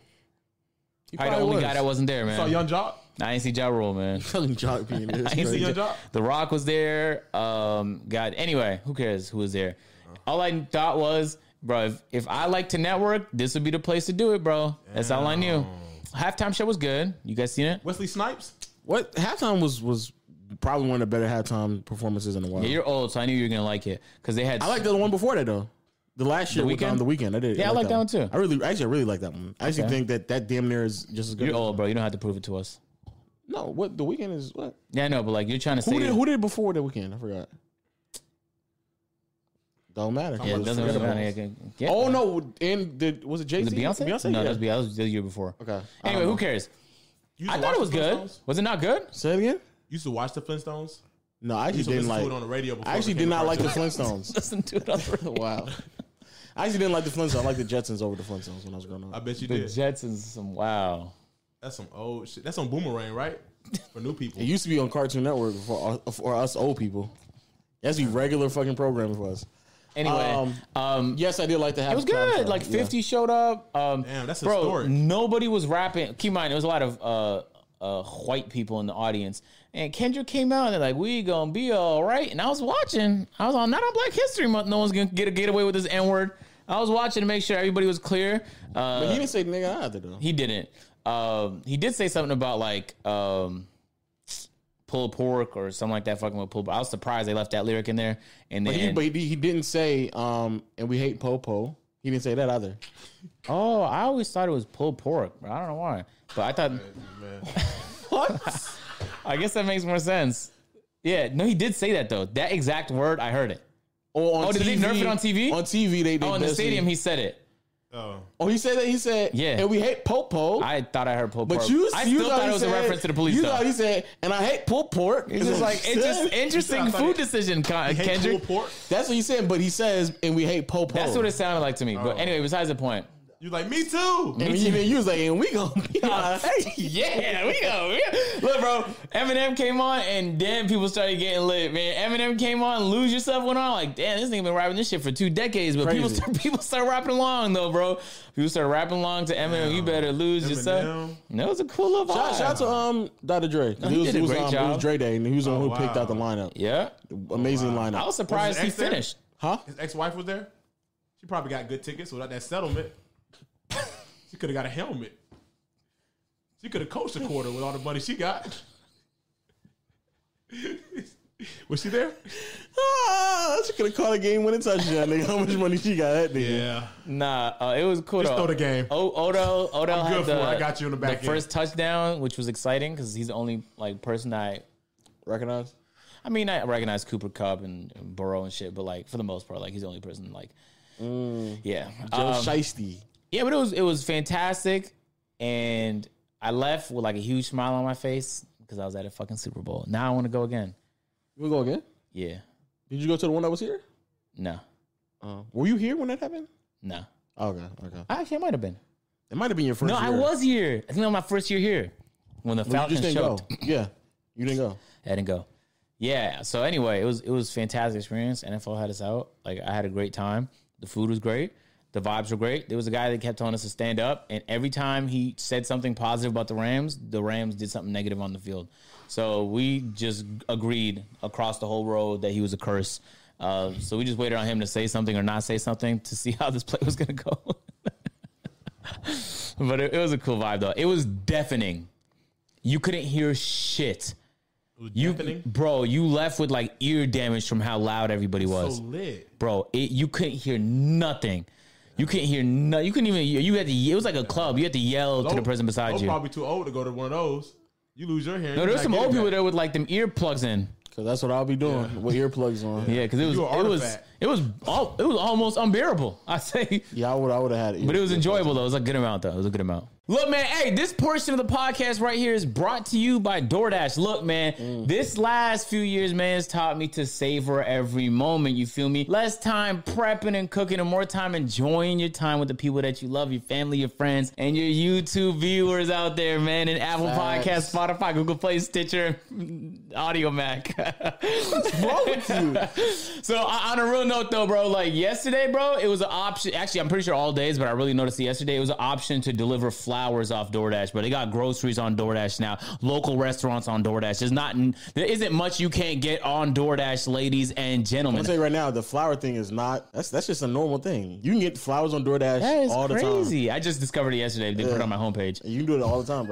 Speaker 1: He
Speaker 2: probably the
Speaker 1: probably
Speaker 2: only
Speaker 1: was.
Speaker 2: guy that wasn't there,
Speaker 3: Saw
Speaker 2: man.
Speaker 3: Young Ja.
Speaker 2: I didn't see Ja Rule, man.
Speaker 1: Telling Jock being this.
Speaker 2: I ain't
Speaker 1: crazy.
Speaker 2: seen
Speaker 3: Young
Speaker 2: Ja-
Speaker 3: Ja.
Speaker 2: The Rock was there. Um, God. Anyway, who cares who was there? All I thought was, bro, if, if I like to network, this would be the place to do it, bro. That's all I knew. Halftime show was good. You guys seen it?
Speaker 3: Wesley Snipes.
Speaker 1: What halftime was was probably one of the better halftime performances in a while.
Speaker 2: Yeah, you're old, so I knew you were gonna like it because they had.
Speaker 1: I like the one before that though. The last year with
Speaker 2: Weeknd?
Speaker 1: um, the weekend, I did.
Speaker 2: Yeah, I like that one, too.
Speaker 1: I really, actually, I really like that one. I actually think that that damn near is just as good.
Speaker 2: You're old, bro. You don't have to prove it to us.
Speaker 1: No, what the weekend is? What
Speaker 2: Yeah, I know, but like you're trying to say
Speaker 1: who did who did before the weekend? I forgot. Don't matter.
Speaker 2: Yeah, it doesn't really matter. Yeah, yeah.
Speaker 1: Oh no! And did was it Jay
Speaker 2: Was
Speaker 1: Z?
Speaker 2: it Beyonce?
Speaker 1: Beyonce.
Speaker 2: No,
Speaker 1: yeah.
Speaker 2: that was Beyonce. That was the year before.
Speaker 1: Okay. Uh, I
Speaker 2: Anyway,
Speaker 1: don't
Speaker 2: who
Speaker 1: know.
Speaker 2: cares?
Speaker 3: You used
Speaker 2: I
Speaker 3: to
Speaker 2: thought
Speaker 3: watch
Speaker 2: it was
Speaker 3: the
Speaker 2: good.
Speaker 3: Flintstones?
Speaker 2: Was it not good?
Speaker 1: Say it again.
Speaker 3: You used to watch the Flintstones.
Speaker 1: No, I
Speaker 3: You
Speaker 1: actually
Speaker 3: used to listen
Speaker 1: didn't
Speaker 3: to
Speaker 1: like.
Speaker 3: it on the radio. Before
Speaker 1: I actually
Speaker 3: it
Speaker 1: did
Speaker 3: became
Speaker 1: not
Speaker 3: a
Speaker 1: like the
Speaker 3: cartoon.
Speaker 1: Flintstones.
Speaker 2: Listen to it on the radio.
Speaker 1: wow. I actually didn't like the Flintstones. I liked the Jetsons over the Flintstones when I was growing
Speaker 3: I
Speaker 1: up.
Speaker 3: bet you
Speaker 2: The
Speaker 3: did.
Speaker 2: Jetsons. Some wow.
Speaker 3: That's some old shit. That's on Boomerang, right? For new people.
Speaker 1: It used to be on Cartoon Network for uh, for us old people. That's the regular fucking programming for us.
Speaker 2: Anyway,
Speaker 1: Um,
Speaker 2: um,
Speaker 1: Yes, I did like to have.
Speaker 2: it was good. Like 50 showed up. Um,
Speaker 3: Damn, that's
Speaker 2: bro,
Speaker 3: historic.
Speaker 2: Nobody was rapping. Keep in mind, there was a lot of uh, uh, white people in the audience. And Kendrick came out and they're like, we gonna be all right. And I was watching. I was on, not on Black History Month. No one's gonna get a getaway with this N word. I was watching to make sure everybody was clear. Uh,
Speaker 1: He didn't say nigga either though.
Speaker 2: He didn't. Um, he did say something about like um, pulled pork or something like that. Fucking with pulled. Pork. I was surprised they left that lyric in there. And then,
Speaker 1: He- but he, he didn't say um and we hate Popo. He didn't say that either.
Speaker 2: oh, I always thought it was pulled pork. Bro. I don't know why, but I thought
Speaker 3: Man.
Speaker 2: what? I guess that makes more sense. Yeah, no, he did say that though. That exact word, I heard it.
Speaker 1: Or on
Speaker 2: Oh, did they nerf it on TV?
Speaker 1: On TV, they, they
Speaker 2: Oh, in the
Speaker 1: basically-
Speaker 2: stadium, he said it.
Speaker 3: Oh.
Speaker 1: Oh, he said that. He said
Speaker 2: Yeah.
Speaker 1: and we hate Popo.
Speaker 2: I thought I heard pulled
Speaker 1: but
Speaker 2: pork.
Speaker 1: you,
Speaker 2: I
Speaker 1: you
Speaker 2: still thought,
Speaker 1: he
Speaker 2: it was
Speaker 1: said-
Speaker 2: a reference to the police.
Speaker 1: You
Speaker 2: though.
Speaker 1: thought he said, and I hate pulled pork.
Speaker 2: it's just like it's just interesting
Speaker 3: I thought
Speaker 2: food
Speaker 3: it-
Speaker 2: decision,
Speaker 3: Hey,
Speaker 2: Con- Kendrick.
Speaker 3: Kendrick. Pork.
Speaker 1: that's what he said. But he says, and we hate Popo.
Speaker 2: That's what it sounded like to me. But
Speaker 3: Oh.
Speaker 2: anyway, besides the point.
Speaker 3: You like me too?
Speaker 1: And you, then you was like, and we gonna be all right.
Speaker 2: yeah, we go. we go. Look, bro, Eminem came on and damn, people started getting lit, man. Eminem came on, Lose Yourself went on. Like, damn, this nigga been rapping this shit for two decades, but people
Speaker 1: Crazy.
Speaker 2: start, people start rapping along though, bro. People start rapping along to Eminem. You better lose yourself.
Speaker 3: Eminem.
Speaker 2: No, it was a cool little vibe.
Speaker 1: Shout, shout out to um Dr. Dre.
Speaker 2: he
Speaker 1: He was,
Speaker 2: did a
Speaker 1: he was,
Speaker 2: great
Speaker 1: um, it
Speaker 2: job. Oh,
Speaker 1: was Dre Day, and he was the one who
Speaker 3: wow.
Speaker 1: picked out the lineup.
Speaker 2: yeah,
Speaker 1: Amazing
Speaker 2: I
Speaker 1: lineup.
Speaker 2: was
Speaker 3: Was
Speaker 2: surprised
Speaker 3: it
Speaker 2: he
Speaker 3: X there?
Speaker 2: finished.
Speaker 1: Huh?
Speaker 3: His ex-wife was there. She probably got good tickets without that settlement. she could have got a helmet. She could have coached a quarter with all the money she got. was she there?
Speaker 1: Ah, she could have caught a game winning touchdown. nigga, how much money she got that nigga?
Speaker 3: Yeah.
Speaker 2: Nah, uh, it was cool.
Speaker 3: Just
Speaker 2: though.
Speaker 3: throw the game.
Speaker 2: O- Odell, Odell
Speaker 3: I'm good
Speaker 2: had
Speaker 3: for
Speaker 2: the,
Speaker 3: it. I got you in the back
Speaker 2: the
Speaker 3: end.
Speaker 2: first touchdown, which was exciting because he's the only like person I
Speaker 1: Recognize?
Speaker 2: I mean, I recognize Cooper Cup and, and Burrow and shit, but like for the most part, like he's the only person like,
Speaker 3: Mm.
Speaker 2: yeah,
Speaker 1: Joe
Speaker 2: Um,
Speaker 1: Shiesty.
Speaker 2: yeah. But it was it was fantastic, and I left with like a huge smile on my face because I was at a fucking Super Bowl. Now I want to go again.
Speaker 1: We'll go again.
Speaker 2: Yeah,
Speaker 1: Did you go to the one that was here?
Speaker 2: no, Oh.
Speaker 1: Uh, were you here when that happened?
Speaker 2: no.
Speaker 1: Okay, okay.
Speaker 2: Actually, I might have been.
Speaker 1: It might have been your first
Speaker 2: No, I
Speaker 1: year.
Speaker 2: was here. I think that was my first year here when the
Speaker 1: You
Speaker 2: Falcons
Speaker 1: just didn't
Speaker 2: showed.
Speaker 1: go. Yeah. You didn't go.
Speaker 2: I didn't go. Yeah. So anyway, it was it was fantastic experience. NFL had us out. Like I had a great time. The food was great. The vibes were great. There was a guy that kept telling us to stand up, and every time he said something positive about the Rams, the Rams did something negative on the field. So we just agreed across the whole road that he was a curse. Uh, so we just waited on him to say something or not say something to see how this play was going to go. but it, it was a cool vibe, though. It was deafening. You couldn't hear shit. You,
Speaker 3: Deafening?
Speaker 2: bro, you left with like ear damage from how loud everybody was
Speaker 3: So lit.
Speaker 2: bro. It, you couldn't hear nothing. You couldn't hear no. You couldn't even. You had to. It was like a club. You had to yell to the
Speaker 3: Those-
Speaker 2: person beside
Speaker 3: those
Speaker 2: you.
Speaker 3: probably too old to go to one of those. You lose your hearing.
Speaker 2: No,
Speaker 3: you're
Speaker 2: there
Speaker 3: not
Speaker 2: was some old
Speaker 3: getting
Speaker 2: people
Speaker 3: that.
Speaker 2: there with like them earplugs in.
Speaker 1: Cause that's what I'll be doing with earplugs on.
Speaker 2: Yeah, because it was.
Speaker 3: You an
Speaker 2: It was.
Speaker 3: artifact.
Speaker 2: It was. All, it was almost unbearable. I say.
Speaker 1: Yeah, I would. I would have had it.
Speaker 2: But it was enjoyable though. It was a good amount though. It was a good amount. Look, man, hey, this portion of the podcast right here is brought to you by DoorDash. Look, man,
Speaker 1: Mm.
Speaker 2: this last few years, man, has taught me to savor every moment. You feel me? Less time prepping and cooking and more time enjoying your time with the people that you love, your family, your friends, and your YouTube viewers out there, man, and Apple Podcasts,
Speaker 1: Facts.
Speaker 2: Spotify, Google Play, Stitcher, Audio Mac.
Speaker 1: wrong with you.
Speaker 2: So I- on a real note though, bro, like yesterday, bro, it was an option. Actually, I'm pretty sure all days, but I really noticed it yesterday. It was an option to deliver flowers off DoorDash, but they got groceries on DoorDash now. Local restaurants on DoorDash. There's not there isn't much you can't get on DoorDash, ladies and
Speaker 1: I'll
Speaker 2: gentlemen.
Speaker 1: tell you right now, the flower thing is not. That's that's just a normal thing. You can get flowers on DoorDash
Speaker 2: That is
Speaker 1: all the time.
Speaker 2: crazy. I just discovered it yesterday. They put it on my homepage.
Speaker 1: You can do it all the time,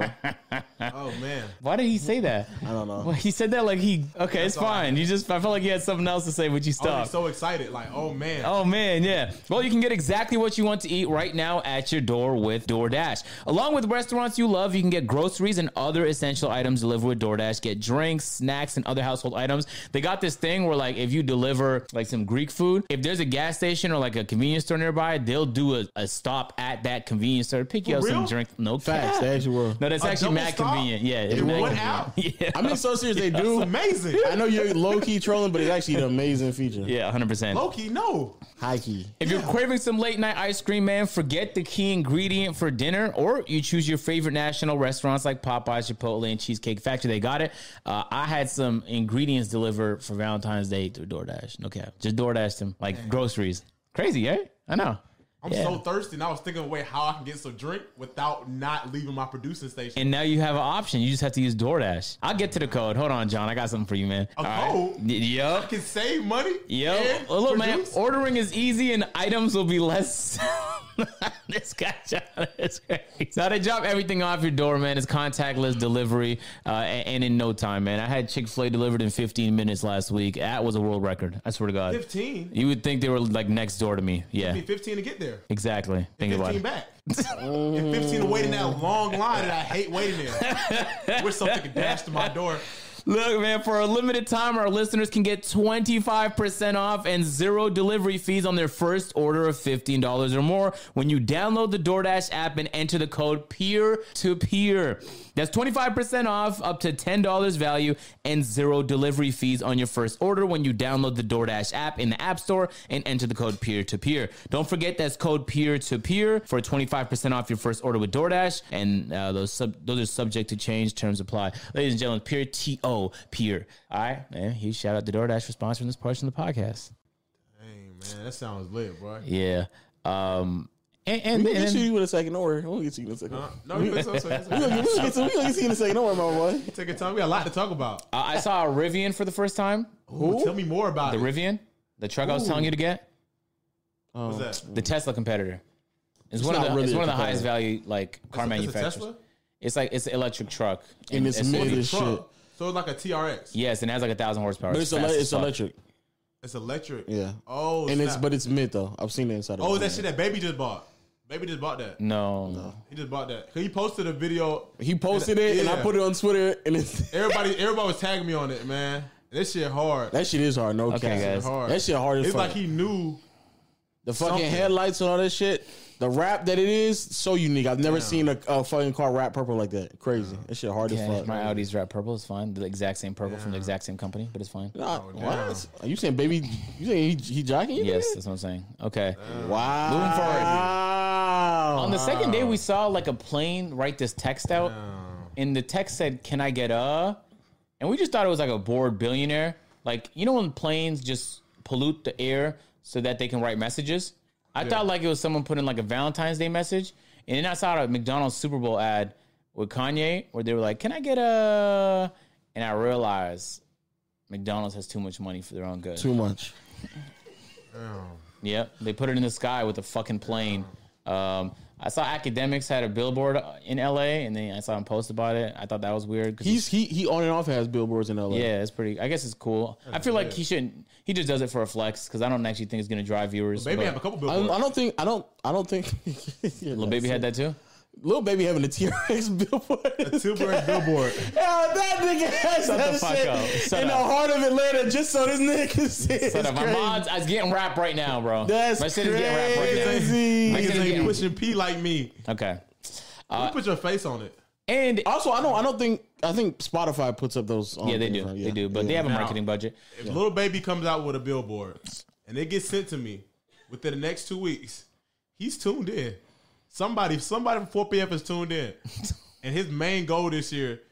Speaker 1: bro.
Speaker 3: Oh man,
Speaker 2: Why did he say that?
Speaker 1: I don't know.
Speaker 2: Well, he said that like he okay, it's
Speaker 3: all right.
Speaker 2: fine. You just I felt like he had something else to say, but
Speaker 3: I
Speaker 2: you
Speaker 3: was
Speaker 2: stopped.
Speaker 3: just so excited. Like, oh man.
Speaker 2: Oh man, yeah. Well, you can get exactly what you want to eat right now at your door with DoorDash. Along with restaurants you love, you can get groceries and other essential items delivered with DoorDash. Get drinks, snacks, and other household items. They got this thing where like if you deliver like some Greek food, if there's a gas station or like a convenience store nearby, they'll do a, a stop at that convenience store, pick you
Speaker 3: For
Speaker 2: up some
Speaker 3: real?
Speaker 2: drink. No
Speaker 1: Facts.
Speaker 2: cap.
Speaker 1: They actually were.
Speaker 2: No, that's
Speaker 3: A
Speaker 2: actually
Speaker 3: double
Speaker 2: mad
Speaker 3: stop?
Speaker 2: convenient. Yeah, it's
Speaker 3: In
Speaker 2: mad
Speaker 3: one
Speaker 2: convenient.
Speaker 3: hour?
Speaker 2: Yeah.
Speaker 1: I mean, so serious they do.
Speaker 3: Amazing.
Speaker 1: I know you're low key trolling, but it's actually an amazing feature.
Speaker 2: yeah, 100%.
Speaker 3: Loki, no.
Speaker 1: High key.
Speaker 2: If you're craving some late night ice cream, man, forget the key ingredient for dinner, or you choose your favorite national restaurants like Popeyes, Chipotle, and Cheesecake Factory. They got it. Uh, I had some ingredients delivered for Valentine's Day through DoorDash. No cap, just DoorDash them like groceries. Crazy, eh? I know.
Speaker 3: I'm
Speaker 2: Yeah.
Speaker 3: so thirsty, and I was thinking, wait, how I can get some drink without not leaving my producing station.
Speaker 2: And now you have an option. You just have to use DoorDash. I'll get to the code. Hold on, John. I got something for you, man.
Speaker 3: A
Speaker 2: All
Speaker 3: code?
Speaker 2: Y- Yup.
Speaker 3: I can save money.
Speaker 2: Yo,
Speaker 3: and
Speaker 2: well, look, man,
Speaker 3: produce?
Speaker 2: ordering is easy and items will be less. this guy, John, is crazy. So they drop everything off your door, man. It's contactless delivery, uh, and, and in no time, man. I had Chick Fil A delivered in 15 minutes last week. That was a world record. I swear to God.
Speaker 3: fifteen.
Speaker 2: You would think they were like next door to me.
Speaker 3: I
Speaker 2: Yeah,
Speaker 3: mean, fifteen to get there.
Speaker 2: exactly. Think about
Speaker 3: Fifteen
Speaker 2: it.
Speaker 3: back. and fifteen to wait in that long line that I hate waiting in. Wish something could dash to my door.
Speaker 2: Look, man, for a limited time, our listeners can get 25% off and zero delivery fees on their first order of $15 or more when you download the DoorDash app and enter the code peer to peer. That's 25% off, up to $10 value, and zero delivery fees on your first order when you download the DoorDash app in the App Store and enter the code peer to peer. Don't forget that's code peer to peer for 25% off your first order with DoorDash. And uh, those sub- those are subject to change. Terms apply. Ladies and gentlemen, peer T O peer. All right, man. Huge shout out to DoorDash for sponsoring this portion of the podcast.
Speaker 3: Dang, man, that sounds lit, bro.
Speaker 2: Yeah. Um. And,
Speaker 1: We
Speaker 2: and,
Speaker 1: gonna get
Speaker 2: and-
Speaker 1: you in a second. Don't worry. We'll get you in a second.
Speaker 3: Uh, no, you so,
Speaker 1: We
Speaker 3: so,
Speaker 1: gonna, we gonna get to, we gonna get you in a second. Don't worry, my boy.
Speaker 3: take your time. We got a lot to talk about.
Speaker 2: I I saw a Rivian for the first time.
Speaker 3: Ooh, Tell me more about
Speaker 2: The
Speaker 3: it.
Speaker 2: Rivian, the truck I was telling you to get,
Speaker 1: Um,
Speaker 3: What's that?
Speaker 2: the Tesla competitor. It's, one of
Speaker 1: not
Speaker 2: the
Speaker 1: really
Speaker 2: it's
Speaker 1: a
Speaker 2: one of the
Speaker 1: competitor.
Speaker 2: highest value like car
Speaker 3: It's a- it's a
Speaker 2: manufacturers.
Speaker 3: Tesla?
Speaker 2: It's like it's an electric truck,
Speaker 1: And it's mid
Speaker 3: It's
Speaker 1: This
Speaker 3: a truck.
Speaker 1: shit.
Speaker 3: So it's like a TRX.
Speaker 2: yes, and it has like a thousand horsepower.
Speaker 1: But it's,
Speaker 2: fast
Speaker 1: ele-
Speaker 2: as
Speaker 1: it's
Speaker 2: fuck.
Speaker 1: electric.
Speaker 3: It's electric.
Speaker 1: Yeah.
Speaker 3: Oh,
Speaker 1: and it's
Speaker 3: snap.
Speaker 1: but it's mid though. I've seen the inside. of
Speaker 3: oh,
Speaker 1: it.
Speaker 3: that shit that baby just bought. Baby just bought that.
Speaker 2: No,
Speaker 3: He just bought that. 'Cause He posted a video.
Speaker 1: He posted it, and I
Speaker 3: Yeah.
Speaker 1: put it on Twitter, and it's,
Speaker 3: Everybody, everybody was tagging me on it, man. This shit hard.
Speaker 1: that shit is hard. No
Speaker 2: Okay,
Speaker 1: cap.
Speaker 2: guys.
Speaker 3: hard.
Speaker 1: That shit hard as
Speaker 3: It's
Speaker 1: fuck.
Speaker 3: like he knew.
Speaker 1: the fucking
Speaker 3: something.
Speaker 1: headlights and all that shit. The rap that it is so unique. I've never seen a, a fucking car wrap purple like that. Crazy. That shit hard as
Speaker 2: yeah,
Speaker 1: fuck.
Speaker 2: my Audi's wrap purple. It's fine. The exact same purple from the exact same company, but it's fine.
Speaker 1: Nah,
Speaker 3: Oh,
Speaker 1: what? Are you saying baby? You saying he, he jocking you?
Speaker 2: Yes, that's what I'm saying. Okay.
Speaker 1: Wow.
Speaker 2: Moving forward.
Speaker 1: Wow.
Speaker 2: On the second day, we saw like a plane write this text out, and the text said, "Can I get a?" And we just thought it was like a bored billionaire. Like you know when planes just pollute the air so that they can write messages. I thought like it was someone putting like a Valentine's Day message, and then I saw a McDonald's Super Bowl ad with Kanye where they were like, "Can I get a?" And I realized McDonald's has too much money for their own good.
Speaker 1: Too much.
Speaker 2: Yep, they put it in the sky with a fucking plane. Um, I saw academics had a billboard in LA, and then I saw him post about it. I thought that was weird. 'cause
Speaker 1: He's he he on and off has billboards in LA.
Speaker 2: yeah, it's pretty. I guess it's cool. I feel like he shouldn't. He just does it for a flex because I don't actually think it's gonna drive viewers.
Speaker 3: Maybe
Speaker 2: but-
Speaker 3: have a couple
Speaker 1: I, don't-
Speaker 3: billboards.
Speaker 1: I don't think I don't I don't think little
Speaker 2: Lil baby had that too.
Speaker 1: little baby having a T Rex billboard. is
Speaker 3: Two-bird billboard.
Speaker 1: Hell, that nigga has that
Speaker 2: the fuck
Speaker 1: shit
Speaker 2: up. Shut
Speaker 1: in
Speaker 2: up.
Speaker 1: the heart of Atlanta just so this nigga can see. it.
Speaker 2: But
Speaker 1: It's
Speaker 2: uh, my
Speaker 1: crazy.
Speaker 2: mods, I was getting rap right now, bro.
Speaker 1: That's
Speaker 2: my shit is getting rap right
Speaker 1: crazy.
Speaker 2: I
Speaker 3: Niggas
Speaker 2: said
Speaker 3: ain't
Speaker 2: again.
Speaker 3: pushing P like me.
Speaker 2: now. Okay,
Speaker 1: Uh,
Speaker 3: you put your face on it.
Speaker 2: and
Speaker 1: Also, I don't I don't think I think Spotify puts up those. um,
Speaker 2: yeah, they do,
Speaker 1: things, right?
Speaker 2: they do, but they have a
Speaker 3: Now-
Speaker 2: marketing budget.
Speaker 3: If little baby comes out with a billboard and it gets sent to me within the next two weeks, he's tuned in. Somebody, somebody from 4PF is tuned in, and his main goal this year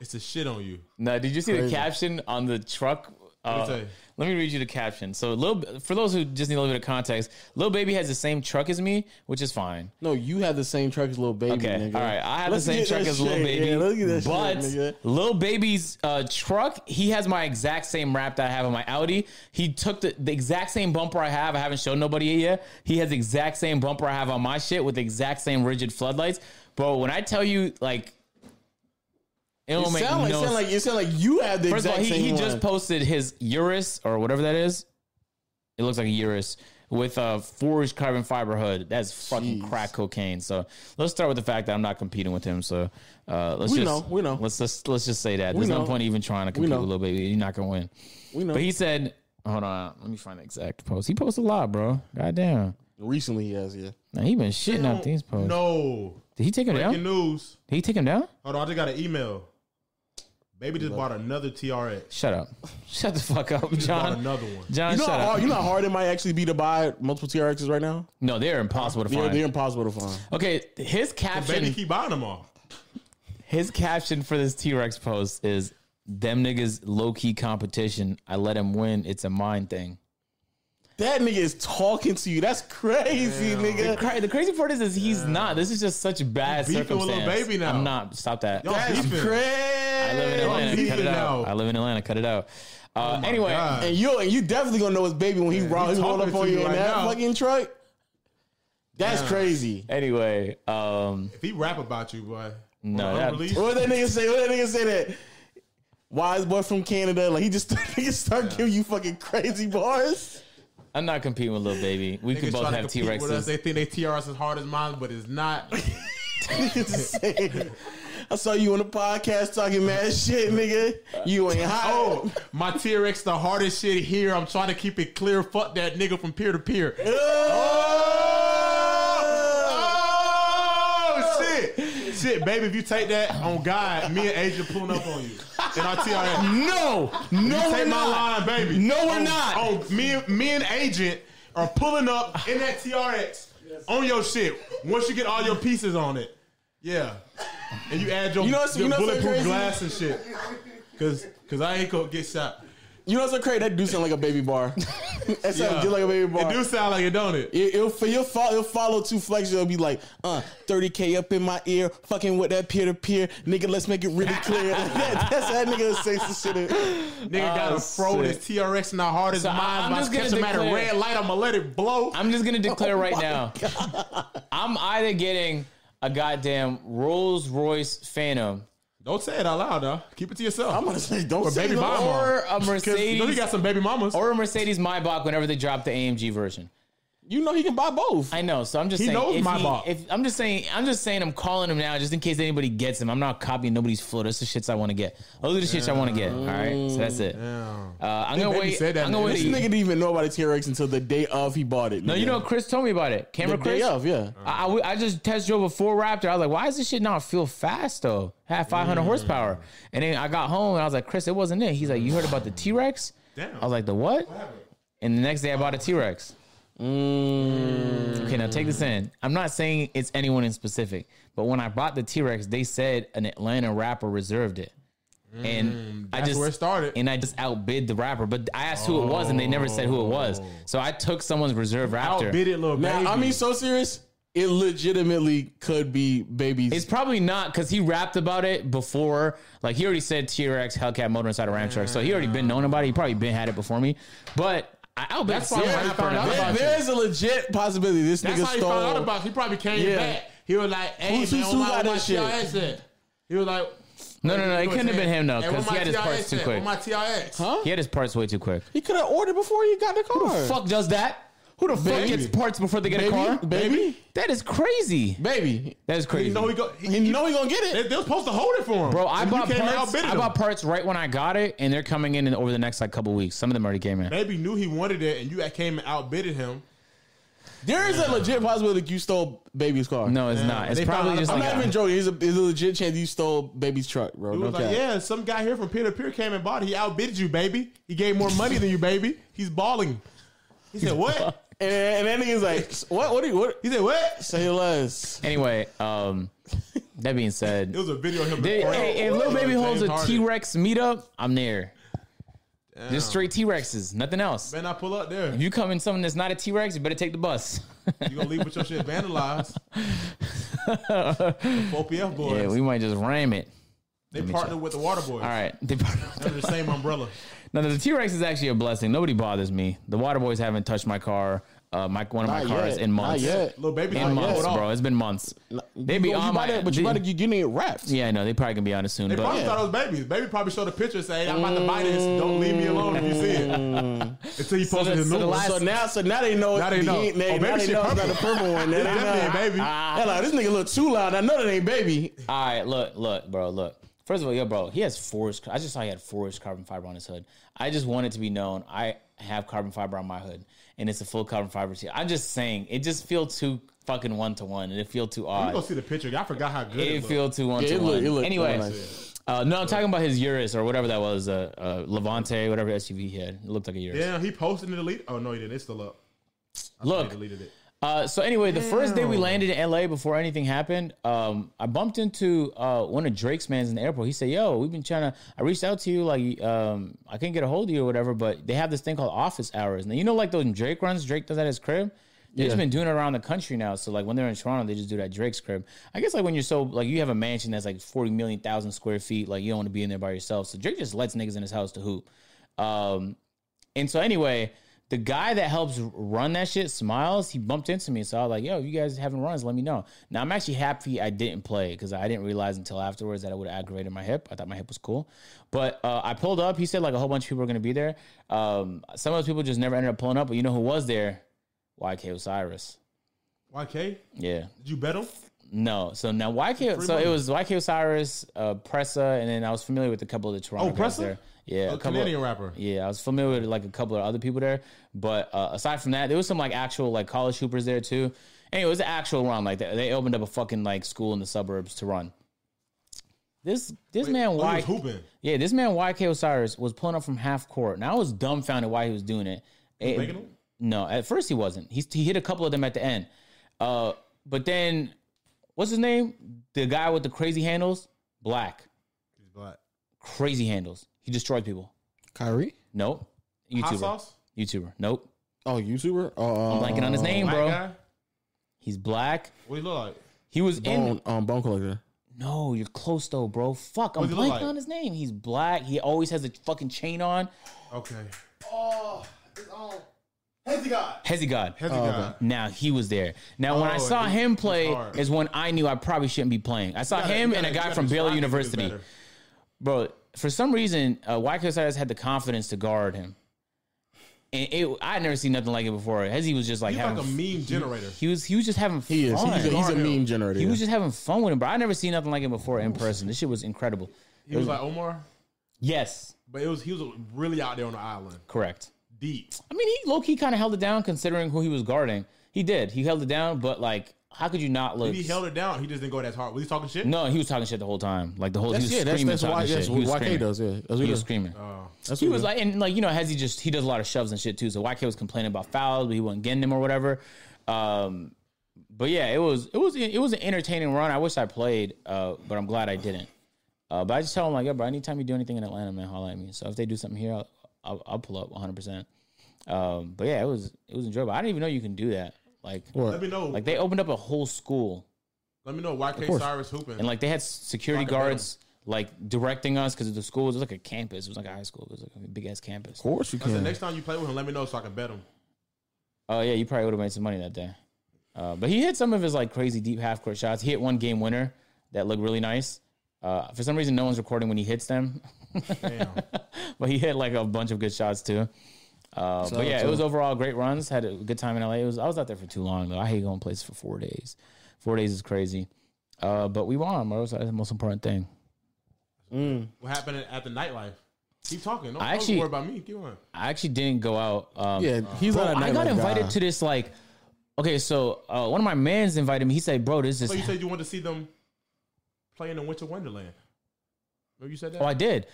Speaker 3: is to shit on you.
Speaker 2: No, did you see the
Speaker 1: Crazy.
Speaker 2: caption on the truck?
Speaker 3: me
Speaker 2: Uh,
Speaker 3: tell you.
Speaker 2: let me read you the caption. So, Lil, for those who just need a little bit of context, Lil Baby has the same truck as me, which is fine.
Speaker 1: No, you have the same truck as little baby.
Speaker 2: Okay,
Speaker 1: nigga.
Speaker 2: all right. I have
Speaker 1: Let's
Speaker 2: the same
Speaker 1: get
Speaker 2: truck
Speaker 1: that
Speaker 2: as Lil
Speaker 1: shit.
Speaker 2: Baby,
Speaker 1: Yeah, let's get that
Speaker 2: but
Speaker 1: shit, nigga.
Speaker 2: Lil Baby's uh, truck, he has my exact same wrap that I have on my Audi. He took the, the exact same bumper I have. I haven't shown nobody it yet. He has the exact same bumper I have on my shit with the exact same rigid floodlights, bro. When I tell you, like, it
Speaker 1: You
Speaker 2: don't make
Speaker 1: sound like,
Speaker 2: no
Speaker 1: sound like you sound like you have the
Speaker 2: First of
Speaker 1: exact
Speaker 2: all, he,
Speaker 1: same
Speaker 2: he just
Speaker 1: one.
Speaker 2: posted his Urus or whatever that is. It looks like a Urus with a forged carbon fiber hood. That's fucking
Speaker 1: Jeez.
Speaker 2: crack cocaine. So let's start with the fact that I'm not competing with him. So uh, let's
Speaker 1: We
Speaker 2: just
Speaker 1: know, we know.
Speaker 2: Let's just let's just say that there's no
Speaker 1: know.
Speaker 2: point even trying to compete
Speaker 1: know.
Speaker 2: with Lil Baby. You're not gonna win.
Speaker 1: we know.
Speaker 2: But he said, hold on, let me find the exact post. He posts a lot, bro. Goddamn.
Speaker 1: Recently, he has yeah.
Speaker 2: Now he been shitting out these posts.
Speaker 3: No.
Speaker 2: Did he take him down?
Speaker 3: Breaking news.
Speaker 2: Did he take him down?
Speaker 3: Hold on, I just got an email. Baby just bought another TRX.
Speaker 2: Shut up. Shut the fuck up,
Speaker 3: Bought
Speaker 2: John.
Speaker 3: another one.
Speaker 2: John,
Speaker 1: You know,
Speaker 2: shut
Speaker 1: how,
Speaker 2: up.
Speaker 1: hard- you know how hard it might actually be to buy multiple TRXs right now.
Speaker 2: no, they're impossible to
Speaker 1: Yeah,
Speaker 2: find.
Speaker 1: they're impossible to find.
Speaker 2: Okay, his
Speaker 3: Baby
Speaker 2: caption
Speaker 3: keep buying them all.
Speaker 2: his caption for this T Rex post is them niggas low key competition. I let him win. It's a mind thing.
Speaker 1: That nigga is talking to you. That's crazy,
Speaker 2: The,
Speaker 1: nigga.
Speaker 2: cra- the crazy part is, is he's not. This is just such bad
Speaker 3: He's beefing with Lil
Speaker 2: circumstance.
Speaker 3: Baby now.
Speaker 2: I'm not. Stop that.
Speaker 3: Y'all
Speaker 1: That's
Speaker 3: beefing.
Speaker 2: I live in
Speaker 1: crazy.
Speaker 2: Atlanta.
Speaker 3: beefing
Speaker 2: Cut it out.
Speaker 3: now. Oh
Speaker 2: I live in Atlanta. Cut it out. Uh, anyway,
Speaker 3: God.
Speaker 1: And you and you definitely gonna know his baby when he roll he
Speaker 3: he
Speaker 1: roll
Speaker 3: talking
Speaker 1: up on
Speaker 3: to
Speaker 1: you
Speaker 3: you
Speaker 1: in
Speaker 3: right
Speaker 1: that
Speaker 3: now.
Speaker 1: fucking truck. That's crazy.
Speaker 2: anyway. Um,
Speaker 3: If he rap about you, boy.
Speaker 2: No,
Speaker 3: on
Speaker 2: that-
Speaker 3: unreleased,
Speaker 1: What did that nigga say? What did that nigga say that? Wise boy from Canada, like he just he just start giving you fucking crazy bars.
Speaker 2: I'm not competing with Lil Baby. We
Speaker 3: niggas
Speaker 2: could both
Speaker 3: try to
Speaker 2: have T
Speaker 3: compete with us.
Speaker 2: Rexes.
Speaker 3: They think they TRS is hard as mine, but it's not.
Speaker 1: Nigga just saying, I saw you on the podcast talking mad shit, nigga. You ain't hot.
Speaker 3: Oh, my TRX the hardest shit here. I'm trying to keep it clear. Fuck that nigga from peer to peer.
Speaker 1: Oh.
Speaker 3: Oh shit, shit, baby. If you take that on God, me and Asia pulling up on you in our TRX.
Speaker 1: No, no,
Speaker 3: Take
Speaker 1: we're
Speaker 3: my
Speaker 1: not.
Speaker 3: line, baby.
Speaker 1: No, we're
Speaker 3: On-
Speaker 1: not.
Speaker 3: On me, and- me and Agent are pulling up in that TRX on your shit. Once you get all your pieces on it, yeah, and you add your,
Speaker 1: You know what's-
Speaker 3: your
Speaker 1: you know what's so
Speaker 3: bulletproof
Speaker 1: crazy?
Speaker 3: glass and shit, cause cause I ain't gonna get shot.
Speaker 1: You know what's so crazy? That do sound like a baby bar. that sounds
Speaker 3: Yeah.
Speaker 1: just like a baby bar.
Speaker 3: It do sound like it, don't it?
Speaker 1: It, will you'll follow, you'll follow two flex. You'll be like, uh, 30K up in my ear, fucking with that peer to peer. Nigga, let's make it really clear. Like that, that's that nigga that says some shit. in-
Speaker 3: Nigga got
Speaker 2: Oh,
Speaker 3: a fro this TRX not hard as
Speaker 2: So I- I'm
Speaker 3: mine. I'm just
Speaker 2: just gonna
Speaker 3: catch him at a
Speaker 2: declare-
Speaker 3: red light. I'ma let it blow.
Speaker 2: I'm just gonna declare
Speaker 3: Oh
Speaker 2: right now. I'm either getting a goddamn Rolls Royce Phantom
Speaker 3: Don't say it out loud, though. Keep it to yourself.
Speaker 1: I'm gonna say, don't
Speaker 3: Or
Speaker 1: say
Speaker 3: baby
Speaker 1: no.
Speaker 3: mama.
Speaker 2: or a
Speaker 3: Cause you know you
Speaker 2: Mercedes
Speaker 3: got some baby mamas.
Speaker 2: or a Mercedes Maybach whenever they drop the AMG version.
Speaker 1: You know he can buy both.
Speaker 2: I know, so I'm just
Speaker 3: He
Speaker 2: saying.
Speaker 3: knows
Speaker 2: if
Speaker 3: Maybach.
Speaker 2: if- I'm just saying, I'm just saying, I'm calling him now just in case anybody gets him. I'm not copying nobody's flow. That's the shits I want to get. Those are the shits I want to get. All right, so that's it.
Speaker 3: Damn.
Speaker 2: Uh, I'm gonna
Speaker 3: Baby
Speaker 2: wait.
Speaker 3: said that,
Speaker 2: I'm gonna
Speaker 3: man.
Speaker 1: this
Speaker 2: wait.
Speaker 1: nigga didn't even know about a TRX until the day of he bought it.
Speaker 2: no, you know, what Chris told me about it.
Speaker 1: the
Speaker 2: Camera
Speaker 1: day
Speaker 2: Chris.
Speaker 1: of, yeah.
Speaker 2: I, I, I just test drove a full Raptor. I was like, why does this shit not feel fast though? Had
Speaker 3: Mm.
Speaker 2: 500 horsepower. And then I got home and I was like, Chris, it wasn't it. He's like, you heard about the T Rex?
Speaker 3: Damn.
Speaker 2: I was like, the what? And the next day I bought a T Rex.
Speaker 3: Mm.
Speaker 2: Okay, now take this in. I'm not saying it's anyone in specific, but when I bought the T Rex, they said an Atlanta rapper reserved it. And I
Speaker 3: Mm, that's
Speaker 2: just
Speaker 3: where it started.
Speaker 2: and I just outbid the rapper. But I asked who it was, and they never said who it was. So I took someone's reserved raptor.
Speaker 3: Outbid it, little
Speaker 1: Now,
Speaker 3: baby.
Speaker 1: I mean, so serious, it legitimately could be babies.
Speaker 2: It's probably not because he rapped about it before. Like he already said T Rex, Hellcat motor inside a Ram truck, so he already been known about it. He probably been had it before me. But I, I'll bet
Speaker 3: That's why
Speaker 2: Sierra
Speaker 3: I
Speaker 2: rapper
Speaker 3: found
Speaker 2: in
Speaker 3: out
Speaker 2: the
Speaker 3: about
Speaker 2: project.
Speaker 3: you.
Speaker 1: There's a legit possibility this
Speaker 3: That's
Speaker 1: nigga
Speaker 3: how he
Speaker 1: stole.
Speaker 3: found out about. it. He probably came
Speaker 1: Yeah.
Speaker 3: back. He was like, "Hey,
Speaker 1: Who's-
Speaker 3: man,
Speaker 1: who's-
Speaker 3: where
Speaker 1: who
Speaker 3: my-
Speaker 1: got
Speaker 3: where
Speaker 1: this
Speaker 3: my TRS at? He was like,
Speaker 2: No, no, no. It
Speaker 3: he was
Speaker 2: couldn't have been
Speaker 3: saying,
Speaker 2: him though,
Speaker 3: "Hey, where
Speaker 2: because
Speaker 3: my
Speaker 2: he had his
Speaker 3: TRS
Speaker 2: parts too
Speaker 3: at?
Speaker 2: quick.
Speaker 3: Where my TRS?
Speaker 1: Huh?
Speaker 2: He had his parts way too quick.
Speaker 1: He could have ordered before he got in the car.
Speaker 2: Who the fuck does that? Who the fuck
Speaker 1: Baby.
Speaker 2: gets parts before they get
Speaker 1: Baby,
Speaker 2: a car?
Speaker 1: baby,
Speaker 2: That is crazy.
Speaker 1: baby.
Speaker 2: That is crazy.
Speaker 3: You know he go. He,
Speaker 1: You know he gonna get
Speaker 3: they,
Speaker 1: it.
Speaker 3: they were supposed to hold it for him,
Speaker 2: Bro, I
Speaker 3: And you
Speaker 2: bought
Speaker 3: came and
Speaker 2: parts.
Speaker 3: outbidded
Speaker 2: I
Speaker 3: him.
Speaker 2: bought parts right when I got it, and they're coming in, in over the next like couple weeks. Some of them already came in.
Speaker 3: Baby knew he wanted it, and you came and outbidded him.
Speaker 1: There is a legit possibility you stole baby's car.
Speaker 2: No, it's
Speaker 3: Yeah.
Speaker 2: not. It's
Speaker 3: They found
Speaker 2: probably
Speaker 3: out
Speaker 2: just
Speaker 3: about
Speaker 1: I'm
Speaker 2: like
Speaker 1: not
Speaker 2: a-
Speaker 1: even joking. There's a, there's a legit chance you stole baby's truck, bro.
Speaker 3: He
Speaker 1: No
Speaker 3: was like,
Speaker 1: cap.
Speaker 3: "Yeah, some guy here from peer to peer came and bought. it. He outbid you, baby. He gave more money than you, baby. He's balling." He said, "What?"
Speaker 1: And, and that nigga's like, what? What? Are you, what?
Speaker 3: He said, "What?"
Speaker 1: Say less.
Speaker 2: Anyway, um, that being
Speaker 3: It
Speaker 2: said,
Speaker 3: was a video of him.
Speaker 2: they,
Speaker 3: before-
Speaker 2: hey, if Lil Baby
Speaker 3: James
Speaker 2: holds a
Speaker 3: Harden.
Speaker 2: T Rex meetup, I'm there.
Speaker 3: Damn.
Speaker 2: Just straight T Rexes, nothing else.
Speaker 3: Man, I pull up there.
Speaker 2: If you come in something that's not a T Rex, you better take the bus.
Speaker 3: You gonna leave with your shit vandalized? Four PF boys.
Speaker 2: yeah, we might just ram it.
Speaker 3: they
Speaker 2: me
Speaker 3: partnered with the Water Boys
Speaker 2: All right.
Speaker 3: under the same umbrella.
Speaker 2: Now the T Rex is actually a blessing. Nobody bothers me. The water boys haven't touched my car, uh, my one of my
Speaker 1: Not
Speaker 2: cars
Speaker 1: yet.
Speaker 2: in months.
Speaker 1: Not yet.
Speaker 3: Little baby,
Speaker 2: In
Speaker 3: like,
Speaker 2: months,
Speaker 3: hold on.
Speaker 2: bro. It's been months. They
Speaker 1: You-
Speaker 2: be
Speaker 1: you
Speaker 2: on
Speaker 1: about
Speaker 2: my.
Speaker 1: to- but you
Speaker 2: they-
Speaker 1: about to get getting it wrapped.
Speaker 2: yeah, I know. They probably gonna be on it soon.
Speaker 3: They
Speaker 2: but
Speaker 3: probably
Speaker 1: Yeah.
Speaker 3: thought it was babies. Baby probably showed a picture and said, "Hey, I'm about to buy this. Don't leave me alone if you see it." Until you posted
Speaker 2: that's-
Speaker 3: his
Speaker 2: Mm. so the
Speaker 3: number.
Speaker 2: last-
Speaker 1: So now, so now they know.
Speaker 3: Now they
Speaker 1: the-
Speaker 3: know.
Speaker 1: They,
Speaker 3: Oh,
Speaker 1: now
Speaker 3: baby
Speaker 1: they
Speaker 3: shit
Speaker 1: know it's not the
Speaker 3: purple.
Speaker 1: purple one. They, they
Speaker 3: That
Speaker 1: know.
Speaker 3: ain't baby.
Speaker 2: Ah.
Speaker 1: They're like, this nigga look too loud. I know that ain't baby.
Speaker 2: All right, look, look, bro, look. First of all, yo, bro, he has forest. I just saw he had forest carbon fiber on his hood. I just want it to be known I have carbon fiber on my hood, and it's a full carbon fiber tee. I'm just saying, it just feel too fucking one to one, and it feel too
Speaker 3: You go
Speaker 2: odd.
Speaker 3: see the picture. I forgot how good it,
Speaker 2: It
Speaker 3: looked.
Speaker 2: feel too one
Speaker 1: Yeah,
Speaker 2: to
Speaker 1: it look- it
Speaker 2: one.
Speaker 1: look
Speaker 2: Anyway,
Speaker 1: nice.
Speaker 2: uh, no, I'm talking about his Urus or whatever that was, uh, uh, Levante, whatever SUV he had. It looked like a Urus.
Speaker 3: Damn, he posted and deleted. Oh no, he didn't. It's still up. He
Speaker 2: look,
Speaker 3: deleted it.
Speaker 2: Uh, so anyway, the first day we landed in LA before anything happened, um, I bumped into uh, one of Drake's mans in the airport. He said, "Yo, we've been trying to. I reached out to you, like um, I couldn't get a hold of you or whatever, but they have this thing called office hours. Now you know, like those Drake runs Drake does at his crib. They've just
Speaker 1: Yeah.
Speaker 2: been doing it around the country now. So like when they're in Toronto, they just do that Drake's crib. I guess like when you're so like you have a mansion that's like forty million thousand square feet, like you don't want to be in there by yourself. So Drake just lets niggas in his house to hoop. Um, and so anyway, the guy that helps run that shit, Smiles, he bumped into me. So I was like, yo, if you guys having runs, let me know. Now I'm actually happy I didn't play because I didn't realize until afterwards that I would have aggravated my hip. I thought my hip was cool. But uh, I pulled up. He said like a whole bunch of people were going to be there. Um, some of those people just never ended up pulling up. But you know who was there? YK Osiris.
Speaker 3: YK, did
Speaker 2: Yeah.
Speaker 3: you bet him?
Speaker 2: No. So now YK, so
Speaker 3: money.
Speaker 2: it was YK Osiris, uh, Pressa, and then I was familiar with a couple of the Toronto
Speaker 3: Oh,
Speaker 2: guys
Speaker 3: Pressa?
Speaker 2: there. Yeah,
Speaker 3: A
Speaker 2: a couple
Speaker 3: Canadian rapper.
Speaker 2: yeah, I was familiar with like a couple of other people there, but uh, aside from that, there was some like actual like college hoopers there too. Anyway, it was an actual run. Like they, they opened up a fucking like school in the suburbs to run. This this man
Speaker 3: Oh, he was
Speaker 2: Y
Speaker 3: hooping.
Speaker 2: yeah this man YK Osiris was pulling up from half court, and I was dumbfounded why he was doing it. It-
Speaker 3: making them?
Speaker 2: No, at first he wasn't. He he hit a couple of them at the end, uh, but then what's his name? The guy with the crazy handles, black,
Speaker 3: He's black.
Speaker 2: crazy handles. He destroyed people.
Speaker 1: Kyrie.
Speaker 2: Nope.
Speaker 3: Hot
Speaker 2: YouTuber.
Speaker 3: sauce.
Speaker 2: YouTuber. Nope.
Speaker 1: Oh, YouTuber. Oh,
Speaker 2: I'm blanking on his name,
Speaker 3: Black
Speaker 2: bro.
Speaker 3: guy.
Speaker 2: He's black.
Speaker 3: What he look like?
Speaker 2: He was in.
Speaker 1: Bone, um, bone collector.
Speaker 2: No, you're close though, bro. Fuck, I'm
Speaker 3: What does he
Speaker 2: blanking
Speaker 3: look like?
Speaker 2: on his name. He's black. He always has a fucking chain on.
Speaker 3: Okay.
Speaker 4: Oh, it's on. Hezzy God.
Speaker 2: Hezzy God.
Speaker 3: Hezzy guy.
Speaker 2: Now he was there. Now when I
Speaker 3: Oh,
Speaker 2: saw
Speaker 3: it-
Speaker 2: him
Speaker 3: it's
Speaker 2: play
Speaker 3: hard.
Speaker 2: is when I knew I probably shouldn't be playing. I saw
Speaker 3: Gotta-
Speaker 2: him
Speaker 3: you
Speaker 2: and
Speaker 3: gotta-
Speaker 2: a
Speaker 3: you
Speaker 2: guy
Speaker 3: gotta
Speaker 2: from Baylor
Speaker 3: describe it a bit
Speaker 2: University.
Speaker 3: better.
Speaker 2: bro. For some reason, uh, Wyke Osiris had the confidence to guard him, and it, I had never seen nothing like it before. Hezzy was just like
Speaker 3: He's
Speaker 2: having,
Speaker 3: like a meme generator.
Speaker 2: he was he was just having fun.
Speaker 1: He is. He's a, he's a
Speaker 3: Guard him.
Speaker 1: meme generator.
Speaker 2: He was just having fun with him, bro. I never seen nothing like it before in person. This shit was incredible.
Speaker 3: He was like Omar,
Speaker 2: Yes,
Speaker 3: but it was he was really out there on the island,
Speaker 2: correct.
Speaker 3: deep.
Speaker 2: I mean, he low key kind of held it down considering who he was guarding. He did. He held it down, but like, how could you not look?
Speaker 3: He held it down. He just didn't go that hard. Was he talking shit?
Speaker 2: no, he was talking shit the whole time. Like the whole
Speaker 1: That's,
Speaker 2: he was
Speaker 1: yeah, that's,
Speaker 2: screaming
Speaker 1: that's,
Speaker 2: talking
Speaker 1: why,
Speaker 2: shit.
Speaker 1: that's
Speaker 2: he was
Speaker 1: what YK
Speaker 2: screaming.
Speaker 1: does. Yeah, that's what
Speaker 2: He
Speaker 1: he
Speaker 2: was
Speaker 1: does.
Speaker 2: screaming.
Speaker 3: Uh,
Speaker 1: That's
Speaker 2: he
Speaker 1: what
Speaker 2: was like, and like you know, Hezzy just he does a lot of shoves and shit too. So YK was complaining about fouls, but he wasn't getting them or whatever. Um, but yeah, it was it was it was an entertaining run. I wish I played, uh, but I'm glad I didn't. Uh, but I just tell him like, yo, bro, anytime you do anything in Atlanta, man, holla at me. So if they do something here, I'll, I'll, I'll pull up 100. percent um, But yeah, it was it was enjoyable. I didn't even know you can do that. Like
Speaker 3: Let me know.
Speaker 2: like they opened up a whole school
Speaker 3: Let me know. YK
Speaker 1: course.
Speaker 3: Cyrus hooping.
Speaker 2: and like they had security
Speaker 3: Locker bedroom.
Speaker 2: guards like directing us because the school was like a campus. It was like a high school. It was like a big ass campus.
Speaker 1: Of course you
Speaker 3: I said
Speaker 1: can.
Speaker 3: next time you play with him, let me know so I can bet him.
Speaker 2: Oh yeah, you probably would have made some money that day. Uh, but he hit some of his like crazy deep half court shots. He hit one game winner that looked really nice. Uh, for some reason, no one's recording when he hits them. but he hit like a bunch of good shots too. Uh, but yeah, it was overall great runs. Had a good time in LA. It was I was out there for too long though. I hate going places for four days. Four days is crazy. Uh, but we won, bro. So that's the most important thing.
Speaker 3: What happened at the nightlife? Keep talking. Don't,
Speaker 2: I
Speaker 3: don't
Speaker 2: actually-
Speaker 3: worry about me. Keep on.
Speaker 2: I actually didn't go out. Um,
Speaker 1: Yeah, he's
Speaker 2: Bro,
Speaker 1: not a
Speaker 2: I got
Speaker 1: nightlife
Speaker 2: invited
Speaker 1: guy.
Speaker 2: to this like, okay, so uh, one of my mans invited me. He said, "Bro, this
Speaker 1: Oh,
Speaker 2: is."
Speaker 3: So you said you wanted to see them play in the Winter Wonderland. Remember you said that?
Speaker 2: oh, I did.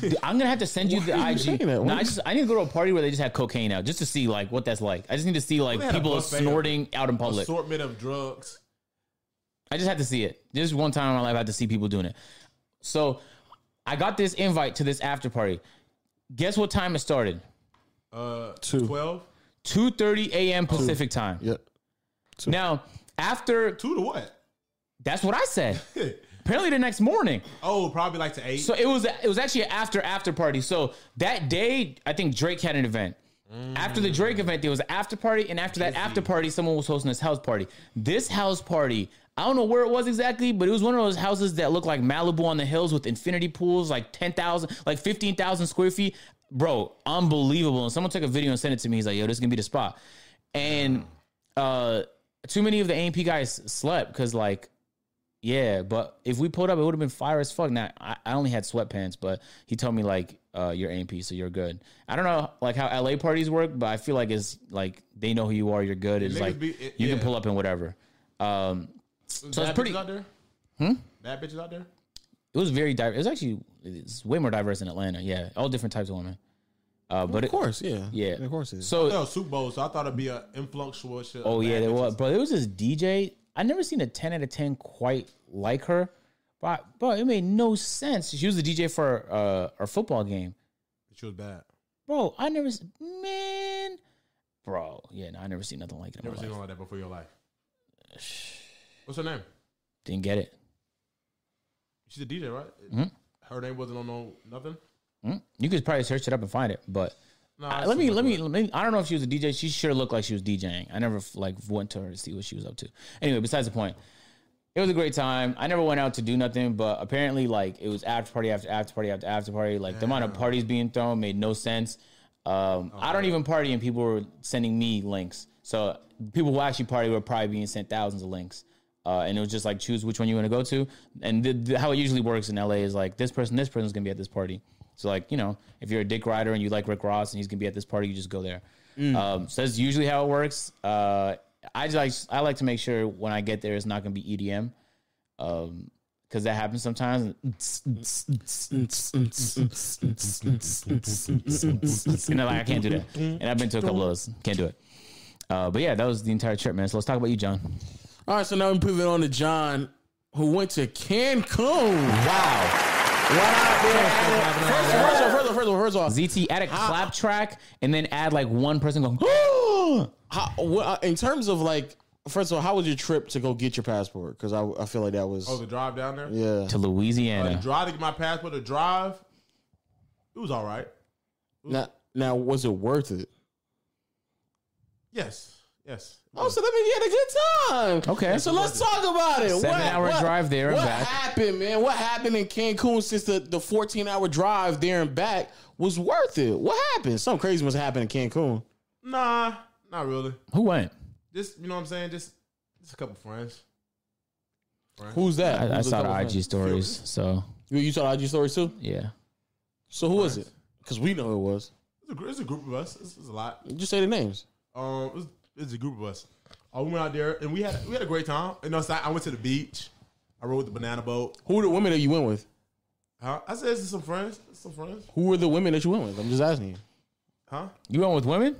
Speaker 2: Dude, I'm gonna have to send you the
Speaker 1: are you
Speaker 2: IG.
Speaker 1: saying that?
Speaker 2: No,
Speaker 1: What-
Speaker 2: I just I need to go to a party where they just had cocaine out, just to see like what that's like. I just need to see like
Speaker 3: They had a
Speaker 2: people
Speaker 3: buffet.
Speaker 2: snorting out in public.
Speaker 3: Assortment of drugs.
Speaker 2: I just had to see it. This is one time in my life I had to see people doing it. So I got this invite to this after party. Guess what time it started?
Speaker 3: Uh,
Speaker 1: Two.
Speaker 3: 12?
Speaker 2: 2:30 a.m. Pacific time.
Speaker 1: Yeah.
Speaker 2: Now, after
Speaker 3: Two to what?
Speaker 2: that's what I said. Apparently the next morning.
Speaker 3: oh, probably like to eight.
Speaker 2: So it was it was actually an after after party. So that day, I think Drake had an event. After the Drake event, there was an after party, and after that after party, someone was hosting this house party. This house party, I don't know where it was exactly, but it was one of those houses that looked like Malibu on the hills with infinity pools, like ten thousand, like fifteen thousand square feet. Bro, unbelievable! And someone took a video and sent it to me. He's like, "Yo, this is gonna be the spot." And uh, too many of the AMP guys slept because like yeah, but if we pulled up, it would have been fire as fuck. Now I, I only had sweatpants, but he told me like uh, you're AMP, so you're good. I don't know like how LA parties work, but I feel like it's like they know who you are, you're good. It's
Speaker 3: Niggas
Speaker 2: like
Speaker 3: be- it-
Speaker 2: you can
Speaker 3: yeah.
Speaker 2: pull up in whatever. Um, so it's
Speaker 3: Bad
Speaker 2: pretty.
Speaker 3: bitches out
Speaker 2: It
Speaker 3: there? Hmm? Bad bitches out there?
Speaker 2: was very diverse. It was actually it's way more diverse in Atlanta. Yeah, all different types of women. Uh, but
Speaker 1: Of course, yeah.
Speaker 2: it, yeah,
Speaker 1: Of course it is.
Speaker 2: So
Speaker 3: No, Super Bowl, so I thought it'd be an influential shit.
Speaker 2: Oh yeah, there
Speaker 3: Bad
Speaker 2: was, bro. There was this DJ. I never seen a ten out of ten quite like her, but bro, it made no sense. She was the DJ for uh, our football game,
Speaker 3: bitches. She was bad.
Speaker 2: bro. I never, s- man, bro. Yeah, no, I never seen nothing like it. In
Speaker 3: Never
Speaker 2: my
Speaker 3: seen
Speaker 2: life.
Speaker 3: all that before in your life. What's her name?
Speaker 2: Didn't get it.
Speaker 3: She's a DJ, right?
Speaker 2: Hmm?
Speaker 3: Her name wasn't on no nothing.
Speaker 2: Mm? You could probably search it up and find it, but
Speaker 3: No,
Speaker 2: I-
Speaker 3: I
Speaker 2: Uh, let,
Speaker 3: see
Speaker 2: me,
Speaker 3: what
Speaker 2: let
Speaker 3: it
Speaker 2: me let me I don't know if she was a DJ. She sure looked like she was DJing. I never like went to her to see what she was up to. Anyway, besides the point, it was a great time. I never went out to do nothing, but apparently, like it was after party after after party after after party. Like the amount of parties being thrown made no sense. Um, I don't even party, and people were sending me links. So people who actually party were probably being sent thousands of links. Uh, and it was just like choose which one you want to go to, and the, the, how it usually works in LA is like this person, this person's gonna be at this party. So like you know, if you're a dick rider and you like Rick Ross and he's gonna be at this party, you just go there. Um, so that's usually how it works. Uh, I just like I like to make sure when I get there, it's not gonna be EDM um because that happens sometimes and I'm like i can't do that and i've been to a couple of those can't do it uh but yeah that was the entire trip man so let's talk about you john
Speaker 1: All right, so now we pivot on to John, who went to Cancun.
Speaker 2: wow
Speaker 1: First of all, first of all, first of all, first of all, first of all,
Speaker 2: zt add a clap track and then add like one person going "Oh!"
Speaker 1: how, what, uh, in terms of like, first of all, how was your trip to go get your passport? Because I, I feel like that was
Speaker 3: was. Oh, the drive down there.
Speaker 1: yeah.
Speaker 2: to
Speaker 3: Uh, the
Speaker 2: louisiana
Speaker 3: drive to get my passport. The drive. It was all right.
Speaker 1: Now, now was it worth it?
Speaker 3: Yes. Yes. it
Speaker 1: Oh,
Speaker 3: was.
Speaker 1: so that means you had a good time.
Speaker 2: Okay.
Speaker 1: And so let's talk about it.
Speaker 2: Seven hour drive there and
Speaker 1: what
Speaker 2: back.
Speaker 1: happened, man? What happened in Cancun since the, the 14 hour drive there and back was worth it? What happened? Something crazy must happen in Cancun.
Speaker 3: Nah, not really.
Speaker 2: who went
Speaker 3: Just you know what I'm saying. Just just a couple friends.
Speaker 1: Who's that?
Speaker 2: i, I
Speaker 1: Who's
Speaker 2: saw
Speaker 1: couple
Speaker 2: the
Speaker 1: friends?
Speaker 2: ig stories so
Speaker 1: You, you saw the IG stories too?
Speaker 2: yeah
Speaker 1: So who was it? Because we know it was.
Speaker 3: It's a, gr- it's a group of us. It's, it's a lot.
Speaker 1: Just say the names.
Speaker 3: Um, it's, it's a group of us. I went out there and we had we had a great time. And outside, I went to the beach. I rode the banana boat.
Speaker 1: Who were the women that you went with?
Speaker 3: Huh? I said, "Is this some friends? Is this some friends?
Speaker 1: Who were the women that you went with? I'm just asking you.
Speaker 3: Huh?
Speaker 2: you went with women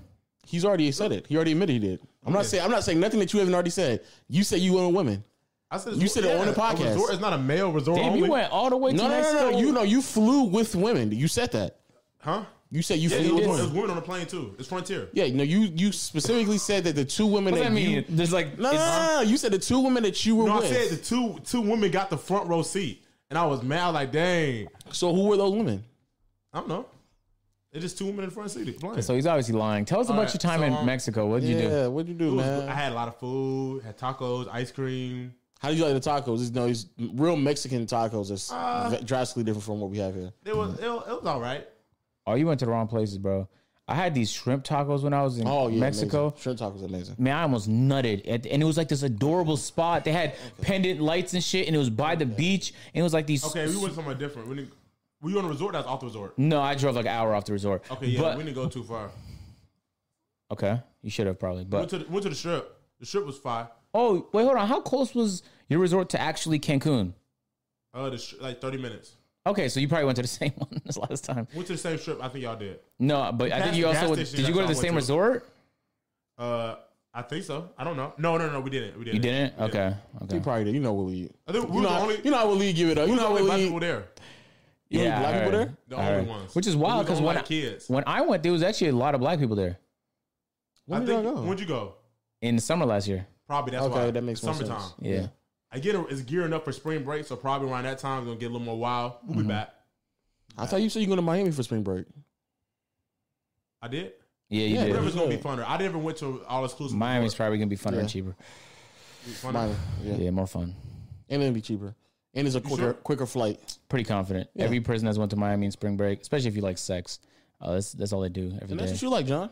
Speaker 1: He's already said it. He already admitted he did. I'm not saying I'm not saying nothing that you haven't already said. You said you went with women.
Speaker 3: I said,
Speaker 1: You said it on the
Speaker 3: a
Speaker 1: podcast.
Speaker 3: Resort. It's not a male resort
Speaker 2: damn
Speaker 3: only.
Speaker 2: you went all the way to
Speaker 1: No, no, no, no,
Speaker 2: Mexico?
Speaker 1: You know, you flew with women. You said that.
Speaker 3: Huh?
Speaker 1: You said you
Speaker 3: Yeah, it
Speaker 1: flew
Speaker 3: was,
Speaker 1: with
Speaker 3: it was
Speaker 1: women.
Speaker 3: women on the plane too. It's frontier.
Speaker 1: Yeah, no, you you specifically said that the two women
Speaker 2: what does
Speaker 1: that,
Speaker 2: that mean
Speaker 1: you
Speaker 2: there's like
Speaker 1: no, no, no, no, you said the two women that you were
Speaker 3: No, I
Speaker 1: with.
Speaker 3: said the two two women got the front row seat. and I was mad. I was like, dang,
Speaker 1: So who were those women?
Speaker 3: I don't know. It's just two women in the front seat. playing.
Speaker 2: So he's obviously lying. Tell us about
Speaker 3: right,
Speaker 2: your time
Speaker 3: so,
Speaker 2: in
Speaker 3: um,
Speaker 2: Mexico. What did you do?
Speaker 1: Yeah, what'd you do,
Speaker 3: It was-
Speaker 1: man?
Speaker 3: I had a lot of food. Had tacos, ice cream.
Speaker 1: How do you like the tacos? It's, no, it's real Mexican tacos. It's
Speaker 3: Uh,
Speaker 1: v- drastically different from what we have here.
Speaker 3: It was it, was- it was all right.
Speaker 2: Oh, you went to the wrong places, bro. I had these shrimp tacos when I was in
Speaker 1: Oh yeah,
Speaker 2: Mexico.
Speaker 1: amazing. shrimp tacos, are amazing.
Speaker 2: Man, I almost nutted, at, and it was like this adorable spot. They had pendant lights and shit, and it was by the beach. And it was like these.
Speaker 3: Okay, we went somewhere different. We didn't, were you on a resort? That's off the resort.
Speaker 2: No, I drove like an hour off the resort.
Speaker 3: Okay, yeah,
Speaker 2: But-
Speaker 3: we didn't go too far.
Speaker 2: okay, you should have probably. But
Speaker 3: Went to the, went to the strip. The strip was fine.
Speaker 2: oh wait, hold on. How close was your resort to actually Cancun?
Speaker 3: Uh, the stri- like thirty minutes.
Speaker 2: Okay, so you probably went to the same one as last time.
Speaker 3: Went to the same strip. I think y'all did.
Speaker 2: No, but I
Speaker 3: Gas-
Speaker 2: think you
Speaker 3: gas
Speaker 2: also
Speaker 3: station,
Speaker 2: did. You
Speaker 3: that's how I
Speaker 2: go to the
Speaker 3: went
Speaker 2: same
Speaker 3: to.
Speaker 2: resort?
Speaker 3: Uh, I think so. I don't know. No, no, no, we didn't. We didn't.
Speaker 2: You didn't.
Speaker 3: We
Speaker 2: Okay,
Speaker 1: You
Speaker 2: okay.
Speaker 1: probably did. You know Willie.
Speaker 3: I think
Speaker 1: You
Speaker 3: we were
Speaker 1: know,
Speaker 3: the
Speaker 1: how-
Speaker 3: only.
Speaker 1: you know how Willie give it up. You know how
Speaker 3: we were the only black
Speaker 1: Willie.
Speaker 3: people there.
Speaker 1: You know
Speaker 2: I
Speaker 1: black people
Speaker 2: heard.
Speaker 1: there.
Speaker 3: The
Speaker 2: I
Speaker 3: only
Speaker 2: heard.
Speaker 3: ones.
Speaker 2: Which is
Speaker 3: We
Speaker 2: wild
Speaker 3: was the
Speaker 2: because
Speaker 3: only
Speaker 2: when I,
Speaker 3: kids.
Speaker 2: when I went, there was actually a lot of black people there
Speaker 1: When
Speaker 3: I
Speaker 1: did I
Speaker 3: think
Speaker 1: go?
Speaker 3: when'd you go?
Speaker 2: in the summer last year.
Speaker 3: Probably that's
Speaker 1: Okay,
Speaker 3: why.
Speaker 1: that makes more sense.
Speaker 3: summertime.
Speaker 2: Yeah.
Speaker 1: Yeah.
Speaker 3: I get it's gearing up for spring break, so probably around that time it's gonna get a little more wild. We'll
Speaker 1: Mm-hmm.
Speaker 3: be back.
Speaker 1: I thought you said you going to Miami for spring break.
Speaker 3: I did.
Speaker 2: yeah, you
Speaker 1: Yeah,
Speaker 2: did.
Speaker 1: whatever.
Speaker 3: Whatever's gonna be funner. I never went to all exclusive.
Speaker 2: Miami's probably gonna be funner
Speaker 1: Yeah.
Speaker 2: and cheaper.
Speaker 3: Funner.
Speaker 1: Miami. Yeah.
Speaker 2: Yeah. more fun.
Speaker 1: and it'll be cheaper, and it's a quicker
Speaker 3: sure?
Speaker 1: quicker flight.
Speaker 2: Pretty confident. Every person that's went to Miami in spring break, especially if you like sex, uh, that's that's all they do
Speaker 1: And
Speaker 2: every day.
Speaker 1: that's what you like, John.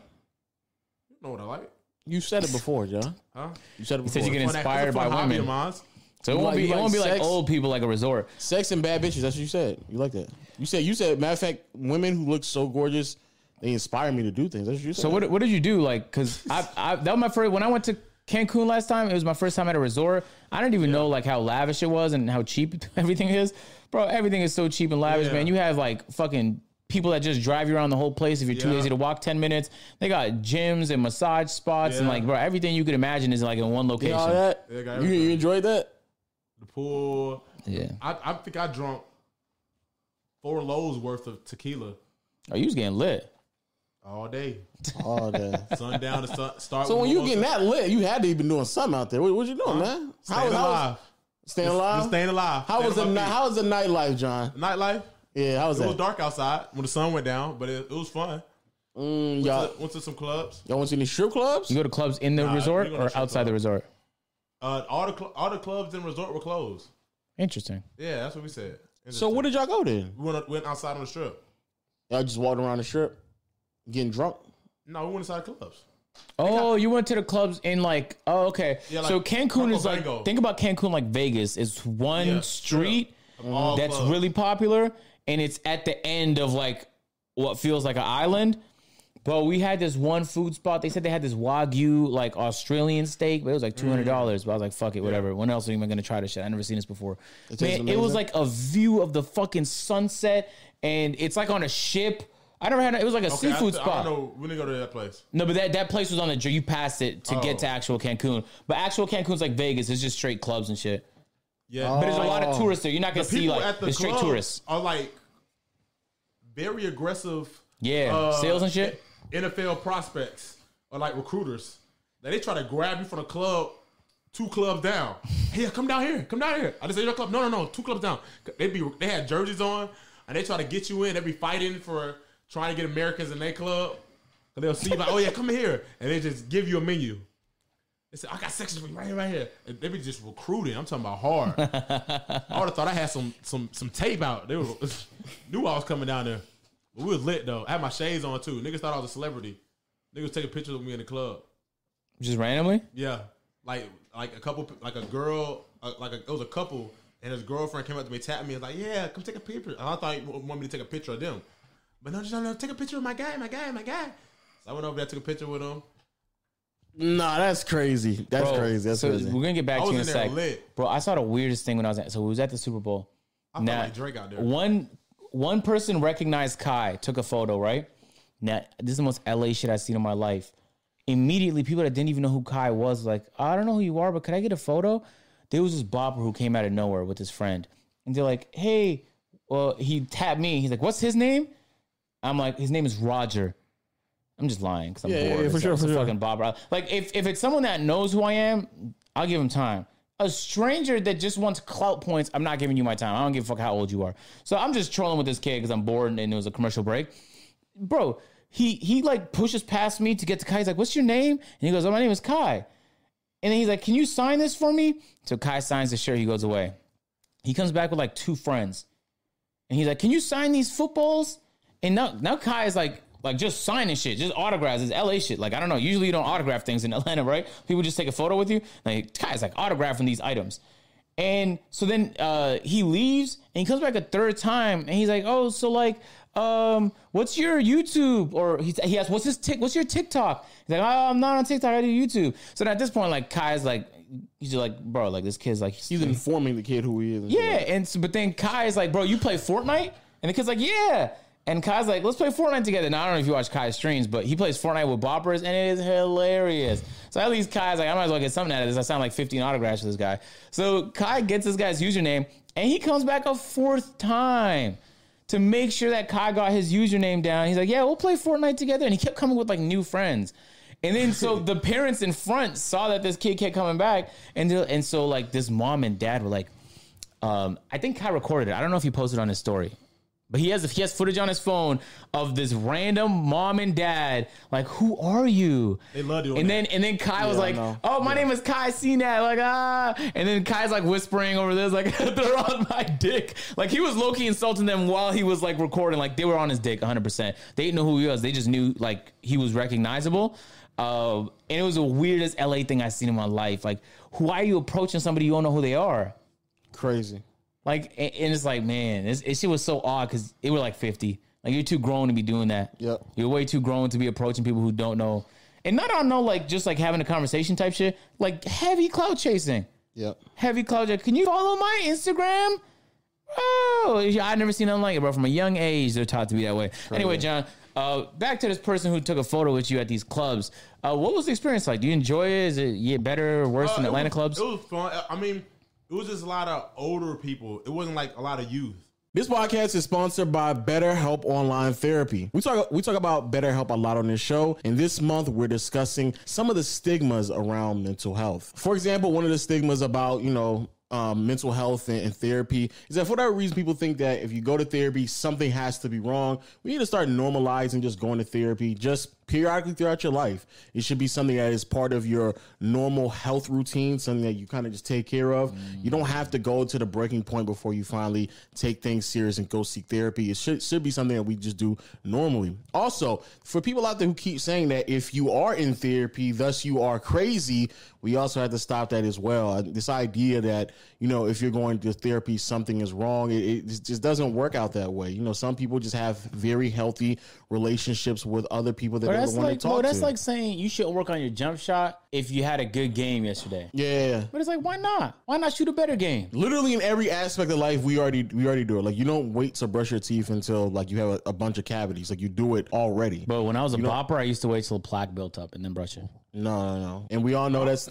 Speaker 3: You know what I like?
Speaker 1: You said it before, John.
Speaker 3: Huh?
Speaker 1: You said it before.
Speaker 2: said you get
Speaker 3: Fun act- it's a
Speaker 2: inspired by
Speaker 3: fun hobby
Speaker 2: women.
Speaker 3: of mine.
Speaker 2: So it won't
Speaker 1: like-
Speaker 2: be
Speaker 1: you
Speaker 2: it
Speaker 1: like
Speaker 2: won't be like
Speaker 1: sex?
Speaker 2: old people like a resort.
Speaker 1: Sex and bad bitches. That's what you said. You like that. You said you said. Matter of fact, women who look so gorgeous, they inspire me to do things. That's what you said.
Speaker 2: So what what did you do? Like, cause I, I that was my first when I went to Cancun last time. It was my first time at a resort. I didn't even know like how lavish it was and how cheap everything is, bro. Everything is so cheap and lavish,
Speaker 3: Yeah.
Speaker 2: man. You have like fucking people that just drive you around the whole place if you're too
Speaker 3: Yeah.
Speaker 2: lazy to walk 10 minutes they got gyms and massage spots and
Speaker 3: Yeah.
Speaker 2: like bro everything you could imagine is like in one
Speaker 1: You
Speaker 2: location
Speaker 1: know all that?
Speaker 3: Yeah, I got
Speaker 1: You, you
Speaker 3: everything.
Speaker 1: enjoyed that?
Speaker 3: The pool.
Speaker 2: yeah
Speaker 3: I, I think I drunk four loaves worth of tequila
Speaker 2: oh you was getting lit
Speaker 3: all day.
Speaker 1: Oh, damn.
Speaker 3: Sundown to sun, start.
Speaker 1: So
Speaker 3: with
Speaker 1: when you
Speaker 3: mimosa.
Speaker 1: getting that lit, you had to even doing something out there. What, what you doing, man?
Speaker 3: staying
Speaker 1: was-
Speaker 3: alive,
Speaker 1: was staying alive?
Speaker 3: Just staying alive.
Speaker 1: how was the
Speaker 3: Staying
Speaker 1: night?
Speaker 3: alive.
Speaker 1: How was the nightlife, John?
Speaker 3: nightlife?
Speaker 1: Yeah, how was
Speaker 3: It was
Speaker 1: that?
Speaker 3: dark outside when the sun went down, but it, it was fun.
Speaker 1: Mm, y'all,
Speaker 3: Went to some clubs.
Speaker 1: y'all went to any strip clubs?
Speaker 2: you go to clubs in the
Speaker 3: Nah,
Speaker 2: resort
Speaker 3: we go to
Speaker 2: or
Speaker 3: strip
Speaker 2: outside the resort
Speaker 3: Uh, all the cl- all the clubs and resort were closed.
Speaker 2: interesting
Speaker 3: Yeah, that's what we said.
Speaker 1: So where did y'all go then?
Speaker 3: we went, went outside on the strip?
Speaker 1: Y'all just walked around the strip, getting drunk.
Speaker 3: No, we went inside clubs.
Speaker 2: Oh, you went to the clubs in like oh okay.
Speaker 3: Yeah, like
Speaker 2: so Cancun is like
Speaker 3: Cacabango.
Speaker 2: think about Cancun like Vegas. It's one
Speaker 3: Yeah,
Speaker 2: street
Speaker 1: Mm-hmm.
Speaker 3: Of all
Speaker 2: that's
Speaker 3: clubs.
Speaker 2: really popular and it's at the end of like what feels like an island. Bro, we had this one food spot. They said they had this wagyu like Australian steak, but it was like two hundred dollars.
Speaker 3: Mm.
Speaker 2: But I was like, fuck it, whatever. When else am I gonna try this shit? I never seen this before.
Speaker 1: tastes
Speaker 2: Man, it was
Speaker 1: amazing.
Speaker 2: like a view of the fucking sunset, and it's like on a ship. I never had it was like a
Speaker 3: Okay, I-
Speaker 2: seafood
Speaker 3: I,
Speaker 2: spot.
Speaker 3: don't know. We didn't go to that place.
Speaker 2: No, but that, that place was on the you passed it to
Speaker 3: Oh.
Speaker 2: get to actual Cancun. But actual Cancun's like Vegas. It's just straight clubs and shit.
Speaker 3: Yeah,
Speaker 1: Oh.
Speaker 2: But there's a lot of tourists there. You're not gonna see
Speaker 3: people
Speaker 2: like
Speaker 3: at
Speaker 2: the,
Speaker 3: the,
Speaker 2: straight
Speaker 3: club
Speaker 2: tourists.
Speaker 3: are like very aggressive.
Speaker 2: Yeah,
Speaker 3: uh,
Speaker 2: sales and shit.
Speaker 3: NFL prospects or like recruiters. Like they try to grab you from the club, two clubs down. Hey, come down here, come down here. I just say your club. No, no, no, two clubs down. They be they had jerseys on, and they try to get you in. They be fighting for trying to get Americans in their club. And they'll see you like, oh yeah, come here, and they just give you a menu. They say, I got sections for you right here, right here. And they be just recruiting. I'm talking about hard. I would have thought I had some some some tape out. They were, knew I was coming down there. But we was lit though. I had my shades on too. Niggas thought I was a celebrity. Niggas taking pictures of me in the club.
Speaker 2: Just randomly.
Speaker 3: Yeah, like like a couple, like a girl, uh, like a, it was a couple, and his girlfriend came up to me, tapped me, and was like, "Yeah, come take a picture." And I thought he w- wanted me to take a picture of them, but no, just no, no, take a picture of my guy, my guy, my guy. So I went over there, took a picture with him.
Speaker 1: Nah, that's crazy. That's
Speaker 2: Bro,
Speaker 1: crazy. That's
Speaker 2: so
Speaker 1: crazy.
Speaker 2: We're gonna get back
Speaker 3: I
Speaker 2: to you in a
Speaker 3: was in there
Speaker 2: sec.
Speaker 3: lit.
Speaker 2: Bro, I saw the weirdest thing when I was at so we was at the Super Bowl.
Speaker 3: I felt like Drake out there.
Speaker 2: One one person recognized Kai, took a photo, right? Now this is the most LA shit I've seen in my life. Immediately, people that didn't even know who Kai was, like, I don't know who you are, but could I get a photo? There was this bopper who came out of nowhere with his friend. And they're like, hey, well, he tapped me. He's like, what's his name? I'm like, his name is Roger. I'm just lying because I'm
Speaker 1: yeah,
Speaker 2: bored.
Speaker 1: yeah, for
Speaker 2: It's-
Speaker 1: sure,
Speaker 2: it's
Speaker 1: for
Speaker 2: a
Speaker 1: sure.
Speaker 2: fucking Bob Ross. Like if if it's someone that knows who I am, I'll give him time. a stranger that just wants clout points. I'm not giving you my time. I don't give a fuck how old you are. So I'm just trolling with this kid because I'm bored and it was a commercial break. Bro, he he like pushes past me to get to Kai. He's like, "What's your name?" And he goes, "Oh, my name is Kai." And then he's like, "Can you sign this for me?" So Kai signs the shirt. He goes away. He comes back with like two friends, and he's like, "Can you sign these footballs?" And now now Kai is like like just signing shit, just autographs. It's LA shit. Like I don't know. Usually you don't autograph things in Atlanta, right? People just take a photo with you. Like guys, like autographing these items. And so then uh, he leaves and he comes back a third time and he's like, oh, so like, um, what's your YouTube? Or he, he asks, what's his tick? What's your TikTok? He's like, oh, I'm not on TikTok. I do YouTube. So then at this point, like Kai's like, he's just like, bro, like this kid's like,
Speaker 1: He's informing the kid who he is. and shit.
Speaker 2: yeah. And so, but then Kai is like, bro, you play Fortnite? And the kid's like, yeah. And Kai's like, let's play Fortnite together. Now, I don't know if you watch Kai's streams, but he plays Fortnite with boppers and it is hilarious. So at least Kai's like, I might as well get something out of this. I sound like 15 autographs to this guy. So Kai gets this guy's username and he comes back a fourth time to make sure that Kai got his username down. He's like, yeah, we'll play Fortnite together. And he kept coming with like new friends. And then so the parents in front saw that this kid kept coming back. And, they're- and so like this mom and dad were like, um, I think Kai recorded it. I don't know if he posted it on his story, but he has he has footage on his phone of this random mom and dad. Like, who are you?
Speaker 3: They love doing
Speaker 2: And
Speaker 3: that.
Speaker 2: then and then Kai was
Speaker 1: I
Speaker 2: like,
Speaker 1: know.
Speaker 2: "Oh, my name is Kai Cnat." Like, ah. And then Kai's like whispering over this, like, "They're on my dick." Like he was low key insulting them while he was like recording. Like they were on his dick, 100. percent They didn't know who he was. They just knew like he was recognizable. Um, and it was the weirdest LA thing I've seen in my life. Like, why are you approaching somebody you don't know who they are?
Speaker 1: Crazy.
Speaker 2: Like, and, and it's like, man, this, this shit was so odd because it was like 50. Like, you're too grown to be doing that.
Speaker 1: Yep.
Speaker 2: You're way too grown to be approaching people who don't know. And not on no, like, just like having a conversation type shit, like heavy cloud chasing.
Speaker 1: Yep.
Speaker 2: Heavy cloud chasing. Can you follow my Instagram? Oh, I've never seen nothing like it, bro. From a young age, they're taught to be that way. Anyway, John, uh, back to this person who took a photo with you at these clubs. Uh, what was the experience like? Do you enjoy it? Is it yeah, better or worse
Speaker 3: Uh,
Speaker 2: than
Speaker 3: it
Speaker 2: Atlanta
Speaker 3: was-
Speaker 2: clubs?
Speaker 3: It was fun. I mean, it was just a lot of older people. It wasn't like a lot of youth.
Speaker 1: This podcast is sponsored by BetterHelp Online Therapy. We talk we talk about BetterHelp a lot on this show, and this month we're discussing some of the stigmas around mental health. For example, one of the stigmas about you know um, mental health and, and therapy is that for whatever reason people think that if you go to therapy something has to be wrong. We need to start normalizing just going to therapy just periodically throughout your life. It should be something that is part of your normal health routine, something that you kind of just take care of. You don't have to go to the breaking point before you finally take things serious and go seek therapy. It should, should be something that we just do normally. Also, for people out there who keep saying that if you are in therapy, thus you are crazy, we also have to stop that as well. Uh, This idea that, you know, if you're going to therapy, something is wrong, it, it just doesn't work out that way. You know, some people just have very healthy relationships with other people that
Speaker 2: Bro,
Speaker 1: they
Speaker 2: that's
Speaker 1: don't want
Speaker 2: like,
Speaker 1: to talk
Speaker 2: bro, that's
Speaker 1: to.
Speaker 2: like saying you should work on your jump shot if you had a good game yesterday.
Speaker 1: yeah.
Speaker 2: But it's like, why not? Why not shoot a better game?
Speaker 1: Literally in every aspect of life, we already we already do it. Like you don't wait to brush your teeth until like you have a, a bunch of cavities. Like you do it already.
Speaker 2: But when I was a popper, I used to wait till the plaque built up and then brush it.
Speaker 1: no, no, no. And we all know that's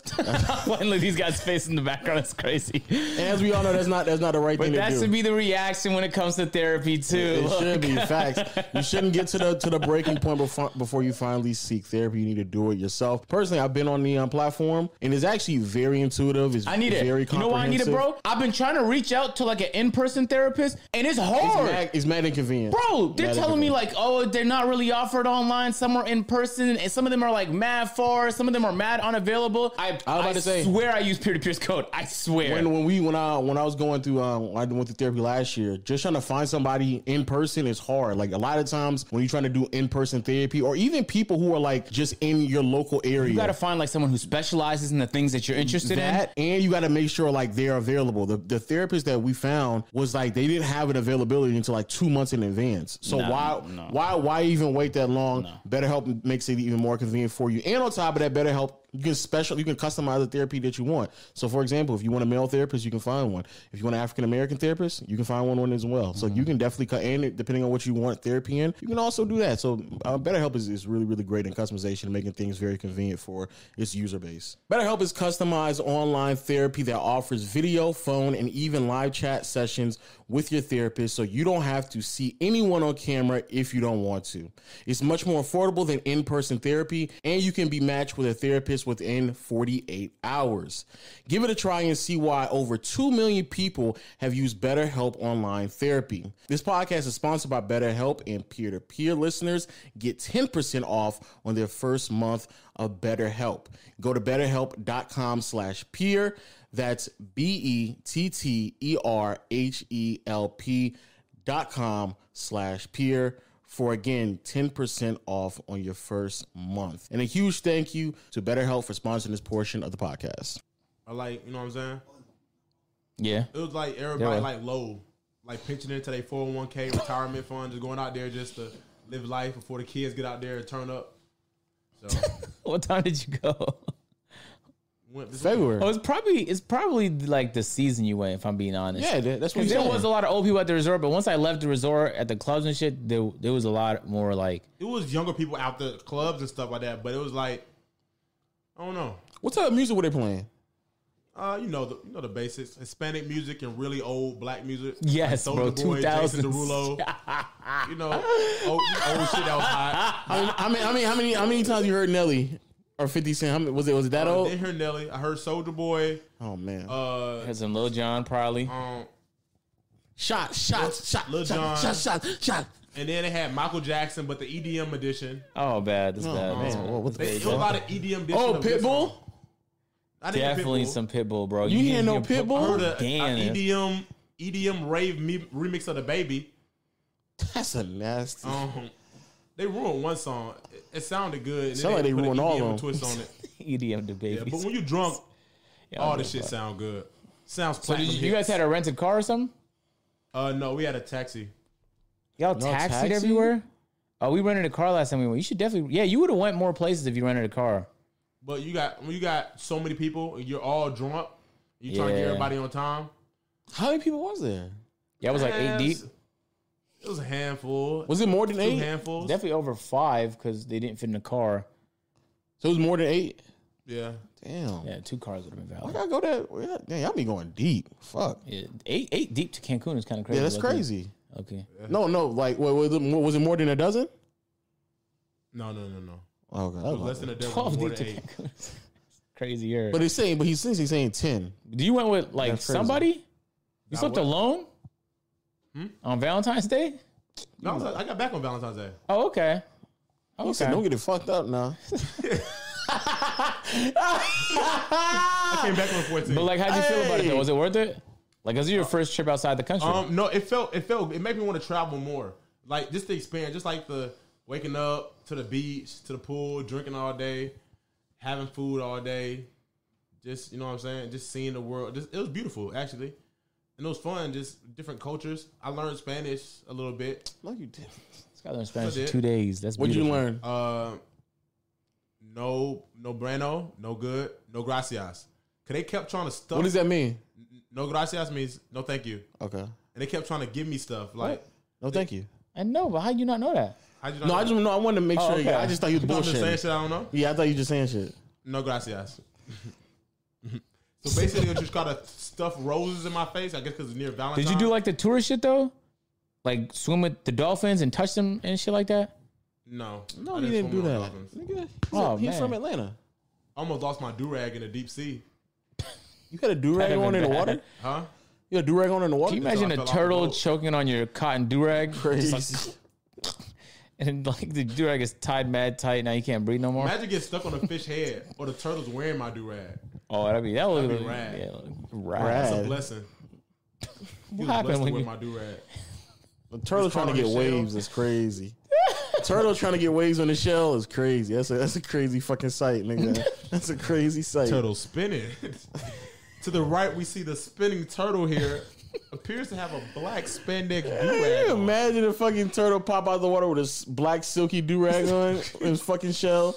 Speaker 2: Look, these guys' face in the background is crazy.
Speaker 1: as we all know that's not that's not the right thing
Speaker 2: That
Speaker 1: to do.
Speaker 2: should be the reaction when it comes to therapy too.
Speaker 1: It
Speaker 2: Look.
Speaker 1: should be facts. You shouldn't get to the to the breaking point before before you finally seek therapy. You need to do it yourself. Personally, I've been on the um, platform and it's actually very intuitive. It's
Speaker 2: I need it.
Speaker 1: very
Speaker 2: You know why I need it,
Speaker 1: comprehensive.
Speaker 2: bro? I've been trying to reach out to like an in-person therapist, and it's
Speaker 1: It's
Speaker 2: hard.
Speaker 1: mad, it's mad inconvenient,
Speaker 2: Bro, they're
Speaker 1: Mad
Speaker 2: telling me
Speaker 1: inconvenient.
Speaker 2: like, oh, they're not really offered online. Some are in person, and some of them are like mad far. Some of them are mad unavailable. I, I,
Speaker 1: I was about to say-
Speaker 2: swear I use peer to peer code. I swear.
Speaker 1: when when we when I when I was going through um when I went through therapy last year, just trying to find somebody in person is hard. Like a lot of times when you're trying to do in person therapy, or even people who are like just in your local area,
Speaker 2: you got to find like someone who specializes in the things that you're interested
Speaker 1: that and you got to make sure like they're available. The the therapist that we found was like they didn't have an availability until like two months in advance. So
Speaker 2: No,
Speaker 1: why
Speaker 2: no.
Speaker 1: why why even wait that long? BetterHelp makes it even more convenient for you. And on top of that, BetterHelp you can special you can customize the therapy that you want. So for example, if you want a male therapist, you can find one. If you want an African American therapist, you can find one on as well. So you can definitely cut in it depending on what you want therapy in. You can also do that. So uh, BetterHelp is, is really really great in customization, making things very convenient for its user base. BetterHelp is customized online therapy that offers video, phone, and even live chat sessions with your therapist so you don't have to see anyone on camera if you don't want to. It's much more affordable than in person therapy, and you can be matched with a therapist purchase within 48 hours. Give it a try and see why over 2 million people have used BetterHelp online therapy. This podcast is sponsored by BetterHelp, and peer to peer listeners get 10% off on their first month of BetterHelp. Go to betterhelp.com slash peer. That's B E T T E R H E L P dot com slash peer for again 10% off on your first month. And a huge thank you to BetterHelp for sponsoring this portion of the podcast.
Speaker 3: I like, you know what I'm saying?
Speaker 2: Yeah.
Speaker 3: It was like everybody
Speaker 2: Yeah.
Speaker 3: like low, like pitching into their 401k retirement fund, just going out there just to live life before the kids get out there and turn up. So
Speaker 2: What time did you go?
Speaker 3: went this
Speaker 2: Oh,
Speaker 1: February.
Speaker 2: it's probably it's probably like the season you went. If I'm being honest.
Speaker 1: Yeah, that- that's what
Speaker 2: Because
Speaker 1: he
Speaker 2: there
Speaker 1: said.
Speaker 2: was a lot of old people at the resort, but once I left the resort at the clubs and shit, there, there was a lot more like
Speaker 3: it was younger people out the clubs and stuff like that, but it was like I don't know.
Speaker 1: what type of music were they playing?
Speaker 3: Uh, you know the you know the basics: Hispanic music and really old black music.
Speaker 2: Yes,
Speaker 3: Soulja
Speaker 2: bro,
Speaker 3: Boy, Jason
Speaker 2: 2000s.
Speaker 3: Derulo. you know, old, old shit that was hot.
Speaker 1: I mean, I mean, I mean, how many how many times you heard Nelly or 50 Cent? How many, was it was it that
Speaker 2: Oh.
Speaker 3: I
Speaker 1: old?
Speaker 3: didn't hear Nelly. I heard Soldier Boy.
Speaker 1: Oh man.
Speaker 3: Uh,
Speaker 2: had some Lil John probably.
Speaker 3: um,
Speaker 1: shot, shot, shot,
Speaker 3: Lil
Speaker 1: shot,
Speaker 3: Jon.
Speaker 1: shot, shot, shot.
Speaker 3: and then they had Michael Jackson, but the EDM edition.
Speaker 2: Oh, bad. That's
Speaker 1: Oh,
Speaker 2: bad. That's
Speaker 1: man.
Speaker 2: bad.
Speaker 1: What- what the
Speaker 3: They, it was a
Speaker 1: fuck?
Speaker 3: lot of EDM. Edition
Speaker 1: Oh,
Speaker 3: of this
Speaker 1: Pitbull?
Speaker 3: song. I didn't hear
Speaker 2: Definitely
Speaker 3: Pitbull.
Speaker 2: some Pitbull, bro.
Speaker 1: You hear no
Speaker 2: didn't
Speaker 3: I
Speaker 1: Pitbull?
Speaker 3: heard a, E
Speaker 2: Damn.
Speaker 1: E
Speaker 3: a EDM EDM rave me- remix of the baby.
Speaker 1: That's a nasty.
Speaker 3: Um, they ruined one song. It, it sounded good. and then
Speaker 1: Sound like they
Speaker 3: put an
Speaker 1: ruined all
Speaker 3: EDM
Speaker 1: of them.
Speaker 3: Twist on it.
Speaker 2: EDM E the
Speaker 3: Yeah, but
Speaker 2: babies.
Speaker 3: when you drunk,
Speaker 2: Yeah, I
Speaker 3: all
Speaker 2: know
Speaker 3: this shit
Speaker 2: about it.
Speaker 3: sound good. Sounds
Speaker 2: So
Speaker 3: platinum.
Speaker 2: did you, you guys
Speaker 3: hits.
Speaker 2: had a rented car or something?
Speaker 3: Uh, no, we had a taxi.
Speaker 2: Y'all
Speaker 1: No
Speaker 2: taxied
Speaker 1: taxi?
Speaker 2: everywhere. Oh, we rented a car last time we went. You should definitely. Yeah, you would have went more places if you rented a car.
Speaker 3: But you got when you got so many people, and you're all drunk. You trying to get
Speaker 2: Yeah.
Speaker 3: everybody on time.
Speaker 1: How many people was there?
Speaker 2: Yeah, it was like eight
Speaker 3: And
Speaker 2: deep.
Speaker 3: It was a handful.
Speaker 1: Was it more than
Speaker 3: two
Speaker 1: eight?
Speaker 3: handfuls?
Speaker 2: Definitely over five because they didn't fit in a car.
Speaker 1: So it was more than eight.
Speaker 3: yeah.
Speaker 1: Damn.
Speaker 2: Yeah, two cars would have been
Speaker 1: I
Speaker 2: valid.
Speaker 1: gotta go that. yeah, Damn, y'all be going deep. Fuck.
Speaker 2: Yeah, eight eight deep to Cancun is kind of crazy.
Speaker 1: Yeah, that's
Speaker 2: wasn't it?
Speaker 1: crazy.
Speaker 2: Okay,
Speaker 1: No, no. Like, what, was, it, was it more than a dozen?
Speaker 3: No, no, no, no.
Speaker 1: Oh god, that
Speaker 3: It was
Speaker 1: was
Speaker 3: less than a dozen.
Speaker 2: twelve
Speaker 3: More
Speaker 2: deep
Speaker 3: than
Speaker 2: to
Speaker 3: eight.
Speaker 2: Cancun. Crazier.
Speaker 1: But it's saying, but he's since he's saying ten.
Speaker 2: Do you went with like
Speaker 1: That's crazy.
Speaker 2: somebody? You slept
Speaker 3: what?
Speaker 2: alone
Speaker 1: Hmm?
Speaker 2: on Valentine's Day?
Speaker 3: No, I, was- I got back on Valentine's Day.
Speaker 2: Oh, okay.
Speaker 1: He said,
Speaker 2: Okay.
Speaker 1: "Don't get it fucked up now."
Speaker 3: I came back on the 14th.
Speaker 2: But like, how'd you feel about it
Speaker 1: Hey!
Speaker 2: though? Was it worth it? Like, was it your first trip outside the country?
Speaker 3: Um, no, it felt it felt it made me want to travel more. Like just the experience, just like the waking up to the beach, to the pool, drinking all day, having food all day, just you know what I'm saying, just seeing the world. Just, it was beautiful actually, and it was fun. Just different cultures. I learned Spanish a little bit.
Speaker 1: no, you didn't.
Speaker 2: this guy learned Spanish
Speaker 3: I
Speaker 2: in
Speaker 3: did.
Speaker 2: two days. That's
Speaker 1: What'd you
Speaker 2: beautiful.
Speaker 1: learn?
Speaker 3: Um, no, no brano, no good, no gracias. Cause they kept trying to stuff.
Speaker 1: What does that mean?
Speaker 3: No gracias means no thank you,
Speaker 1: Okay.
Speaker 3: and they kept trying to give me stuff like.
Speaker 1: No, thank you.
Speaker 2: I know, but how you not know that?
Speaker 3: How'd you not
Speaker 1: No,
Speaker 3: know?
Speaker 1: I just no. I wanted to make
Speaker 2: Oh,
Speaker 1: sure.
Speaker 2: okay.
Speaker 1: I just thought you was
Speaker 3: You know, I'm just saying
Speaker 1: bullshit.
Speaker 3: shit I don't know.
Speaker 1: Yeah, I thought you just saying shit.
Speaker 3: No gracias. so basically, I just gotta stuff roses in my face. I guess because it's near Valentine's.
Speaker 2: Did you do like the tourist shit though? Like swim with the dolphins and touch them and shit like that?
Speaker 3: No,
Speaker 1: No,
Speaker 3: I
Speaker 1: you didn't do
Speaker 3: swim with no
Speaker 1: that.
Speaker 3: dolphins.
Speaker 1: Nigga, he's,
Speaker 2: Oh,
Speaker 1: he's
Speaker 2: man.
Speaker 1: from Atlanta.
Speaker 3: I almost lost my do rag in the deep sea.
Speaker 1: You had a do rag
Speaker 2: That'd
Speaker 1: on
Speaker 2: been
Speaker 1: in the
Speaker 2: bad.
Speaker 1: water.
Speaker 3: Huh?
Speaker 1: You had a do rag on in the water.
Speaker 2: Can you
Speaker 3: I
Speaker 2: imagine
Speaker 3: fell
Speaker 2: a
Speaker 3: off the
Speaker 2: turtle
Speaker 3: boat.
Speaker 2: choking on your cotton durag?
Speaker 1: Crazy.
Speaker 2: Just like- and like the durag is tied mad tight. Now you can't breathe no more.
Speaker 3: Imagine getting stuck on a fish head or the turtles wearing my do rag.
Speaker 2: Oh, that'd be that would
Speaker 3: That'd
Speaker 2: be
Speaker 3: be rad.
Speaker 2: Yeah, like, rad.
Speaker 1: Rad.
Speaker 3: That's a blessing.
Speaker 2: What happened when
Speaker 3: with
Speaker 2: you?
Speaker 3: my do rag?
Speaker 1: A turtle trying to
Speaker 3: caught on
Speaker 1: get
Speaker 3: the shell.
Speaker 1: waves is crazy. turtle trying to get waves on the shell is crazy. That's a that's a crazy fucking sight, nigga. That's a crazy sight.
Speaker 3: Turtle spinning. to the right, we see the spinning turtle here. Appears to have a black spandex do
Speaker 1: Can
Speaker 3: rag.
Speaker 1: you
Speaker 3: on.
Speaker 1: imagine a fucking turtle pop out of the water with a s- black silky do rag on in his fucking shell?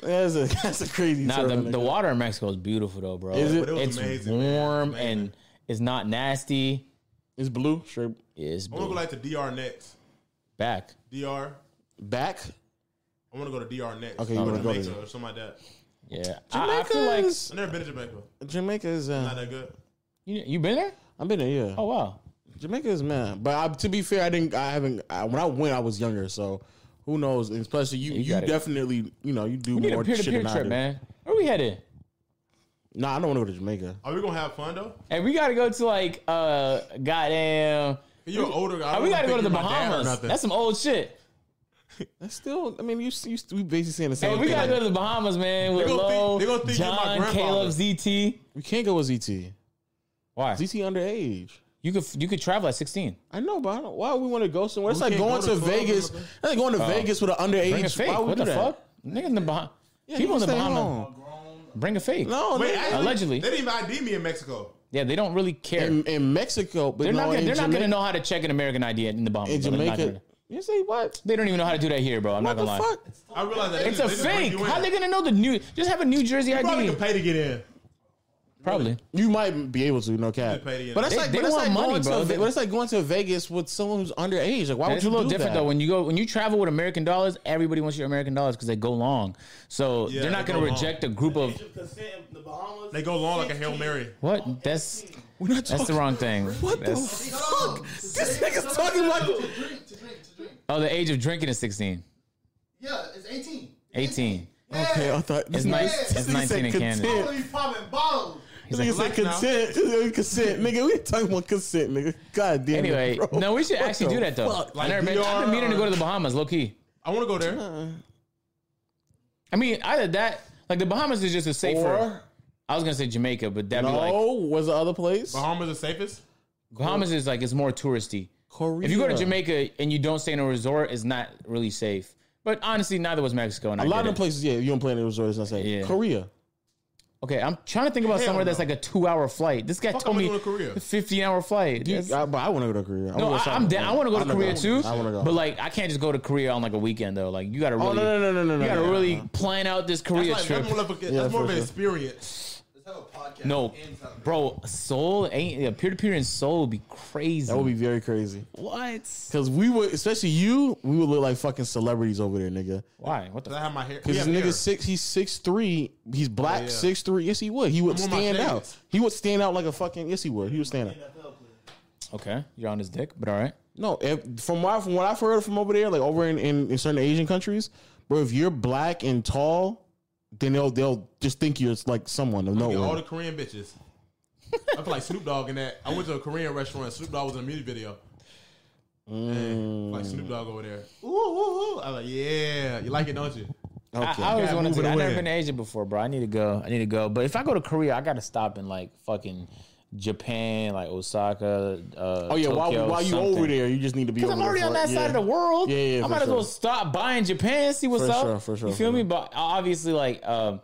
Speaker 1: That's a that's a crazy
Speaker 2: Nah, the,
Speaker 1: turtle.
Speaker 2: the
Speaker 1: nigga.
Speaker 2: water in Mexico is beautiful though, bro.
Speaker 1: Is it? But
Speaker 3: it was
Speaker 2: it's
Speaker 3: amazing, man.
Speaker 2: warm
Speaker 3: Amazing.
Speaker 2: and it's not nasty.
Speaker 1: it's blue. Sure.
Speaker 2: It's
Speaker 3: I want to
Speaker 2: blue.
Speaker 3: go like to DR next.
Speaker 2: back.
Speaker 3: DR.
Speaker 1: Back.
Speaker 3: I want to go to DR next.
Speaker 1: Okay, you
Speaker 3: Or
Speaker 1: wanna go
Speaker 3: Jamaica
Speaker 1: there.
Speaker 3: or something like that.
Speaker 2: Yeah, I, I feel like
Speaker 1: Jamaica's
Speaker 3: I've never been to Jamaica.
Speaker 1: Jamaica's.
Speaker 3: Not
Speaker 1: Uh,
Speaker 3: that good.
Speaker 2: you you been there.
Speaker 1: I've been there. Yeah.
Speaker 2: Oh wow,
Speaker 1: Jamaica is man, but I, to be fair, I didn't. I haven't. I, when I went, I was younger, so who knows? And especially you,
Speaker 2: you
Speaker 1: you,
Speaker 2: got it.
Speaker 1: definitely, you know, you do
Speaker 2: we need
Speaker 1: more
Speaker 2: a peer to
Speaker 1: shit
Speaker 2: peer
Speaker 1: than I
Speaker 2: trip,
Speaker 1: do.
Speaker 2: man. Where we headed?
Speaker 1: Nah, I don't want to go to Jamaica.
Speaker 3: Are we gonna have fun though?
Speaker 2: And we gotta go to like uh goddamn
Speaker 3: You're an older guy. I
Speaker 2: Oh,
Speaker 3: don't
Speaker 2: we gotta go
Speaker 3: think
Speaker 2: to the
Speaker 3: you're my dad or
Speaker 2: Bahamas.
Speaker 3: nothing.
Speaker 2: That's some old shit.
Speaker 1: That's still. I mean, you you we basically saying the same
Speaker 2: Hey,
Speaker 1: thing.
Speaker 2: we gotta go to the Bahamas, man. With
Speaker 3: gonna think-
Speaker 2: Low,
Speaker 3: they gonna think you're my
Speaker 2: John,
Speaker 3: grandfather.
Speaker 2: Caleb, ZT.
Speaker 1: we can't go with ZT.
Speaker 2: Why?
Speaker 1: ZT underage.
Speaker 2: You could you could travel at sixteen.
Speaker 1: I know, but I don't, why we want to go somewhere? It's
Speaker 3: We
Speaker 1: like
Speaker 3: can't
Speaker 1: going
Speaker 3: go
Speaker 1: to,
Speaker 3: to clubs or
Speaker 1: Vegas.
Speaker 3: nothing.
Speaker 1: That's like going to Vegas with an
Speaker 2: Oh. Bring a
Speaker 1: underage.
Speaker 2: fake.
Speaker 1: Why would we
Speaker 2: What
Speaker 1: do
Speaker 2: the
Speaker 1: that?
Speaker 2: fuck? Nigga in the Bahamas.
Speaker 1: Yeah,
Speaker 2: People in the
Speaker 1: stay
Speaker 2: Bahamas.
Speaker 1: home.
Speaker 2: Bring a fake.
Speaker 1: No,
Speaker 3: Wait,
Speaker 1: nigga.
Speaker 3: actually,
Speaker 2: Allegedly.
Speaker 3: they didn't even ID me in Mexico.
Speaker 2: Yeah, they don't really care.
Speaker 1: in, in Mexico, but
Speaker 2: they're
Speaker 1: no,
Speaker 2: not gonna,
Speaker 1: in
Speaker 2: they're not
Speaker 1: Jamaica,
Speaker 2: gonna know how to check an American ID in the Bahamas.
Speaker 1: in
Speaker 2: bro. They're not
Speaker 1: Jamaica.
Speaker 2: gonna-
Speaker 1: You say what?
Speaker 2: They don't even know how to do that here, bro. I'm
Speaker 1: What
Speaker 2: not
Speaker 1: the
Speaker 2: gonna lie.
Speaker 1: fuck?
Speaker 3: I realize that.
Speaker 2: It's a fake. How they gonna know the new? Just have a New Jersey
Speaker 3: probably
Speaker 2: ID.
Speaker 3: can pay to get in?
Speaker 2: Probably.
Speaker 1: You might be able to, no cap.
Speaker 3: pay to get
Speaker 1: But that's
Speaker 2: in.
Speaker 1: like but
Speaker 2: They- they
Speaker 1: that's
Speaker 2: want
Speaker 1: like
Speaker 2: money,
Speaker 1: going to
Speaker 2: bro.
Speaker 1: Ve-
Speaker 2: They-
Speaker 1: But it's like going to Vegas with someone who's underage. Like, why would
Speaker 2: It's
Speaker 1: you
Speaker 2: a little
Speaker 1: do
Speaker 2: different
Speaker 1: that?
Speaker 2: though. When you go, when you travel with American dollars, everybody wants your American dollars because they go long. So
Speaker 3: Yeah,
Speaker 2: they're not
Speaker 3: they
Speaker 2: going to
Speaker 3: go long.
Speaker 2: reject a group of
Speaker 4: Age of consent in the Bahamas.
Speaker 3: They go long like a hail mary.
Speaker 2: what? That's
Speaker 1: We're not
Speaker 2: that's the
Speaker 1: talking-
Speaker 2: wrong thing.
Speaker 1: What the
Speaker 2: That's-
Speaker 1: fuck? This nigga's talking
Speaker 4: To
Speaker 1: about.
Speaker 4: drink, to drink, to drink.
Speaker 2: oh, the age of drinking is 16,
Speaker 4: Yeah, it's 18.
Speaker 2: 18.
Speaker 4: Yeah.
Speaker 1: Okay, I thought
Speaker 2: It's
Speaker 1: this
Speaker 2: nice.
Speaker 1: nigga-
Speaker 2: It's
Speaker 1: this nigga
Speaker 2: 19 in
Speaker 1: said
Speaker 2: Canada.
Speaker 1: consent.
Speaker 4: I'm gonna be popping bottles.
Speaker 1: This nigga said
Speaker 3: Relax now.
Speaker 1: consent. This nigga consent, nigga. We ain't talking about consent, nigga. God damn.
Speaker 2: Anyway,
Speaker 1: it, bro.
Speaker 2: no, we should
Speaker 1: What
Speaker 2: actually
Speaker 1: the
Speaker 2: do that though.
Speaker 1: fuck?
Speaker 2: I
Speaker 3: Like
Speaker 2: never been, I've been
Speaker 3: VR
Speaker 2: meaning to go
Speaker 3: or-
Speaker 2: to the Bahamas, low key.
Speaker 3: I want to go there.
Speaker 1: Uh,
Speaker 2: I mean, either that, like the Bahamas is just a safer.
Speaker 1: Or
Speaker 2: I was gonna say Jamaica, but that'd be like
Speaker 1: no, was the other place?
Speaker 3: Bahamas is safest.
Speaker 2: Bahamas is like it's more touristy.
Speaker 1: Korea.
Speaker 2: If you go to Jamaica and you don't stay in a resort, it's not really safe. But honestly, neither was Mexico. And
Speaker 1: a lot of the
Speaker 2: places.
Speaker 1: places, yeah, you don't play in the resort. It's not safe.
Speaker 2: Yeah.
Speaker 1: Korea.
Speaker 2: Okay, I'm trying to think about
Speaker 3: Hell
Speaker 2: somewhere that's
Speaker 3: no.
Speaker 2: like a two-hour flight. This guy
Speaker 3: Fuck
Speaker 2: told
Speaker 3: am I
Speaker 2: me
Speaker 3: going to Korea?
Speaker 2: 15-hour flight.
Speaker 1: You-
Speaker 2: That's-
Speaker 1: I, but I want to go to Korea.
Speaker 2: no,
Speaker 1: wanna
Speaker 2: I,
Speaker 1: go
Speaker 2: I'm
Speaker 1: shopping.
Speaker 2: down. I want to go to
Speaker 1: wanna
Speaker 2: Korea too.
Speaker 1: I want to go.
Speaker 2: But like, I can't just go to Korea on like a weekend though. Like, you gotta really,
Speaker 1: oh no, no, no, no, no, no.
Speaker 2: you gotta
Speaker 1: no,
Speaker 2: really
Speaker 1: no.
Speaker 2: plan out this
Speaker 3: That's,
Speaker 2: Korea
Speaker 3: like,
Speaker 2: trip.
Speaker 3: that's more, of a- that's
Speaker 1: Yeah,
Speaker 3: more of
Speaker 1: for
Speaker 3: an
Speaker 1: sure.
Speaker 3: experience.
Speaker 4: Let's have a podcast.
Speaker 2: no,
Speaker 4: in South Africa.
Speaker 2: bro, Seoul ain't yeah, peer-to-peer in Seoul would be crazy.
Speaker 1: That would be very crazy.
Speaker 2: what?
Speaker 1: Cause we would, especially you, we would look like fucking celebrities over there, nigga.
Speaker 2: Why? What the?
Speaker 3: Does I
Speaker 2: F-
Speaker 3: have my hair?
Speaker 1: Cause this nigga six, he's six three, he's black
Speaker 3: Yeah, yeah.
Speaker 1: six three. Yes, he would. He would
Speaker 3: I'm on my
Speaker 1: stand
Speaker 3: shades.
Speaker 1: out. He would stand out like a fucking. Yes, he would. He would stand out.
Speaker 4: NFL player.
Speaker 2: okay, you're on his dick, but all right.
Speaker 1: No, if, from what from what I've heard from over there, like over in, in, in certain Asian countries, bro, if you're black and tall, then they'll they'll just think you're like someone of
Speaker 3: Yeah, all the
Speaker 1: nowhere.
Speaker 3: Korean bitches. I feel like Snoop Dogg in that. I went to a Korean restaurant. Snoop Dogg was in a music video. And, like Snoop Dogg over there. Ooh, ooh, ooh. I was like, yeah, you like it, don't you?
Speaker 1: Okay.
Speaker 2: I, I always
Speaker 3: Gotta
Speaker 2: wanted
Speaker 3: move
Speaker 2: to.
Speaker 3: it
Speaker 2: I've never
Speaker 3: away.
Speaker 2: been to Asia before, bro. I need to go. I need to go. But if I go to Korea, I gotta stop in like fucking Japan, like Osaka. Uh,
Speaker 1: oh yeah,
Speaker 2: Tokyo,
Speaker 1: while, while you
Speaker 2: something.
Speaker 1: over there, you just need to be.
Speaker 2: Because
Speaker 1: Over
Speaker 2: I'm already
Speaker 1: there
Speaker 2: on
Speaker 1: for it.
Speaker 2: that side
Speaker 1: Yeah.
Speaker 2: of the world.
Speaker 1: Yeah, yeah,
Speaker 2: I
Speaker 1: for
Speaker 2: might as well
Speaker 1: sure.
Speaker 2: stop buying Japan, see what's
Speaker 1: For
Speaker 2: up.
Speaker 1: sure, for sure,
Speaker 2: You feel
Speaker 1: for
Speaker 2: me?
Speaker 1: sure.
Speaker 2: But uh, obviously, like um,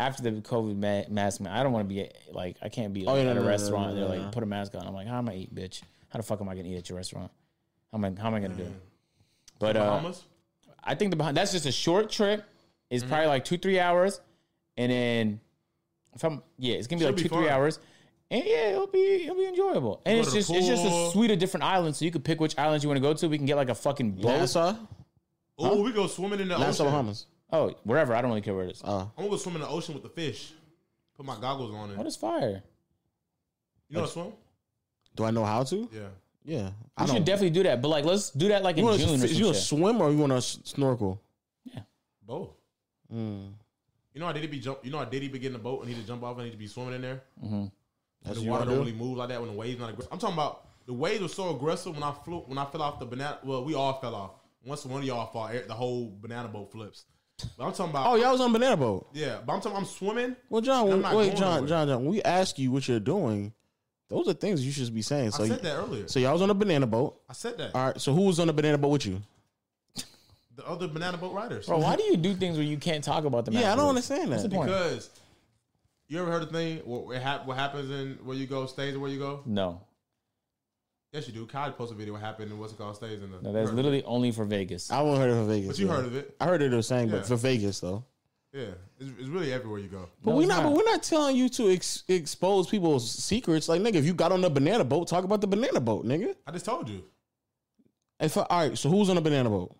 Speaker 2: after the COVID ma- mask, man, I don't want to be like I can't be like,
Speaker 1: Oh, yeah, no,
Speaker 2: at
Speaker 1: no,
Speaker 2: a
Speaker 1: no, no,
Speaker 2: restaurant.
Speaker 1: no,
Speaker 2: and they're
Speaker 1: no.
Speaker 2: like, put a mask on. I'm like, how am I eat, bitch? How the fuck am I gonna eat at your restaurant? How am I? How am I gonna do it? But uh,
Speaker 3: Bahamas?
Speaker 2: I think the behind that's just a short trip. It's probably like two three hours, and then if I'm yeah, it's gonna be
Speaker 3: Should
Speaker 2: like
Speaker 3: be
Speaker 2: two three
Speaker 3: fun.
Speaker 2: hours. And yeah, it'll be it'll be enjoyable, and
Speaker 3: go
Speaker 2: it's
Speaker 3: to the
Speaker 2: just it's just a
Speaker 3: pool.
Speaker 2: suite of different islands, so you can pick which islands you want to go to. We can get like a fucking boat.
Speaker 1: Nassau,
Speaker 3: Oh, we go swimming in the
Speaker 1: Nassau,
Speaker 3: ocean.
Speaker 1: Bahamas.
Speaker 2: Oh, wherever. I don't really care where it is.
Speaker 1: Uh,
Speaker 3: I'm gonna go swim in the ocean with the fish. Put my goggles on and
Speaker 2: What is fire?
Speaker 3: you know how to swim?
Speaker 1: do I know how to?
Speaker 3: Yeah.
Speaker 1: Yeah, I
Speaker 2: We
Speaker 1: don't.
Speaker 2: should definitely do that, but like let's do that like in
Speaker 1: you want
Speaker 2: June or
Speaker 1: to
Speaker 2: some shit.
Speaker 1: swim or you want to snorkel?
Speaker 3: Both. You know how Diddy be jump you know how Diddy be getting the boat and he just jump off and he just be swimming in there?
Speaker 1: That's
Speaker 3: the
Speaker 1: what
Speaker 3: water
Speaker 1: you want
Speaker 3: don't really move like that when the waves not aggressive. I'm talking about the waves were so aggressive when I flew when I fell off the banana. Well, we all fell off. Once one of y'all fall, eh, the whole banana boat flips. But I'm talking about
Speaker 1: Oh, y'all was on banana boat.
Speaker 3: yeah. But I'm talking I'm swimming.
Speaker 1: Well, John,
Speaker 3: And I'm
Speaker 1: wait,
Speaker 3: not going
Speaker 1: John,
Speaker 3: nowhere.
Speaker 1: John, John. When we ask you what you're doing, those are things you should be saying. So,
Speaker 3: I
Speaker 1: you, Uh.
Speaker 3: said that earlier.
Speaker 1: so y'all was on a banana boat.
Speaker 3: I said that.
Speaker 1: All right. So who was on the banana boat with you?
Speaker 3: The other banana boat riders.
Speaker 2: Bro, why do you do things where you can't talk about them?
Speaker 1: Yeah, I don't
Speaker 2: afterwards?
Speaker 1: understand
Speaker 2: What's the
Speaker 1: that.
Speaker 2: point?
Speaker 3: Because you ever heard the thing what what hap- what happens in where you go stays and where you go?
Speaker 2: No,
Speaker 3: Yes, you do. Kyle posted a video. What happened and what's it called? Stays in the.
Speaker 2: no, that's
Speaker 3: Heard.
Speaker 2: literally only for Vegas.
Speaker 1: I haven't heard of it for Vegas.
Speaker 3: But you
Speaker 1: yeah.
Speaker 3: heard of it.
Speaker 1: I heard it was saying,
Speaker 3: Yeah.
Speaker 1: but for Vegas though.
Speaker 3: Yeah, it's, it's really everywhere you go.
Speaker 1: But
Speaker 2: No,
Speaker 1: we're
Speaker 2: it's
Speaker 1: not,
Speaker 2: not.
Speaker 1: But we're not telling you to ex- expose people's secrets. Like nigga, if you got on the banana boat, talk about the banana boat, nigga.
Speaker 3: I just told you.
Speaker 1: If I, all right, so who's on the banana boat?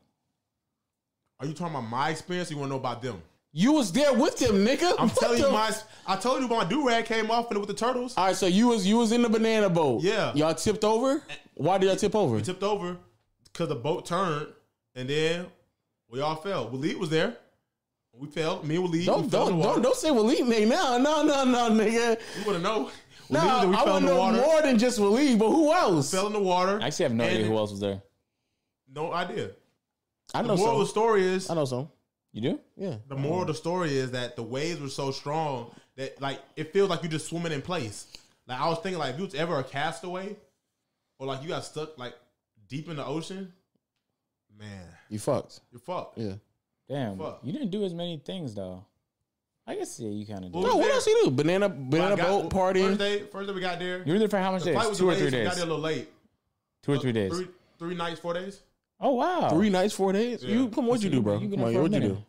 Speaker 3: Are you talking about my experience? Or you want to know about them?
Speaker 1: You was there with them, nigga.
Speaker 3: I'm
Speaker 1: What
Speaker 3: telling
Speaker 1: the-
Speaker 3: you, my I told you my do rag came off and with the turtles.
Speaker 1: All right, so you was you was in the banana boat.
Speaker 3: Yeah.
Speaker 1: y'all tipped over. Why did y'all tip over?
Speaker 3: tipped over because the boat turned, and then we all fell. Waleed was there. We fell. Me and Waleed.
Speaker 1: Don't
Speaker 3: we fell in
Speaker 1: don't
Speaker 3: the
Speaker 1: don't,
Speaker 3: water.
Speaker 1: don't say Waleed name now. No no no nigga.
Speaker 3: You want to know?
Speaker 1: No,
Speaker 3: Waleed, we
Speaker 1: I
Speaker 3: fell
Speaker 1: want
Speaker 3: in
Speaker 1: to
Speaker 3: the
Speaker 1: know
Speaker 3: water.
Speaker 1: more than just Waleed, but who else?
Speaker 3: Fell in the water.
Speaker 2: I actually have no idea
Speaker 3: And-
Speaker 2: who else was there.
Speaker 3: No idea.
Speaker 1: I
Speaker 3: The
Speaker 1: know
Speaker 3: moral of the
Speaker 1: some.
Speaker 3: story is
Speaker 1: I know some.
Speaker 2: You do?
Speaker 1: Yeah.
Speaker 3: the moral of the story is that the waves were so strong that like it feels like you're just swimming in place. Like I was thinking, like if you was ever a castaway, or like you got stuck like deep in the ocean, man,
Speaker 1: You fucked.
Speaker 3: you're fucked.
Speaker 1: Yeah.
Speaker 2: Damn.
Speaker 3: Fuck.
Speaker 2: You didn't do as many things though. I guess yeah, you kind of did.
Speaker 3: Well,
Speaker 1: No, what
Speaker 3: there-
Speaker 1: else you do? Banana
Speaker 3: When I
Speaker 1: banana
Speaker 3: got-
Speaker 1: boat party.
Speaker 3: First day, first day we got there.
Speaker 2: you were there for how much
Speaker 3: the flight
Speaker 2: days?
Speaker 3: was
Speaker 2: Two or
Speaker 3: delayed,
Speaker 2: three
Speaker 3: so we
Speaker 2: days.
Speaker 3: got there a little late.
Speaker 2: Two or three days.
Speaker 3: Three, three nights, four days.
Speaker 2: Oh wow.
Speaker 1: Three nights, four days.
Speaker 3: Yeah.
Speaker 1: You come. What'd you do, bro?
Speaker 2: You been
Speaker 1: Come
Speaker 2: there
Speaker 1: on,
Speaker 2: for a
Speaker 1: what'd you
Speaker 2: minute.
Speaker 1: do?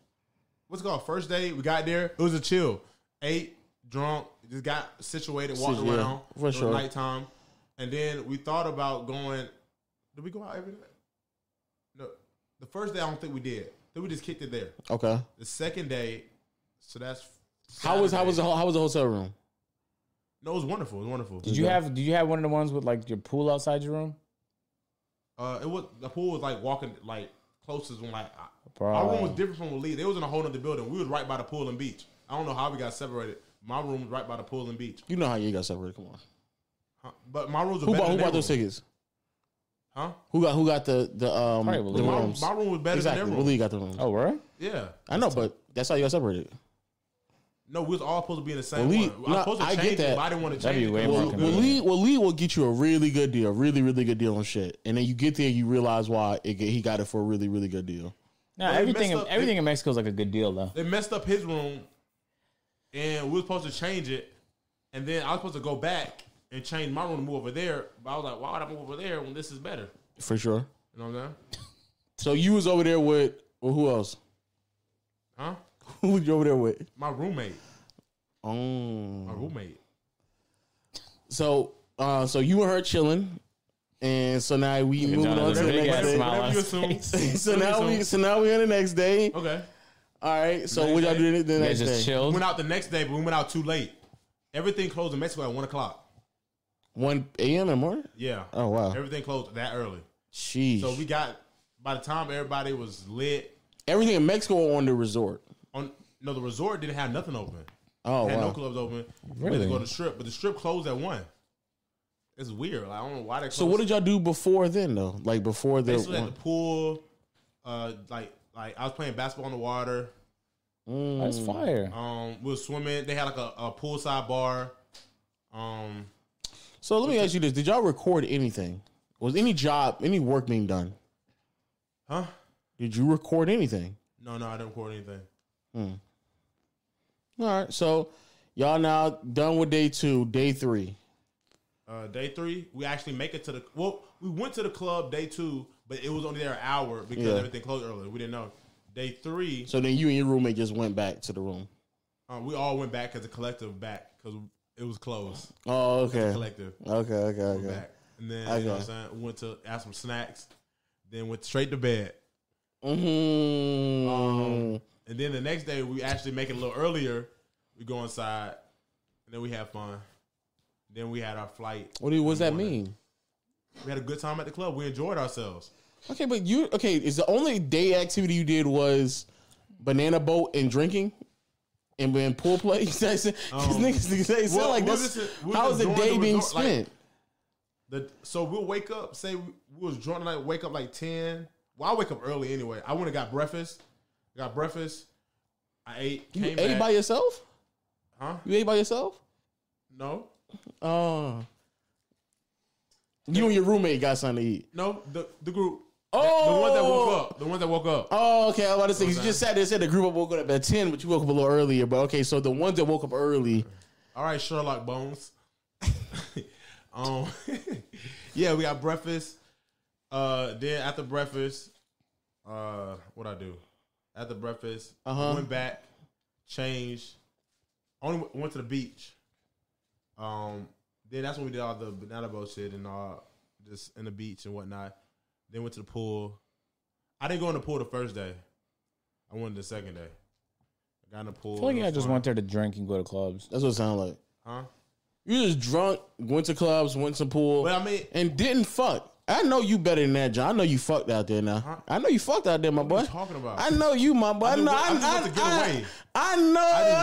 Speaker 3: What's it called? First day we got there. It was a chill. Ate, drunk, just got situated, walked
Speaker 1: Yeah,
Speaker 3: around.
Speaker 1: for
Speaker 3: It was
Speaker 1: sure.
Speaker 3: Nighttime, and then we thought about going. Did we go out every night? No, the first day I don't think we did. Then we just kicked it there.
Speaker 1: Okay.
Speaker 3: The second day, so that's
Speaker 1: How was how was the
Speaker 3: Saturday.
Speaker 1: ho- how was the hotel room?
Speaker 3: No, it was wonderful. It was wonderful.
Speaker 2: Did you have? Did you have one of the ones with like your pool outside your room?
Speaker 3: Uh, it was the pool was like walking like closest when like I,
Speaker 2: Bro.
Speaker 3: our room was different from Lee. They was in a whole other building. We was right by the pool and beach. I don't know how we got separated. My room was right by the pool and beach.
Speaker 1: You know how you got separated. Come on.
Speaker 3: Huh? But my rooms were
Speaker 1: Who
Speaker 3: better
Speaker 1: bought who
Speaker 3: than
Speaker 1: bought
Speaker 3: their
Speaker 1: those
Speaker 3: room.
Speaker 1: tickets?
Speaker 3: Huh?
Speaker 1: Who got who got the the um the
Speaker 2: Probably Lou.
Speaker 3: My,
Speaker 1: rooms?
Speaker 3: my room was better
Speaker 1: Exactly.
Speaker 3: than their room.
Speaker 1: Willie got the rooms.
Speaker 2: Oh, where?
Speaker 3: Yeah.
Speaker 1: I know, but that's how you got separated.
Speaker 3: No, we was all supposed to be in the same
Speaker 1: Well, Lee-
Speaker 3: one. I was
Speaker 1: no,
Speaker 3: supposed to
Speaker 1: I get
Speaker 3: change it,
Speaker 1: that.
Speaker 3: but I didn't want to
Speaker 2: That'd
Speaker 3: change
Speaker 2: be way
Speaker 3: it.
Speaker 2: more
Speaker 3: Well,
Speaker 1: Well,
Speaker 2: convenient.
Speaker 1: Lee,
Speaker 3: Lee-
Speaker 1: well, Lee will get you a really good deal, really, really good deal on shit, and then you get there, you realize why it, get- he got it for a really, really good deal.
Speaker 2: No,
Speaker 3: they
Speaker 2: everything.
Speaker 3: messed up-
Speaker 2: everything in Mexico is like a good deal though.
Speaker 3: They messed up his room, and we was supposed to change it. And then I was supposed to go back and change my room to move over there. But I was like, why would I move over there when this is better?
Speaker 1: For sure.
Speaker 3: You know what I'm saying?
Speaker 1: So you was over there with well, who else?
Speaker 3: Huh?
Speaker 1: Who was you over there with?
Speaker 3: My roommate. My
Speaker 1: Oh.
Speaker 3: roommate.
Speaker 1: So uh so you and her chilling. And so now we
Speaker 2: at
Speaker 1: moving on to
Speaker 2: Jonathan,
Speaker 1: the
Speaker 2: big
Speaker 1: next
Speaker 2: ass
Speaker 1: day.
Speaker 2: smile.
Speaker 3: Whatever
Speaker 2: on
Speaker 3: you
Speaker 2: his
Speaker 3: assume.
Speaker 1: so now we so now we on the next day.
Speaker 3: Okay.
Speaker 1: All right. So
Speaker 3: Next
Speaker 1: what y'all
Speaker 3: day.
Speaker 1: do the- the
Speaker 2: They
Speaker 1: next
Speaker 2: just
Speaker 1: day?
Speaker 3: We
Speaker 2: chilled.
Speaker 3: went out the next day, but we went out too late. Everything closed in Mexico at one o'clock.
Speaker 1: One a.m. in the morning.
Speaker 3: Yeah.
Speaker 1: Oh wow.
Speaker 3: Everything closed that early.
Speaker 1: Sheesh.
Speaker 3: So we got by the time everybody was lit
Speaker 1: Everything in Mexico on the resort.
Speaker 3: on no the resort didn't have nothing open.
Speaker 1: Oh
Speaker 3: had no
Speaker 1: wow.
Speaker 3: clubs open. We had
Speaker 2: Really?
Speaker 3: to go to the strip, but the strip closed at one. It's weird. Like, I don't know why they. Closed.
Speaker 1: So what did y'all do before then though? Like before the
Speaker 3: Basically at the pool, uh, like like I was playing basketball in the water.
Speaker 1: Mm.
Speaker 2: That's fire.
Speaker 3: Um, we were swimming. They had like a, a poolside bar. Um,
Speaker 1: So let me ask you this: Did y'all record anything? Was any job, any work being done?
Speaker 3: huh?
Speaker 1: Did you record anything?
Speaker 3: No, no, I didn't record anything.
Speaker 1: All right. So y'all now done with day two, day three.
Speaker 3: Uh, day three, we actually make it to the well. We went to the club day two, but it was only there an hour because
Speaker 1: Yeah.
Speaker 3: everything closed earlier. We didn't know. Day three,
Speaker 1: So then you and your roommate just went back to the room.
Speaker 3: uh, we all went back as a collective back because it was closed.
Speaker 1: Oh, okay.
Speaker 3: Collective.
Speaker 1: Okay, okay,
Speaker 3: went
Speaker 1: okay.
Speaker 3: back. And then you know what I'm
Speaker 1: Okay.
Speaker 3: saying? we Went to have some snacks, then went straight to bed.
Speaker 1: Mm-hmm.
Speaker 3: Um, and then the next day we actually make it a little earlier. We go inside, and then we have fun. Then we had our flight.
Speaker 1: what do you, what's
Speaker 3: in
Speaker 1: that
Speaker 3: the morning.
Speaker 1: mean?
Speaker 3: We had a good time at the club. We enjoyed ourselves.
Speaker 1: Okay, but you okay? Is the only day activity you did was banana boat and drinking, and then pool play? Because niggas, they sound
Speaker 3: Oh. well,
Speaker 1: like
Speaker 3: we
Speaker 1: that's
Speaker 3: was just- we was
Speaker 1: how is
Speaker 3: just
Speaker 1: the
Speaker 3: doing
Speaker 1: day
Speaker 3: the
Speaker 1: being
Speaker 3: resort, like-
Speaker 1: spent?
Speaker 3: The so we'll wake up. Say we, we was drunk tonight. Wake up like ten. Well, I wake up early anyway. I went and got breakfast. Got breakfast. I ate.
Speaker 1: you
Speaker 3: Came
Speaker 1: ate
Speaker 3: back.
Speaker 1: by yourself?
Speaker 3: huh?
Speaker 1: You ate by yourself?
Speaker 3: No, Uh.
Speaker 1: Oh. You and your roommate got something to eat.
Speaker 3: no. The the group.
Speaker 1: Oh,
Speaker 3: The ones that woke up. The ones that woke up.
Speaker 1: Oh, okay. I was about to say 'cause you
Speaker 3: Okay.
Speaker 1: just sat there and said the group woke up at ten, but you woke up a little earlier. But okay, so the ones that woke up early,
Speaker 3: All right, Sherlock Bones. um, yeah, we got breakfast. Uh, then after breakfast, uh, what I do? After breakfast,
Speaker 1: Uh-huh.
Speaker 3: went back, changed. Only w- went to the beach. Um, then that's when we did all the banana boat shit and all, just in the beach and whatnot. Then went to the pool. I didn't go in the pool the first day. I went the second day. got in the pool.
Speaker 2: I feel like
Speaker 3: it
Speaker 2: I
Speaker 3: was
Speaker 2: just
Speaker 3: fun.
Speaker 2: went there to drink and go to clubs.
Speaker 1: that's what it sounded like.
Speaker 3: Huh?
Speaker 1: You just drunk, went to clubs, went to pool,
Speaker 3: But I mean,
Speaker 1: and didn't fuck. I know you better than that, John. I know you fucked out there now. I know you fucked out there, my boy.
Speaker 3: you talking about?
Speaker 1: I know you, my boy. I,
Speaker 3: just
Speaker 1: know.
Speaker 3: went- I
Speaker 1: I,
Speaker 3: just went to get
Speaker 1: I-
Speaker 3: away.
Speaker 1: I know.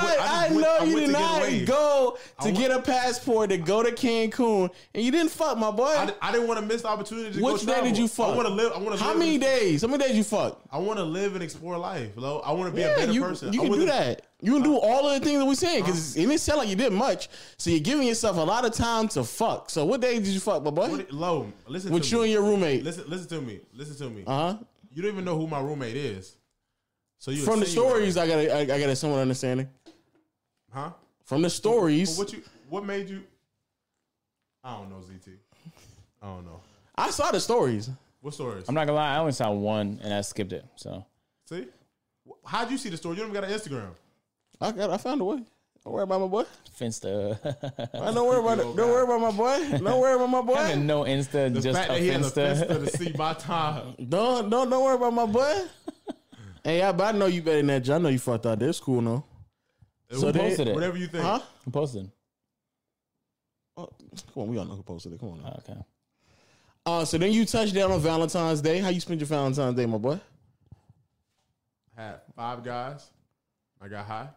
Speaker 3: just went- I
Speaker 1: I,
Speaker 3: just went-
Speaker 1: know
Speaker 3: I
Speaker 1: you
Speaker 3: went
Speaker 1: did
Speaker 3: to get away.
Speaker 1: not go to
Speaker 3: went-
Speaker 1: get a passport to go to Cancun, and you didn't fuck, my boy.
Speaker 3: I, I didn't want to miss the opportunity. to
Speaker 1: Which
Speaker 3: go
Speaker 1: day
Speaker 3: travel.
Speaker 1: did you fuck?
Speaker 3: I want to live. I want to.
Speaker 1: How
Speaker 3: live
Speaker 1: many
Speaker 3: and-
Speaker 1: days? How many days you fuck?
Speaker 3: I want to live and explore life, lo. I want to be a
Speaker 1: Yeah,
Speaker 3: better
Speaker 1: you,
Speaker 3: person.
Speaker 1: you
Speaker 3: I
Speaker 1: can do
Speaker 3: wasn't-
Speaker 1: that. You can do all of the things that we're saying because it didn't sound like you did much. So you're giving yourself a lot of time to fuck. So what day did you fuck, my boy?
Speaker 3: What- Lo, listen
Speaker 1: With
Speaker 3: to
Speaker 1: you
Speaker 3: me.
Speaker 1: and your roommate.
Speaker 3: listen, listen to me. Listen to me.
Speaker 1: Uh huh.
Speaker 3: you don't even know who my roommate is. So you
Speaker 1: From the
Speaker 3: insinuating-
Speaker 1: stories, I got I, I got a somewhat understanding.
Speaker 3: huh?
Speaker 1: From the
Speaker 3: But
Speaker 1: stories,
Speaker 3: what you? What made you? I don't know, ZT. I don't know.
Speaker 1: I saw the stories.
Speaker 3: What stories?
Speaker 2: I'm not gonna lie, I only saw one and I skipped it. So
Speaker 3: see, Wh- how'd you see the story? You don't even got an Instagram.
Speaker 1: I got I found a way. Don't worry about my boy.
Speaker 2: Finsta.
Speaker 1: I don't worry about it. Don't worry about my boy. Don't worry about my
Speaker 2: Having
Speaker 1: boy.
Speaker 2: no Insta,
Speaker 3: The
Speaker 2: just
Speaker 3: fact
Speaker 2: a
Speaker 3: that he has a
Speaker 2: Finsta.
Speaker 3: Finsta to see my time.
Speaker 1: Don't don't don't worry about my boy. Hey, I, but I know you better than that. John. I know you fucked out. That's cool, no.
Speaker 2: Who
Speaker 1: they-
Speaker 2: posted it?
Speaker 3: Whatever you think.
Speaker 1: Huh?
Speaker 2: Who posted?
Speaker 1: Oh, come on, we all know who posted it. Come on. Now.
Speaker 2: Oh, Okay.
Speaker 1: Uh, so then you touched down on Valentine's Day. How you spend your Valentine's Day, my boy?
Speaker 3: Had five guys. I got high.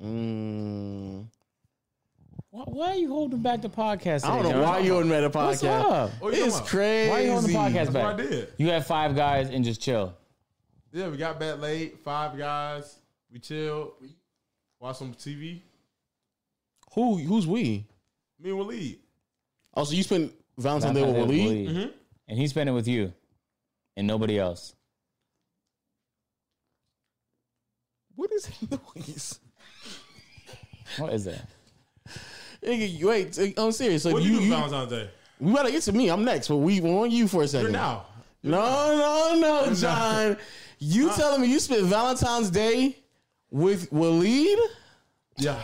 Speaker 1: Mm,
Speaker 2: Why, why are you holding back the podcast?
Speaker 1: I don't
Speaker 2: today,
Speaker 1: know
Speaker 2: John?
Speaker 1: why you're in the podcast.
Speaker 2: What's up?
Speaker 3: Oh,
Speaker 1: It's
Speaker 3: you talking about-
Speaker 1: crazy.
Speaker 2: Why are you on the podcast?
Speaker 3: That's
Speaker 2: back.
Speaker 3: what I did.
Speaker 2: You had five guys and just chill.
Speaker 3: Yeah, we got back late. Five guys. We chilled. Watched some TV.
Speaker 1: Who who's we?
Speaker 3: Me and Waleed.
Speaker 1: Oh, so you spent Valentine's Day
Speaker 2: Valentine's
Speaker 1: with
Speaker 2: Day with
Speaker 1: Waleed?
Speaker 2: Waleed. And he spent it with you and nobody else.
Speaker 1: What is that noise?
Speaker 2: What is that?
Speaker 1: Nigga, you- Wait, t- I'm serious. So
Speaker 3: What do
Speaker 1: you,
Speaker 3: you do
Speaker 1: you-
Speaker 3: Valentine's Day?
Speaker 1: we gotta get to me. I'm next, but we we're on you for a 2nd
Speaker 3: You're now.
Speaker 1: No, no, no, John. You telling me you spent Valentine's Day with Waleed?
Speaker 3: Yeah.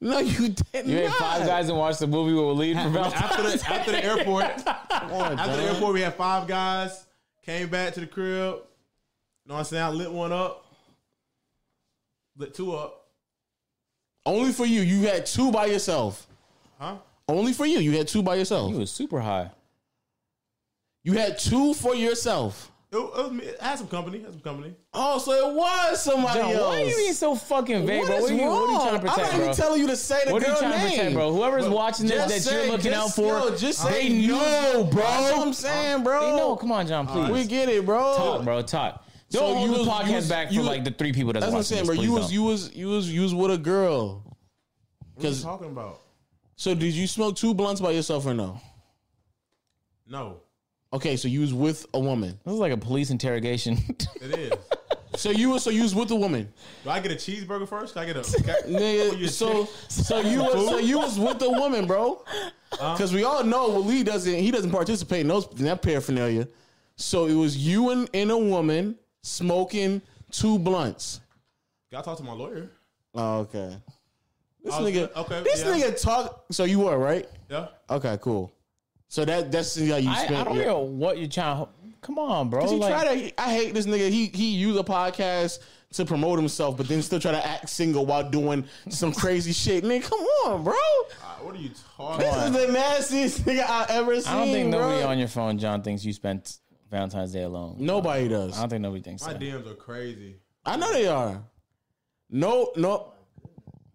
Speaker 1: No, you did
Speaker 2: You
Speaker 1: not.
Speaker 2: had five guys and watched the movie with Waleed for Valentine's
Speaker 3: After the after the airport. after the airport, we had five guys. Came back to the crib. You know what I'm saying? I lit one up. Lit two up.
Speaker 1: Only for you. You had two by yourself.
Speaker 3: Huh?
Speaker 1: Only for you. You had two by yourself.
Speaker 2: He was super high.
Speaker 1: You had two for yourself.
Speaker 3: It, wa- it was me. I had some company. Had some company.
Speaker 1: Oh, so it was somebody
Speaker 2: John,
Speaker 1: else.
Speaker 2: why are you being so fucking vague, bro? What are, you, what are you trying to protect,
Speaker 1: I'm not
Speaker 2: bro?
Speaker 1: even telling you to say the
Speaker 2: what are
Speaker 1: girl
Speaker 2: you trying
Speaker 1: name,
Speaker 2: to protect, bro? Whoever's watching
Speaker 1: Just
Speaker 2: this that
Speaker 1: say-
Speaker 2: you're looking
Speaker 1: just-
Speaker 2: out for,
Speaker 1: yo, just
Speaker 2: they
Speaker 1: say
Speaker 2: know, bro.
Speaker 1: That's what I'm saying, bro.
Speaker 2: They know. Come on, John, please.
Speaker 1: we get it, bro.
Speaker 2: talk, bro. Talk.
Speaker 1: So
Speaker 2: Don't hold
Speaker 1: you
Speaker 2: the
Speaker 1: was-
Speaker 2: podcast
Speaker 1: you was-
Speaker 2: back for
Speaker 1: you-
Speaker 2: like the three people that's,
Speaker 1: That's what I'm saying,
Speaker 2: watching. this,
Speaker 1: bro. You
Speaker 2: please
Speaker 1: was
Speaker 2: don't.
Speaker 1: you was you was you was with a girl.
Speaker 3: What are you
Speaker 1: Because
Speaker 3: talking about?
Speaker 1: so did you smoke two blunts by yourself or no?
Speaker 3: No.
Speaker 1: Okay, so you was with a woman.
Speaker 2: This is like a police interrogation.
Speaker 3: It is.
Speaker 1: So you was so you was with a woman.
Speaker 3: do I get a cheeseburger first? Can I get a can I- Oh,
Speaker 1: Nigga,
Speaker 3: you
Speaker 1: so
Speaker 3: chick.
Speaker 1: so you was so you was with a woman, bro. Because we all know Waleed doesn't he doesn't participate in those in that paraphernalia. So it was you and, and a woman smoking two blunts.
Speaker 3: gotta talk to my lawyer.
Speaker 1: Oh, okay. This
Speaker 3: I was-
Speaker 1: nigga
Speaker 3: Oh, okay,
Speaker 1: This
Speaker 3: yeah.
Speaker 1: nigga talk so you were, right?
Speaker 3: Yeah.
Speaker 1: Okay, cool. So that that's how you
Speaker 2: I,
Speaker 1: spent
Speaker 2: I don't
Speaker 1: your-
Speaker 2: know what you're trying. to... Come on, bro.
Speaker 1: Cause he
Speaker 2: like-
Speaker 1: try to. I hate this nigga. He he use a podcast to promote himself, but then still try to act single while doing some crazy shit. Nigga, come on, bro.
Speaker 3: Uh, what are you talking
Speaker 1: This
Speaker 3: about?
Speaker 1: is the nastiest nigga I ever seen.
Speaker 2: I don't think
Speaker 1: bro.
Speaker 2: nobody on your phone, John, thinks you spent Valentine's Day alone.
Speaker 1: Nobody does.
Speaker 2: I don't think nobody thinks
Speaker 3: My
Speaker 2: so.
Speaker 3: DMs are crazy.
Speaker 1: I know they are. No, no,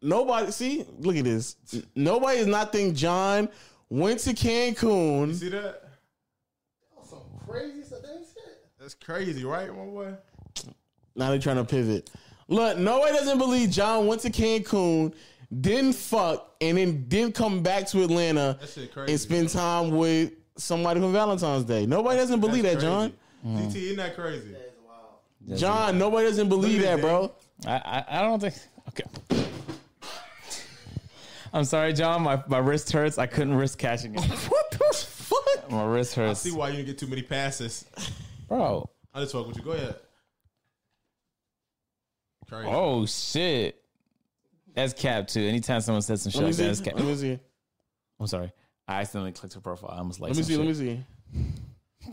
Speaker 1: nobody. See, look at this. Nobody is not think John went to
Speaker 3: You
Speaker 1: Cancun.
Speaker 3: see that?
Speaker 4: Some crazy stuff. That shit.
Speaker 3: That's crazy, right, my boy?
Speaker 1: Now they're trying to pivot. Look, nobody doesn't believe John went to Cancun, didn't fuck, and then didn't come back to Atlanta.
Speaker 3: That shit
Speaker 1: and
Speaker 3: crazy.
Speaker 1: spend time with somebody from Valentine's Day. Nobody doesn't
Speaker 3: That's
Speaker 1: believe that,
Speaker 3: crazy.
Speaker 1: John.
Speaker 3: DT, isn't that crazy?
Speaker 4: That's wild.
Speaker 1: John, nobody doesn't believe
Speaker 3: Look at
Speaker 1: that, bro.
Speaker 2: I, I, I don't think. Okay. I'm sorry, John. My, my wrist hurts. I couldn't risk catching it.
Speaker 1: What the fuck?
Speaker 2: My wrist hurts.
Speaker 3: See why you didn't get too many passes.
Speaker 2: Bro.
Speaker 3: I just talk with you. Go ahead. Crazy.
Speaker 2: Oh, shit. That's cap, too. Anytime someone says some shit
Speaker 1: Let me
Speaker 2: like
Speaker 1: see.
Speaker 2: that, that's cap.
Speaker 1: Let me see.
Speaker 2: I'm sorry. I accidentally clicked her profile. I almost like
Speaker 1: Let me see. Let me see.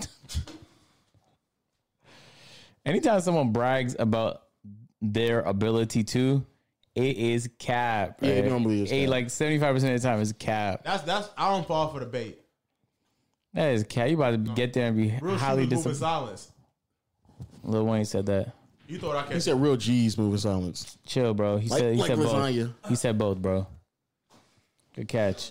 Speaker 2: Anytime someone brags about their ability to, it is cap.
Speaker 1: Yeah,
Speaker 2: right?
Speaker 1: normally it's
Speaker 2: It-
Speaker 1: cap.
Speaker 2: Like 75% of the time is cap.
Speaker 3: That's that's I don't fall for the bait.
Speaker 2: That is cat. You about to get there and be
Speaker 3: Real
Speaker 2: highly
Speaker 3: shooters move in
Speaker 2: disappointed.
Speaker 3: silence.
Speaker 2: Lil Wayne said that.
Speaker 3: You thought I
Speaker 1: He
Speaker 3: can't.
Speaker 1: said real G's moving silence.
Speaker 2: Chill, bro. He
Speaker 1: Like-
Speaker 2: said he
Speaker 1: like
Speaker 2: said
Speaker 1: lasagna.
Speaker 2: both. He said both, bro. Good catch.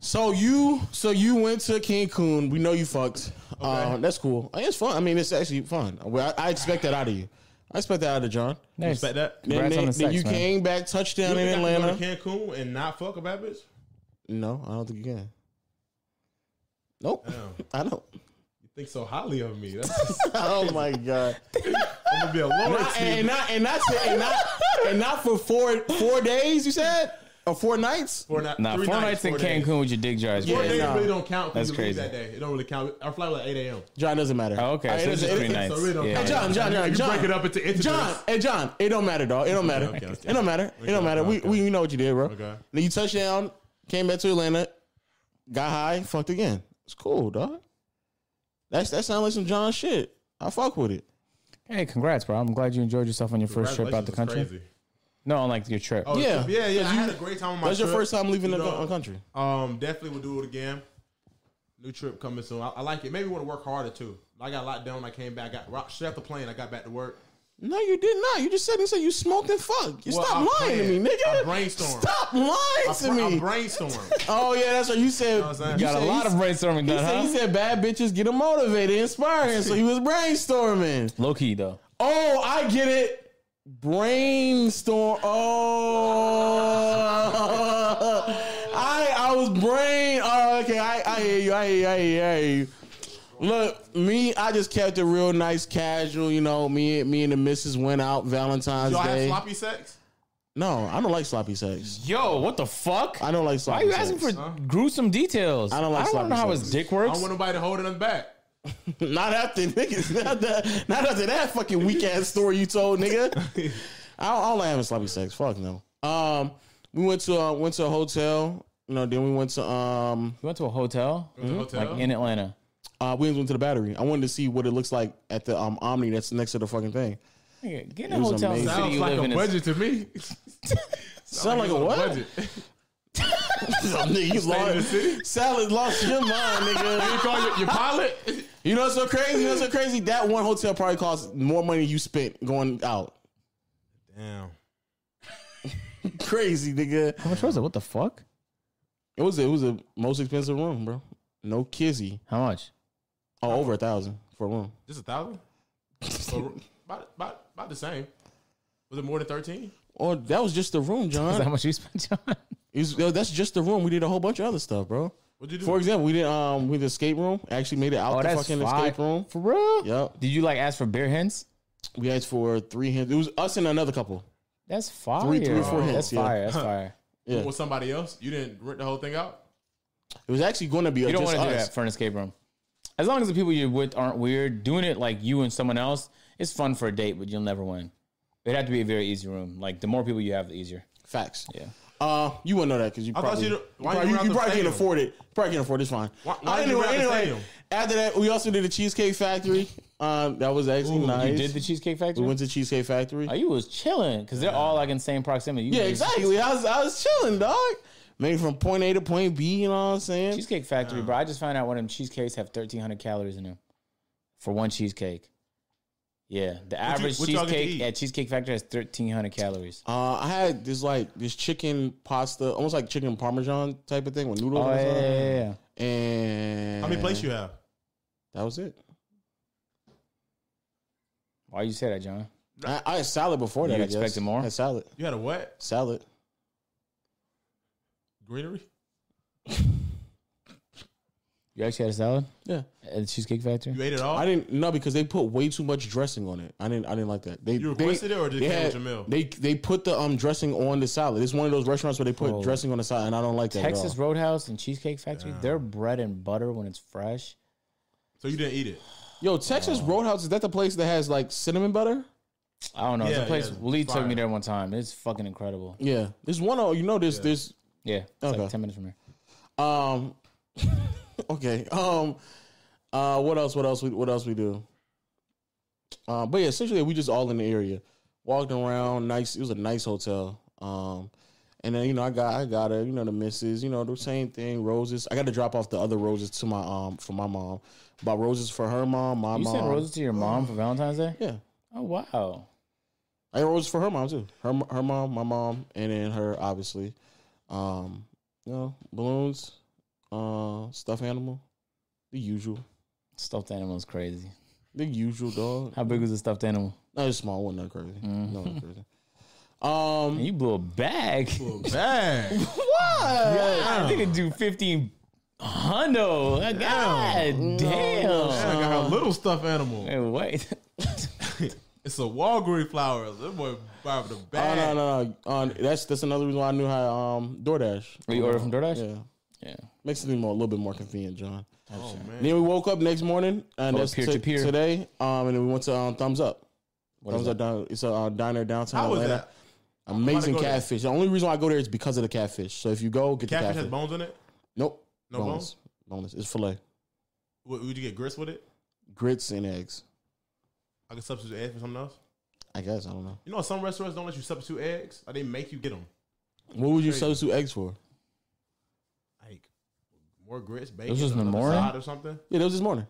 Speaker 1: So you so you went to Cancun. We know you fucked. Uh, that's cool. I mean, It's fun. I mean, it's actually fun. Well, I, I expect that out of you. I expect that out of John.
Speaker 2: Nice.
Speaker 3: Respect that.
Speaker 1: Then,
Speaker 2: Congrats
Speaker 1: then-
Speaker 2: on the
Speaker 1: then
Speaker 2: sex,
Speaker 1: you
Speaker 2: man.
Speaker 1: came back touchdown
Speaker 3: You
Speaker 1: in
Speaker 3: think I can
Speaker 1: Atlanta.
Speaker 3: go to Cancun and not fuck a bad bitch?
Speaker 1: No, I don't think you can. Nope.
Speaker 3: Damn.
Speaker 1: I don't.
Speaker 3: You think so highly of me. That's just,
Speaker 1: Oh my god.
Speaker 3: I'm gonna be a loyalty.
Speaker 1: Not- and not and not to- and not and not for four four days. You said or four nights.
Speaker 3: Four, ni-
Speaker 2: Nah,
Speaker 3: three
Speaker 2: four nights in
Speaker 3: four days.
Speaker 2: Cancun with your dick jars,
Speaker 3: Four
Speaker 2: bro.
Speaker 1: Yeah,
Speaker 3: days
Speaker 1: nah.
Speaker 3: really don't count
Speaker 2: That's
Speaker 3: because you leave
Speaker 2: crazy.
Speaker 3: that day. It don't really count. Our flight was like 8 a.m.
Speaker 1: John doesn't matter.
Speaker 2: Oh, okay,
Speaker 1: All
Speaker 2: so
Speaker 1: it doesn't-
Speaker 2: it's just
Speaker 1: it-
Speaker 2: three
Speaker 1: it-
Speaker 2: nights.
Speaker 3: So it really don't
Speaker 2: Yeah.
Speaker 1: Hey
Speaker 3: count.
Speaker 1: John, John, John,
Speaker 3: you
Speaker 1: John.
Speaker 3: break it up into integers.
Speaker 1: John, hey John, it don't matter, dog. It don't matter.
Speaker 3: okay, okay.
Speaker 1: It don't matter. It don't matter. We,
Speaker 3: okay.
Speaker 1: we we know what you did, bro.
Speaker 3: Okay.
Speaker 1: Then you touched down, came back to Atlanta, got high, fucked again. It's cool, dog. That's that sounds like some John shit. I fuck with it.
Speaker 2: Hey, congrats, bro. I'm glad you enjoyed yourself on your first trip out the
Speaker 3: Congratulations,
Speaker 2: country.
Speaker 3: it's crazy.
Speaker 2: No, on like your trip.
Speaker 3: Oh,
Speaker 1: Yeah.
Speaker 3: yeah, yeah, yeah. I
Speaker 1: you-
Speaker 3: had a great time on my
Speaker 1: That's
Speaker 3: trip.
Speaker 1: your first time leaving
Speaker 3: You
Speaker 1: the
Speaker 3: know,
Speaker 1: co- country.
Speaker 3: Um, definitely will do it again. New trip coming soon. I, I like it. Maybe want to work harder too. I got locked down. when I came back. I got rock, straight off the plane. I got back to work.
Speaker 1: No, you did not. You just said you said you smoked and fucked. You
Speaker 3: Well,
Speaker 1: stop
Speaker 3: I
Speaker 1: lying to
Speaker 3: planned.
Speaker 1: me, nigga.
Speaker 3: I brainstormed.
Speaker 1: Stop
Speaker 3: I,
Speaker 1: lying
Speaker 3: bra-
Speaker 1: to
Speaker 3: I
Speaker 1: me.
Speaker 3: brainstormed.
Speaker 1: oh yeah, that's right. You said
Speaker 3: what I'm saying?
Speaker 1: you
Speaker 2: Got a
Speaker 1: said-
Speaker 2: lot of
Speaker 1: you said-
Speaker 2: brainstorming done, huh?
Speaker 1: He said bad bitches get him motivated, inspiring. So he was brainstorming.
Speaker 2: Low key though.
Speaker 1: Oh, I get it. Brainstorm. Oh, I I was brain. Oh, okay. I I hear you. I hear you. I hear you. I hear you. Look, me, I just kept it real nice, casual. You know, me, me and the missus went out Valentine's
Speaker 3: Y'all had
Speaker 1: Day.
Speaker 3: sloppy sex?
Speaker 1: no, I don't like sloppy sex.
Speaker 2: Yo, what the fuck?
Speaker 1: I don't like
Speaker 2: Why
Speaker 1: sloppy
Speaker 2: you
Speaker 1: sex.
Speaker 2: asking for gruesome details?
Speaker 1: I don't like
Speaker 2: I don't
Speaker 1: sloppy
Speaker 2: wanna know how his
Speaker 1: sex.
Speaker 2: dick
Speaker 3: I
Speaker 2: works.
Speaker 3: don't want nobody holding them back.
Speaker 1: Not after niggas. Not, that, not after that fucking weak ass story you told, nigga. I don't, I don't like having sloppy sex. Fuck no. Um, we went to uh, went to a hotel. You know, then we went to um,
Speaker 2: You went to a hotel,
Speaker 3: The hotel.
Speaker 2: Hmm? like in Atlanta.
Speaker 1: uh, we went to the Battery. I wanted to see what it looks like at the um Omni that's next to the fucking thing.
Speaker 2: Nigga, Get in
Speaker 1: It
Speaker 2: a
Speaker 1: was
Speaker 2: hotel in the
Speaker 1: amazing.
Speaker 3: Sounds
Speaker 2: city you
Speaker 3: like
Speaker 2: live
Speaker 3: a
Speaker 2: in. is-
Speaker 3: budget to me.
Speaker 1: Sound like a what?
Speaker 3: Budget.
Speaker 1: Nigga, you
Speaker 3: in the city?
Speaker 1: lost. Salad lost your mind,
Speaker 3: You
Speaker 1: nigga.
Speaker 3: call your, your pilot?
Speaker 1: You know what's so crazy? You know what's so crazy? That one hotel probably cost more money you spent going out.
Speaker 3: Damn.
Speaker 1: Crazy, nigga.
Speaker 2: How much was it? What the fuck?
Speaker 1: It was it was the most expensive room, bro. No kizzy.
Speaker 2: How much?
Speaker 1: Oh, over a thousand for a room.
Speaker 3: Just a thousand? So, about, about, about the same. Was it more than 13?
Speaker 1: Or Oh, that was just the room,
Speaker 2: Is that how
Speaker 1: John.
Speaker 2: much you spent, John?
Speaker 1: It was- yo, that's just the room. We did a whole bunch of other stuff, bro.
Speaker 3: What'd you do?
Speaker 1: For example, we did um we did escape room. Actually made it out
Speaker 2: Oh,
Speaker 1: the
Speaker 2: that's
Speaker 1: fucking
Speaker 2: fire.
Speaker 1: escape room.
Speaker 2: For real?
Speaker 1: Yep.
Speaker 2: Did you like ask for beer hints?
Speaker 1: We asked for three hands. It was us and another couple.
Speaker 2: That's fire.
Speaker 1: Three- three or
Speaker 2: bro.
Speaker 1: four
Speaker 2: That's
Speaker 1: hints, yeah.
Speaker 2: fire. That's fire.
Speaker 1: Yeah.
Speaker 3: With somebody else? You didn't rent the whole thing out?
Speaker 1: It was actually going to be
Speaker 2: You don't
Speaker 1: just
Speaker 2: want to do
Speaker 1: us.
Speaker 2: that for an escape room. As long as the people you're with aren't weird, doing it like you and someone else, it's fun for a date, but you'll never win. It'd have to be a very easy room. Like the more people you have, the easier.
Speaker 1: Facts.
Speaker 2: Yeah.
Speaker 1: Uh, you wouldn't know that because you
Speaker 3: I thought
Speaker 1: probably
Speaker 3: you
Speaker 1: you,
Speaker 3: don't- why you
Speaker 1: probably, you,
Speaker 3: rent
Speaker 1: probably
Speaker 3: the
Speaker 1: can't
Speaker 3: stadium?
Speaker 1: afford it. Probably can't afford. it. It's fine.
Speaker 3: Why- why did you rent the stadium?
Speaker 1: after that, we also did the Cheesecake Factory. Um, that was actually nice.
Speaker 2: You did the Cheesecake Factory?
Speaker 1: we went to Cheesecake Factory.
Speaker 2: oh, you was chilling because they're all like in same proximity. You
Speaker 1: Yeah,
Speaker 2: was-
Speaker 1: exactly. I was I was chilling, dog. Maybe from point A to point B, you know what I'm saying?
Speaker 2: Cheesecake Factory, bro. I just found out one of them cheesecakes have 1,300 calories in them for one cheesecake. Yeah, the average
Speaker 3: what y'all get to
Speaker 2: cheesecake
Speaker 3: eat?
Speaker 2: at Cheesecake Factory has 1,300 calories.
Speaker 1: Uh, I had this like this chicken pasta, almost like chicken parmesan type of thing with noodles.
Speaker 2: Oh,
Speaker 1: and
Speaker 2: yeah,
Speaker 1: stuff.
Speaker 2: yeah, yeah, yeah.
Speaker 1: And
Speaker 3: How many plates you have?
Speaker 1: That was it.
Speaker 2: Why you say that, John?
Speaker 1: I, I had salad before that.
Speaker 2: You
Speaker 1: I guess.
Speaker 2: expected more?
Speaker 1: I had salad,
Speaker 3: You had a what?
Speaker 1: salad.
Speaker 3: Greenery?
Speaker 2: You actually had a salad
Speaker 1: Yeah,
Speaker 2: at the Cheesecake Factory?
Speaker 3: You ate it all?
Speaker 1: I didn't no because they put way too much dressing on it. I didn't. I didn't like that. They
Speaker 3: You
Speaker 1: they-
Speaker 3: requested it or did it
Speaker 1: they
Speaker 3: came
Speaker 1: had-
Speaker 3: with your meal?
Speaker 1: They they put the um dressing on the salad. It's one of those restaurants where they put
Speaker 2: Oh.
Speaker 1: dressing on the salad, and I don't like that. at all.
Speaker 2: Texas Roadhouse and Cheesecake Factory, their bread and butter when it's fresh.
Speaker 3: So you didn't eat it?
Speaker 1: Yo, Texas Roadhouse is that the place that has like cinnamon butter?
Speaker 2: I don't know. It's a
Speaker 3: Yeah,
Speaker 2: place
Speaker 3: yeah,
Speaker 2: Lee took
Speaker 3: fire.
Speaker 2: me there one time. It's fucking incredible.
Speaker 1: Yeah, there's one. Oh, you know there's there's
Speaker 2: Yeah. It's
Speaker 1: Okay.
Speaker 2: like 10 minutes from here.
Speaker 1: um okay um uh what else what else we what else we do? Uh, but yeah, essentially we just all in the area, walked around. Nice. It was a nice hotel. Um, And then you know I got I got her you know the misses you know the same thing roses I got to drop off the other roses to my um for my mom but roses for her mom my
Speaker 2: You
Speaker 1: mom
Speaker 2: sent roses to your mom for Valentine's Day?
Speaker 1: yeah
Speaker 2: Oh wow.
Speaker 1: I got roses for her mom too her her mom my mom and then her obviously um you know balloons uh stuffed animal the usual
Speaker 2: Stuffed animal is crazy.
Speaker 1: the usual dog
Speaker 2: How big was the stuffed animal?
Speaker 1: No, it's small. Wasn't that crazy? No, it wasn't crazy.
Speaker 2: And
Speaker 1: Um,
Speaker 2: Mm-hmm. you blew a bag.
Speaker 3: Bad.
Speaker 2: I didn't do fifteen hundo. God damn.
Speaker 3: I got a little stuffed animal.
Speaker 2: Hey, wait.
Speaker 3: It's a Walgreens flowers. That boy bought the
Speaker 1: oh
Speaker 3: bag.
Speaker 1: no, no, no. Uh, that's that's another reason why I knew how um DoorDash.
Speaker 2: Were Oh, you ordered from DoorDash?
Speaker 1: Yeah,
Speaker 2: Yeah.
Speaker 1: makes it more a little bit more convenient, John.
Speaker 3: Oh man.
Speaker 1: Then we woke up next morning, and
Speaker 2: Oh,
Speaker 1: that's
Speaker 2: peer to
Speaker 1: to-
Speaker 2: peer.
Speaker 1: today. Um, and then we went to um, Thumbs Up.
Speaker 2: is
Speaker 1: Thumbs Up. Down, it's a uh, diner downtown
Speaker 3: How was
Speaker 1: Atlanta.
Speaker 3: that?
Speaker 1: Amazing
Speaker 3: go there.
Speaker 1: catfish. The only reason why I go there is because of the catfish. So if you go, get
Speaker 3: Catfish
Speaker 1: the
Speaker 3: has
Speaker 1: catfish.
Speaker 3: bones in it.
Speaker 1: nope.
Speaker 3: No
Speaker 1: boneless. Boneless. It's fillet,
Speaker 3: Would, would you get grits with it?
Speaker 1: grits, and eggs.
Speaker 3: I could substitute eggs for something else.
Speaker 1: I guess I don't know.
Speaker 3: You know, some restaurants don't let you substitute eggs. Or they make you get them.
Speaker 1: What would you substitute eggs for?
Speaker 3: Like more grits, bacon,
Speaker 2: was in the
Speaker 3: another
Speaker 2: morning?
Speaker 3: side or something.
Speaker 1: Yeah, that was this morning.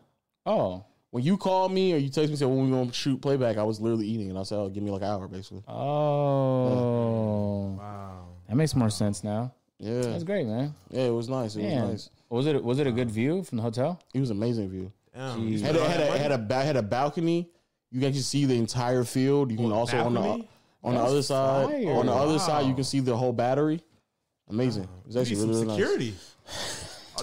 Speaker 2: Oh.
Speaker 1: When you called me or you text me said when we gonna shoot playback, I was literally eating and I said, Oh, give me like an hour basically.
Speaker 2: Oh.
Speaker 3: Wow.
Speaker 2: That makes more sense now.
Speaker 1: Yeah.
Speaker 2: That's great, man.
Speaker 1: Yeah, it was nice. It
Speaker 2: Yeah.
Speaker 1: was nice.
Speaker 2: Was it was it a good view from the hotel?
Speaker 1: It was amazing view.
Speaker 3: Damn. You
Speaker 1: Had
Speaker 3: spent
Speaker 1: a
Speaker 3: all
Speaker 1: had
Speaker 3: that
Speaker 1: a
Speaker 3: money?
Speaker 1: had a ba- had a balcony. You can actually see the entire field. You can
Speaker 3: Oh,
Speaker 1: also on the
Speaker 3: balcony?
Speaker 1: on the
Speaker 2: That's
Speaker 1: other side
Speaker 2: fire.
Speaker 1: on the other side you
Speaker 3: Wow.
Speaker 1: can see the whole battery. Amazing. It was
Speaker 3: You
Speaker 1: actually
Speaker 3: need some
Speaker 1: really, really nice.
Speaker 3: security.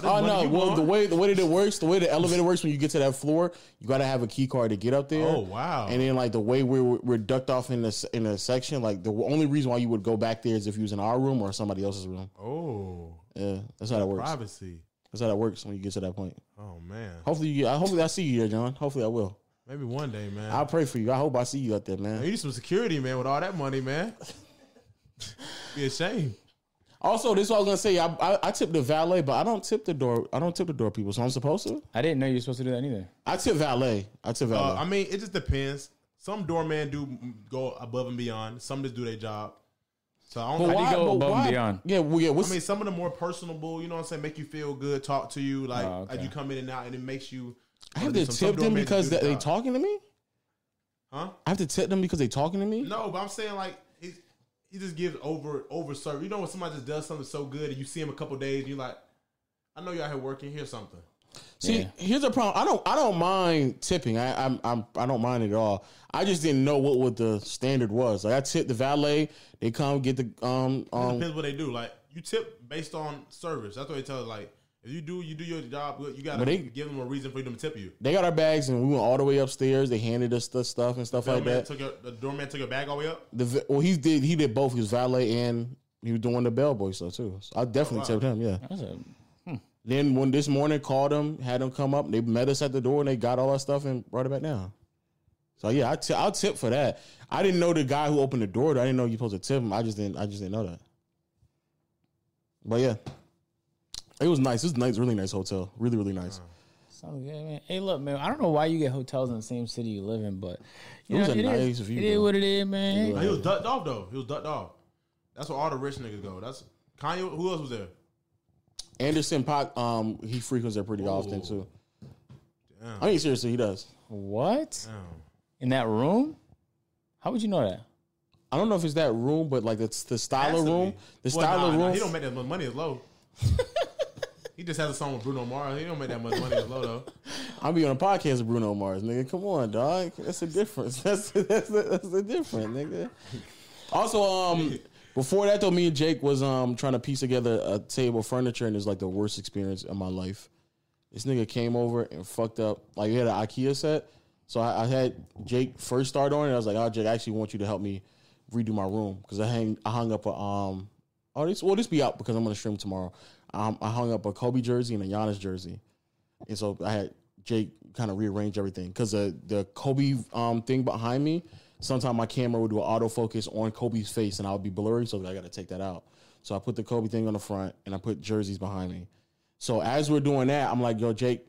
Speaker 1: Oh no! Well, the
Speaker 3: way.
Speaker 1: way the way that it works, the way the elevator works, when you get to that floor, you gotta have a key card to get up there.
Speaker 3: Oh, wow.
Speaker 1: And then like the way we're we're ducked off in this in a section, like the only reason why you would go back there is if you was in our room or somebody else's room.
Speaker 3: Oh,
Speaker 1: Yeah, that's how that works.
Speaker 3: privacy.
Speaker 1: That's how that works when you get to that point.
Speaker 3: Oh man.
Speaker 1: Hopefully, you. I hopefully I see you there, John. Hopefully I will.
Speaker 3: Maybe one day, man.
Speaker 1: I pray for you. I hope I see you out there, man.
Speaker 3: you need some security, man. With all that money, man. Be ashamed.
Speaker 1: Also, this is what I was gonna say. I, I I tip the valet, but I don't tip the door. I don't tip the door people, so I'm supposed to.
Speaker 2: I didn't know you were supposed to do that either.
Speaker 1: I tip valet. I tip valet.
Speaker 3: Uh, I mean, it just depends. Some doorman do m- go above and beyond. Some just do their job. So I don't.
Speaker 1: But
Speaker 3: I,
Speaker 2: why- go above and beyond.
Speaker 1: Yeah, well, yeah. What's
Speaker 3: I mean, some of the more personable, you know what I'm saying, make you feel good, talk to you, like
Speaker 2: Oh, okay.
Speaker 3: as you come in and out, and it makes you.
Speaker 1: I have to
Speaker 3: Some- some
Speaker 1: tip them
Speaker 3: doormen
Speaker 1: because
Speaker 3: do
Speaker 1: they,
Speaker 3: the
Speaker 1: they
Speaker 3: job.
Speaker 1: talking to me.
Speaker 3: Huh?
Speaker 1: I have to tip them because they talking to me.
Speaker 3: No, but I'm saying like he, he just gives over over service. You know when somebody just does something so good and you see him a couple days and you're like, I know you out here working. Here's something.
Speaker 1: See,
Speaker 2: Yeah.
Speaker 1: here's the problem. I don't I don't mind tipping. I I'm, I'm I don't mind it at all. I just didn't know what, what the standard was. Like I tip the valet, they come get the um
Speaker 3: It
Speaker 1: um
Speaker 3: depends what they do. Like you tip based on service. That's what they tell us. Like if you do you do your job, good, you gotta
Speaker 1: But they-
Speaker 3: give them a reason for them to tip you.
Speaker 1: they got our bags and we went all the way upstairs. They handed us the stuff and stuff like
Speaker 3: Doorman
Speaker 1: that.
Speaker 3: took your, the doorman took your bag all the way up.
Speaker 1: The v- well he did he did both. He was valet and he was doing the bellboy stuff too. So I definitely
Speaker 3: Oh,
Speaker 1: tipped him, yeah.
Speaker 2: That's a
Speaker 1: Then when this morning called him, had him come up, they met us at the door and they got all our stuff and brought it back down. So yeah, I t- I'll tip for that. I didn't know the guy who opened the door. though. I didn't know you supposed to tip him. I just didn't. I just didn't know that. But yeah, it was nice. It was nice. Really nice hotel. Really really nice.
Speaker 2: sounds good, man. Hey, look, man. I don't know why you get hotels in the same city you live in, but you
Speaker 1: It was
Speaker 2: know,
Speaker 1: a
Speaker 2: it is-
Speaker 1: nice view,
Speaker 2: It is
Speaker 1: though.
Speaker 2: what it is, man.
Speaker 3: Now, he was ducked off though. He was ducked off. That's where all the rich niggas go. That's Kanye. Who else was there?
Speaker 1: Anderson Pac, um, he frequents there pretty often too. I mean, seriously, he does.
Speaker 2: What
Speaker 3: Damn.
Speaker 2: in that room? How would you know that?
Speaker 1: I don't know if it's that room, but like it's the style
Speaker 3: Has
Speaker 1: of
Speaker 3: to
Speaker 1: room.
Speaker 3: be.
Speaker 1: The
Speaker 3: Well,
Speaker 1: style
Speaker 3: nah,
Speaker 1: of
Speaker 3: nah,
Speaker 1: room.
Speaker 3: he don't make that much money. Is low. he just has a song with Bruno Mars. He don't make that much money. Is low though.
Speaker 1: I'll be on a podcast with Bruno Mars, nigga. Come on, dog. That's the difference. That's that's the, that's the difference, nigga. Also, um, before that though, me and Jake was um trying to piece together a table furniture, and it was like the worst experience of my life. This nigga came over and fucked up. Like we had an IKEA set, so I, I had Jake first start on it. I was like, "Oh, Jake, I actually want you to help me redo my room because I hang I hung up a um oh this will this be out because I'm gonna stream tomorrow. Um, I hung up a Kobe jersey and a Giannis jersey. And so I had Jake kind of rearrange everything because the the Kobe um, thing behind me. Sometime my camera would do an autofocus on Kobe's face, and I would be blurry, so I got to take that out. So I put the Kobe thing on the front, and I put jerseys behind me. So as we're doing that, I'm like, "Yo, Jake,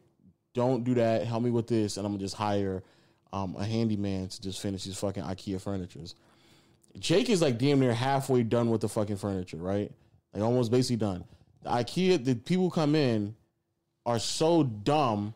Speaker 1: don't do that. Help me with this," and I'm gonna just hire um, a handyman to just finish these fucking IKEA furnitures. Jake is like damn near halfway done with the fucking furniture, right? Like almost basically done. The IKEA, the people come in are so dumb.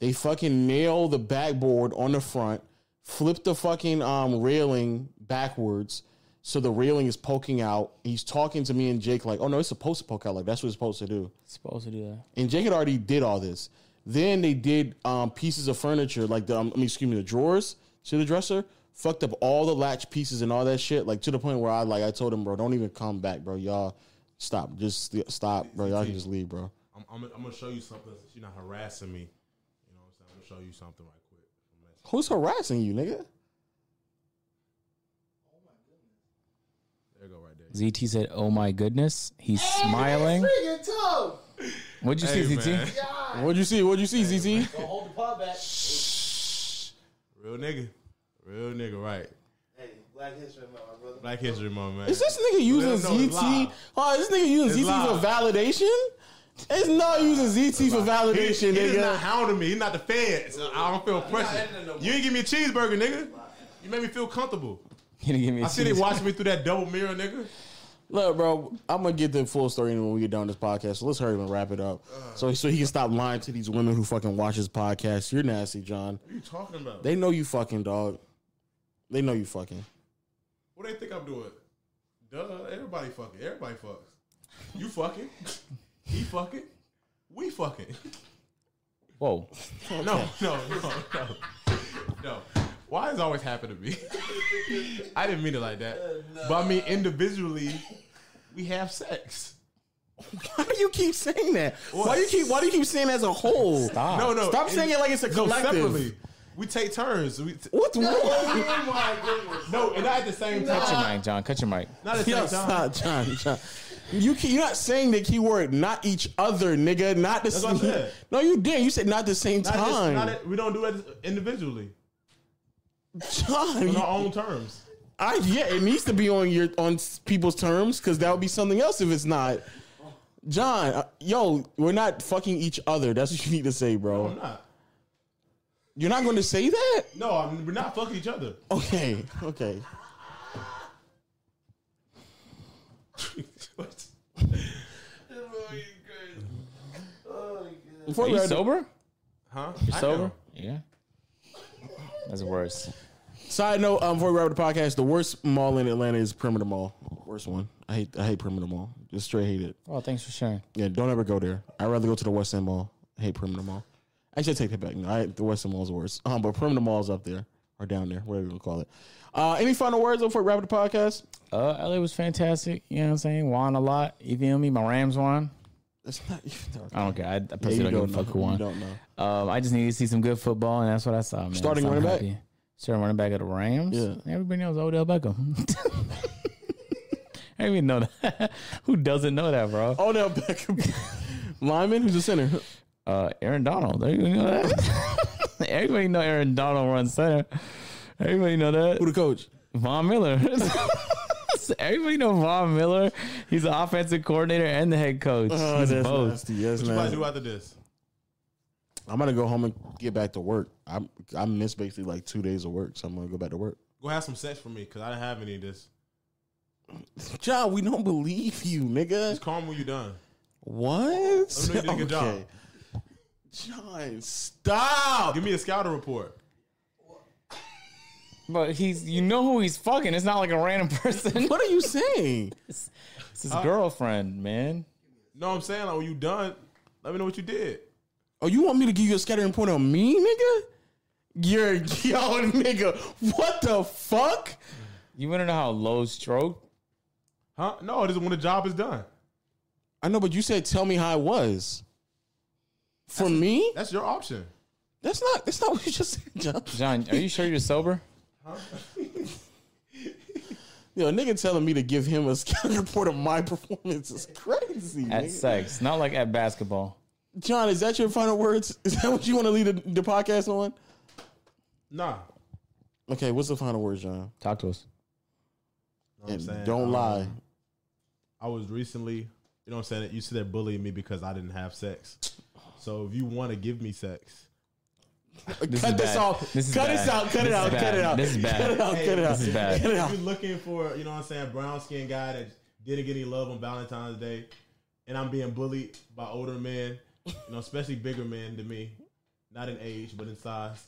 Speaker 1: They fucking nail the backboard on the front, flip the fucking um, railing backwards, so the railing is poking out. He's talking to me and Jake like, "Oh no, it's supposed to poke out. Like that's what it's supposed to do."
Speaker 2: Supposed to do that.
Speaker 1: and Jake had already did all this. Then they did um, pieces of furniture, like the um, I mean, excuse me, the drawers to the dresser. Fucked up all the latch pieces and all that shit, like to the point where I like I told him, bro, don't even come back, bro. Y'all stop, just st- stop, bro. Y'all can just leave, bro.
Speaker 3: I'm, I'm, I'm gonna show you something. since You're not harassing me. You know what I'm saying? I'm gonna show you something right quick. from last-
Speaker 1: Who's harassing you, nigga?
Speaker 3: There you go, right there.
Speaker 2: ZT said, "Oh my goodness, he's smiling."
Speaker 4: Friggin' tough.
Speaker 2: What'd you see,
Speaker 3: Hey,
Speaker 2: ZT?
Speaker 3: man.
Speaker 4: God.
Speaker 1: What'd you see? What'd you see, ZZ?
Speaker 4: Don't hold the pod back.
Speaker 3: Real nigga. Real nigga, right.
Speaker 4: Hey, Black History Month, my brother.
Speaker 3: Black History Month, man.
Speaker 1: Is this nigga using
Speaker 3: them know
Speaker 1: ZT?
Speaker 3: it's live.
Speaker 1: Oh, is this nigga using
Speaker 3: It's
Speaker 1: ZT for
Speaker 3: live.
Speaker 1: validation? It's not using ZT for validation,
Speaker 3: He, he is
Speaker 1: nigga.
Speaker 3: not hounding me. He's not the feds. I don't feel pressure.
Speaker 4: editing no more.
Speaker 3: You ain't give me a cheeseburger, nigga. You made me feel comfortable.
Speaker 2: Can you give me? a
Speaker 3: I see they
Speaker 2: cheese?
Speaker 3: watching me through that double mirror, nigga.
Speaker 1: Look, bro, I'm gonna get the full story when we get done with this podcast. So let's hurry up and wrap it up. So so he can stop lying to these women who fucking watch his podcast. You're nasty, John.
Speaker 3: What are you talking about?
Speaker 1: They know you fucking dog. They know you fucking.
Speaker 3: what do they think I'm doing? Duh, everybody fucking. Everybody fucks. You fucking. he fucking. We fucking.
Speaker 2: Whoa.
Speaker 3: No, no, no, no. No. Why has it always happened to me? I didn't mean it like that. But I mean, individually, we have sex.
Speaker 1: Why do you keep saying that? Why do you keep why do you keep saying as a whole?
Speaker 2: Ah,
Speaker 1: Stop.
Speaker 3: No, no.
Speaker 1: Stop
Speaker 3: in-
Speaker 1: saying it like it's a
Speaker 3: No,
Speaker 1: collective.
Speaker 3: separately. We take turns. We t-
Speaker 1: What's wrong?
Speaker 4: Oh my goodness.
Speaker 3: no, and not at the same time.
Speaker 2: Cut your mic, John. Cut your mic.
Speaker 3: Not at the
Speaker 1: Yo,
Speaker 3: same time.
Speaker 1: stop, John, John. You keep, you're not saying the key word, not each other, nigga. Not the
Speaker 3: what I
Speaker 1: same.
Speaker 3: said.
Speaker 1: No, you didn't. You said not the same
Speaker 3: Not just-
Speaker 1: time.
Speaker 3: not at- we don't do it individually
Speaker 1: John,
Speaker 3: on
Speaker 1: you-
Speaker 3: our own terms.
Speaker 1: I yeah, it needs to be on your on s- people's terms because that would be something else if it's not. John, uh, yo, we're not fucking each other. That's what you need to say,
Speaker 3: I'm
Speaker 1: bro.
Speaker 3: not.
Speaker 1: You're not going to say that.
Speaker 3: No, I'm, we're not fucking each other.
Speaker 1: Okay, okay.
Speaker 3: What?
Speaker 4: This boy is crazy. Oh, God.
Speaker 1: Before
Speaker 2: Are
Speaker 1: we
Speaker 2: you
Speaker 1: wrap-
Speaker 2: sober?
Speaker 3: Huh?
Speaker 2: You're
Speaker 3: I
Speaker 2: sober?
Speaker 3: am.
Speaker 2: Yeah. That's worse.
Speaker 1: side note, um, before we wrap the podcast, the worst mall in Atlanta is Perimeter Mall. Worst one. I hate. I hate Perimeter Mall. Just straight hate it.
Speaker 2: Oh, thanks for sharing.
Speaker 1: Yeah, don't ever go there. I'd rather go to the West End Mall. I hate Perimeter Mall. I should take that back. No, I, the West End Mall is worse. Um, but Perimeter Mall is up there or down there, whatever you want to call it. Uh, any final words before we wrap the podcast?
Speaker 2: Uh, LA was fantastic. You know what I'm saying? Won a lot. You feel me? My Rams won.
Speaker 1: That's not even.
Speaker 2: I don't care. I, I personally
Speaker 1: you
Speaker 2: don't,
Speaker 1: don't
Speaker 2: give
Speaker 1: know.
Speaker 2: a fuck who
Speaker 1: You
Speaker 2: won.
Speaker 1: don't know.
Speaker 2: Um, I just needed to see some good football, and that's what I saw. Man.
Speaker 1: Starting
Speaker 2: So I'm
Speaker 1: running back?
Speaker 2: happy. Starting running back at the Rams.
Speaker 1: Yeah.
Speaker 2: Everybody knows Odell Beckham. I didn't even know that. Who doesn't know that, bro?
Speaker 1: Odell Beckham, lineman, who's the center.
Speaker 2: Uh, Aaron Donald. Everybody know that. Everybody know Aaron Donald runs center. Everybody know that.
Speaker 1: Who the coach?
Speaker 2: Von Miller. Everybody know Von Miller. He's the offensive coordinator and the head coach.
Speaker 1: Oh,
Speaker 2: He's
Speaker 1: that's
Speaker 2: both.
Speaker 1: nasty. Yes,
Speaker 3: What you about to
Speaker 1: man.
Speaker 3: do after this?
Speaker 1: I'm gonna go home and get back to work. I'm I missed basically like two days of work, so I'm gonna go back to work.
Speaker 3: Go have some sex for me, cause I didn't have any of this.
Speaker 1: John, we don't believe you, nigga.
Speaker 3: Just calm when you done.
Speaker 1: What?
Speaker 3: know you did a good job.
Speaker 1: John, stop.
Speaker 3: Give me a scouter report.
Speaker 2: But he's, you know who he's fucking. It's not like a random person.
Speaker 1: What are you saying?
Speaker 2: It's
Speaker 1: Uh,
Speaker 2: his girlfriend, man.
Speaker 3: No, I'm saying like when you done, let me know what you did.
Speaker 1: Oh, you want me to give you a scattering point on me, nigga? You're yo, nigga. What the fuck?
Speaker 2: You want to know how low stroke?
Speaker 3: Huh? No, this is when the job is done.
Speaker 1: I know, but you said tell me how it was. For me,
Speaker 3: That's your option.
Speaker 1: that's not that's not what you just said, John.
Speaker 2: John, are you sure you're sober?
Speaker 1: Yo, a nigga telling me to give him a scouting report of my performance is crazy.
Speaker 2: At
Speaker 1: nigga.
Speaker 2: sex, not like at basketball.
Speaker 1: John, is that your final words? Is that what you want to lead the, the podcast on?
Speaker 3: Nah.
Speaker 1: Okay, what's the final words, John?
Speaker 2: Talk to us.
Speaker 3: Know what I'm
Speaker 1: And
Speaker 3: saying?
Speaker 1: don't
Speaker 3: Um,
Speaker 1: lie.
Speaker 3: I was recently, you know what I'm saying? You said that bullying me because I didn't have sex. So if you want to give me sex,
Speaker 2: This
Speaker 1: cut
Speaker 2: is
Speaker 1: this
Speaker 2: bad.
Speaker 1: off.
Speaker 2: This is
Speaker 1: cut
Speaker 2: bad.
Speaker 1: this out. Cut
Speaker 2: This
Speaker 1: it
Speaker 2: is
Speaker 1: out. Cut
Speaker 2: bad.
Speaker 1: it out.
Speaker 2: This is bad.
Speaker 1: Cut it out. Cut it out.
Speaker 2: This
Speaker 1: Cut
Speaker 2: is bad.
Speaker 1: it
Speaker 3: If
Speaker 1: out.
Speaker 3: you're looking for, you know what I'm saying, brown skinned guy that didn't get any love on Valentine's Day, and I'm being bullied by older men, you know, especially bigger men than me, not in age, but in size,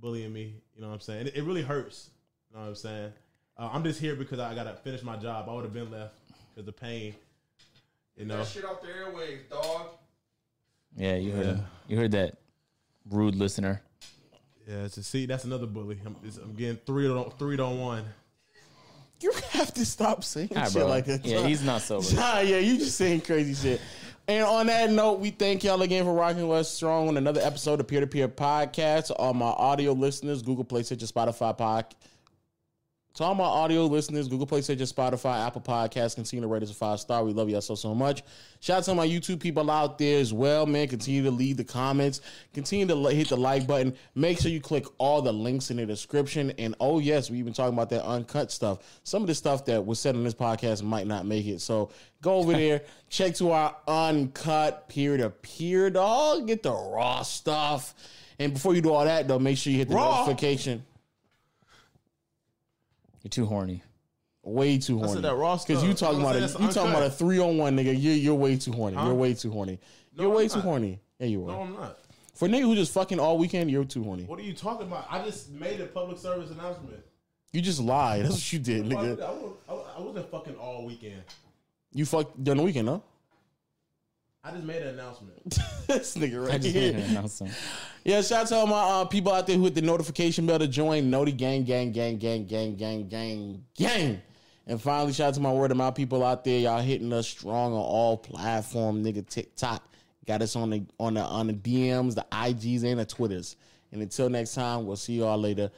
Speaker 3: bullying me, you know what I'm saying? It, it really hurts, you know what I'm saying? Uh, I'm just here because I got to finish my job. I would have been left because the pain, you know.
Speaker 4: That shit off the airwaves, dog.
Speaker 2: Yeah, you heard him. You heard that rude listener.
Speaker 3: Yeah, so see, that's another bully. I'm, it's, I'm getting three to, three to one.
Speaker 1: You have to stop saying
Speaker 2: All right,
Speaker 1: shit
Speaker 2: bro.
Speaker 1: like that.
Speaker 2: yeah, he's not sober.
Speaker 1: Nah, yeah, you just saying crazy shit. And on that note, we thank y'all again for rocking with us strong on another episode of Peer to Peer Podcast. All my audio listeners, Google Play, Stitcher, Spotify, Pod. To all my audio listeners, Google Play, Stitcher, Spotify, Apple Podcasts, continue to rate us a five star. We love y'all so so much. Shout out to my YouTube people out there as well, man. Continue to leave the comments. Continue to li- hit the like button. Make sure you click all the links in the description. And oh yes, we even talking about that uncut stuff. Some of the stuff that was said on this podcast might not make it. So go over there, check to our uncut peer to peer dog. Get the raw stuff. And before you do all that though, make sure you hit the
Speaker 3: Raw?
Speaker 1: notification.
Speaker 2: You're too horny.
Speaker 1: Way too horny.
Speaker 3: that raw
Speaker 1: Because
Speaker 3: stuff.
Speaker 1: you talking
Speaker 3: I
Speaker 1: about
Speaker 3: said
Speaker 1: a,
Speaker 3: that's
Speaker 1: you talking
Speaker 3: uncut.
Speaker 1: about a three on one nigga. You're you're way too horny. You're way too horny. you're way
Speaker 3: I'm
Speaker 1: too
Speaker 3: not.
Speaker 1: horny. Yeah, you are.
Speaker 3: No, I'm not.
Speaker 1: For a nigga who just fucking all weekend, you're too horny.
Speaker 3: What are you talking about? I just made a public service announcement.
Speaker 1: You just lied. That's what you did,
Speaker 3: I,
Speaker 1: nigga.
Speaker 3: was, I wasn't fucking all weekend.
Speaker 1: You fucked during the weekend, huh?
Speaker 3: I just made an announcement.
Speaker 1: this nigga
Speaker 2: I
Speaker 1: right
Speaker 2: just made an
Speaker 1: here.
Speaker 2: announcement.
Speaker 1: Yeah, shout out to all my uh, people out there who hit the notification bell to join Noti Gang, Gang, Gang, Gang, Gang, Gang, Gang, Gang. And finally, shout out to my word of my people out there. Y'all hitting us strong on all platform, nigga. TikTok got us on the on the on the DMs, the IGs, and the Twitters. And until next time, we'll see y'all later.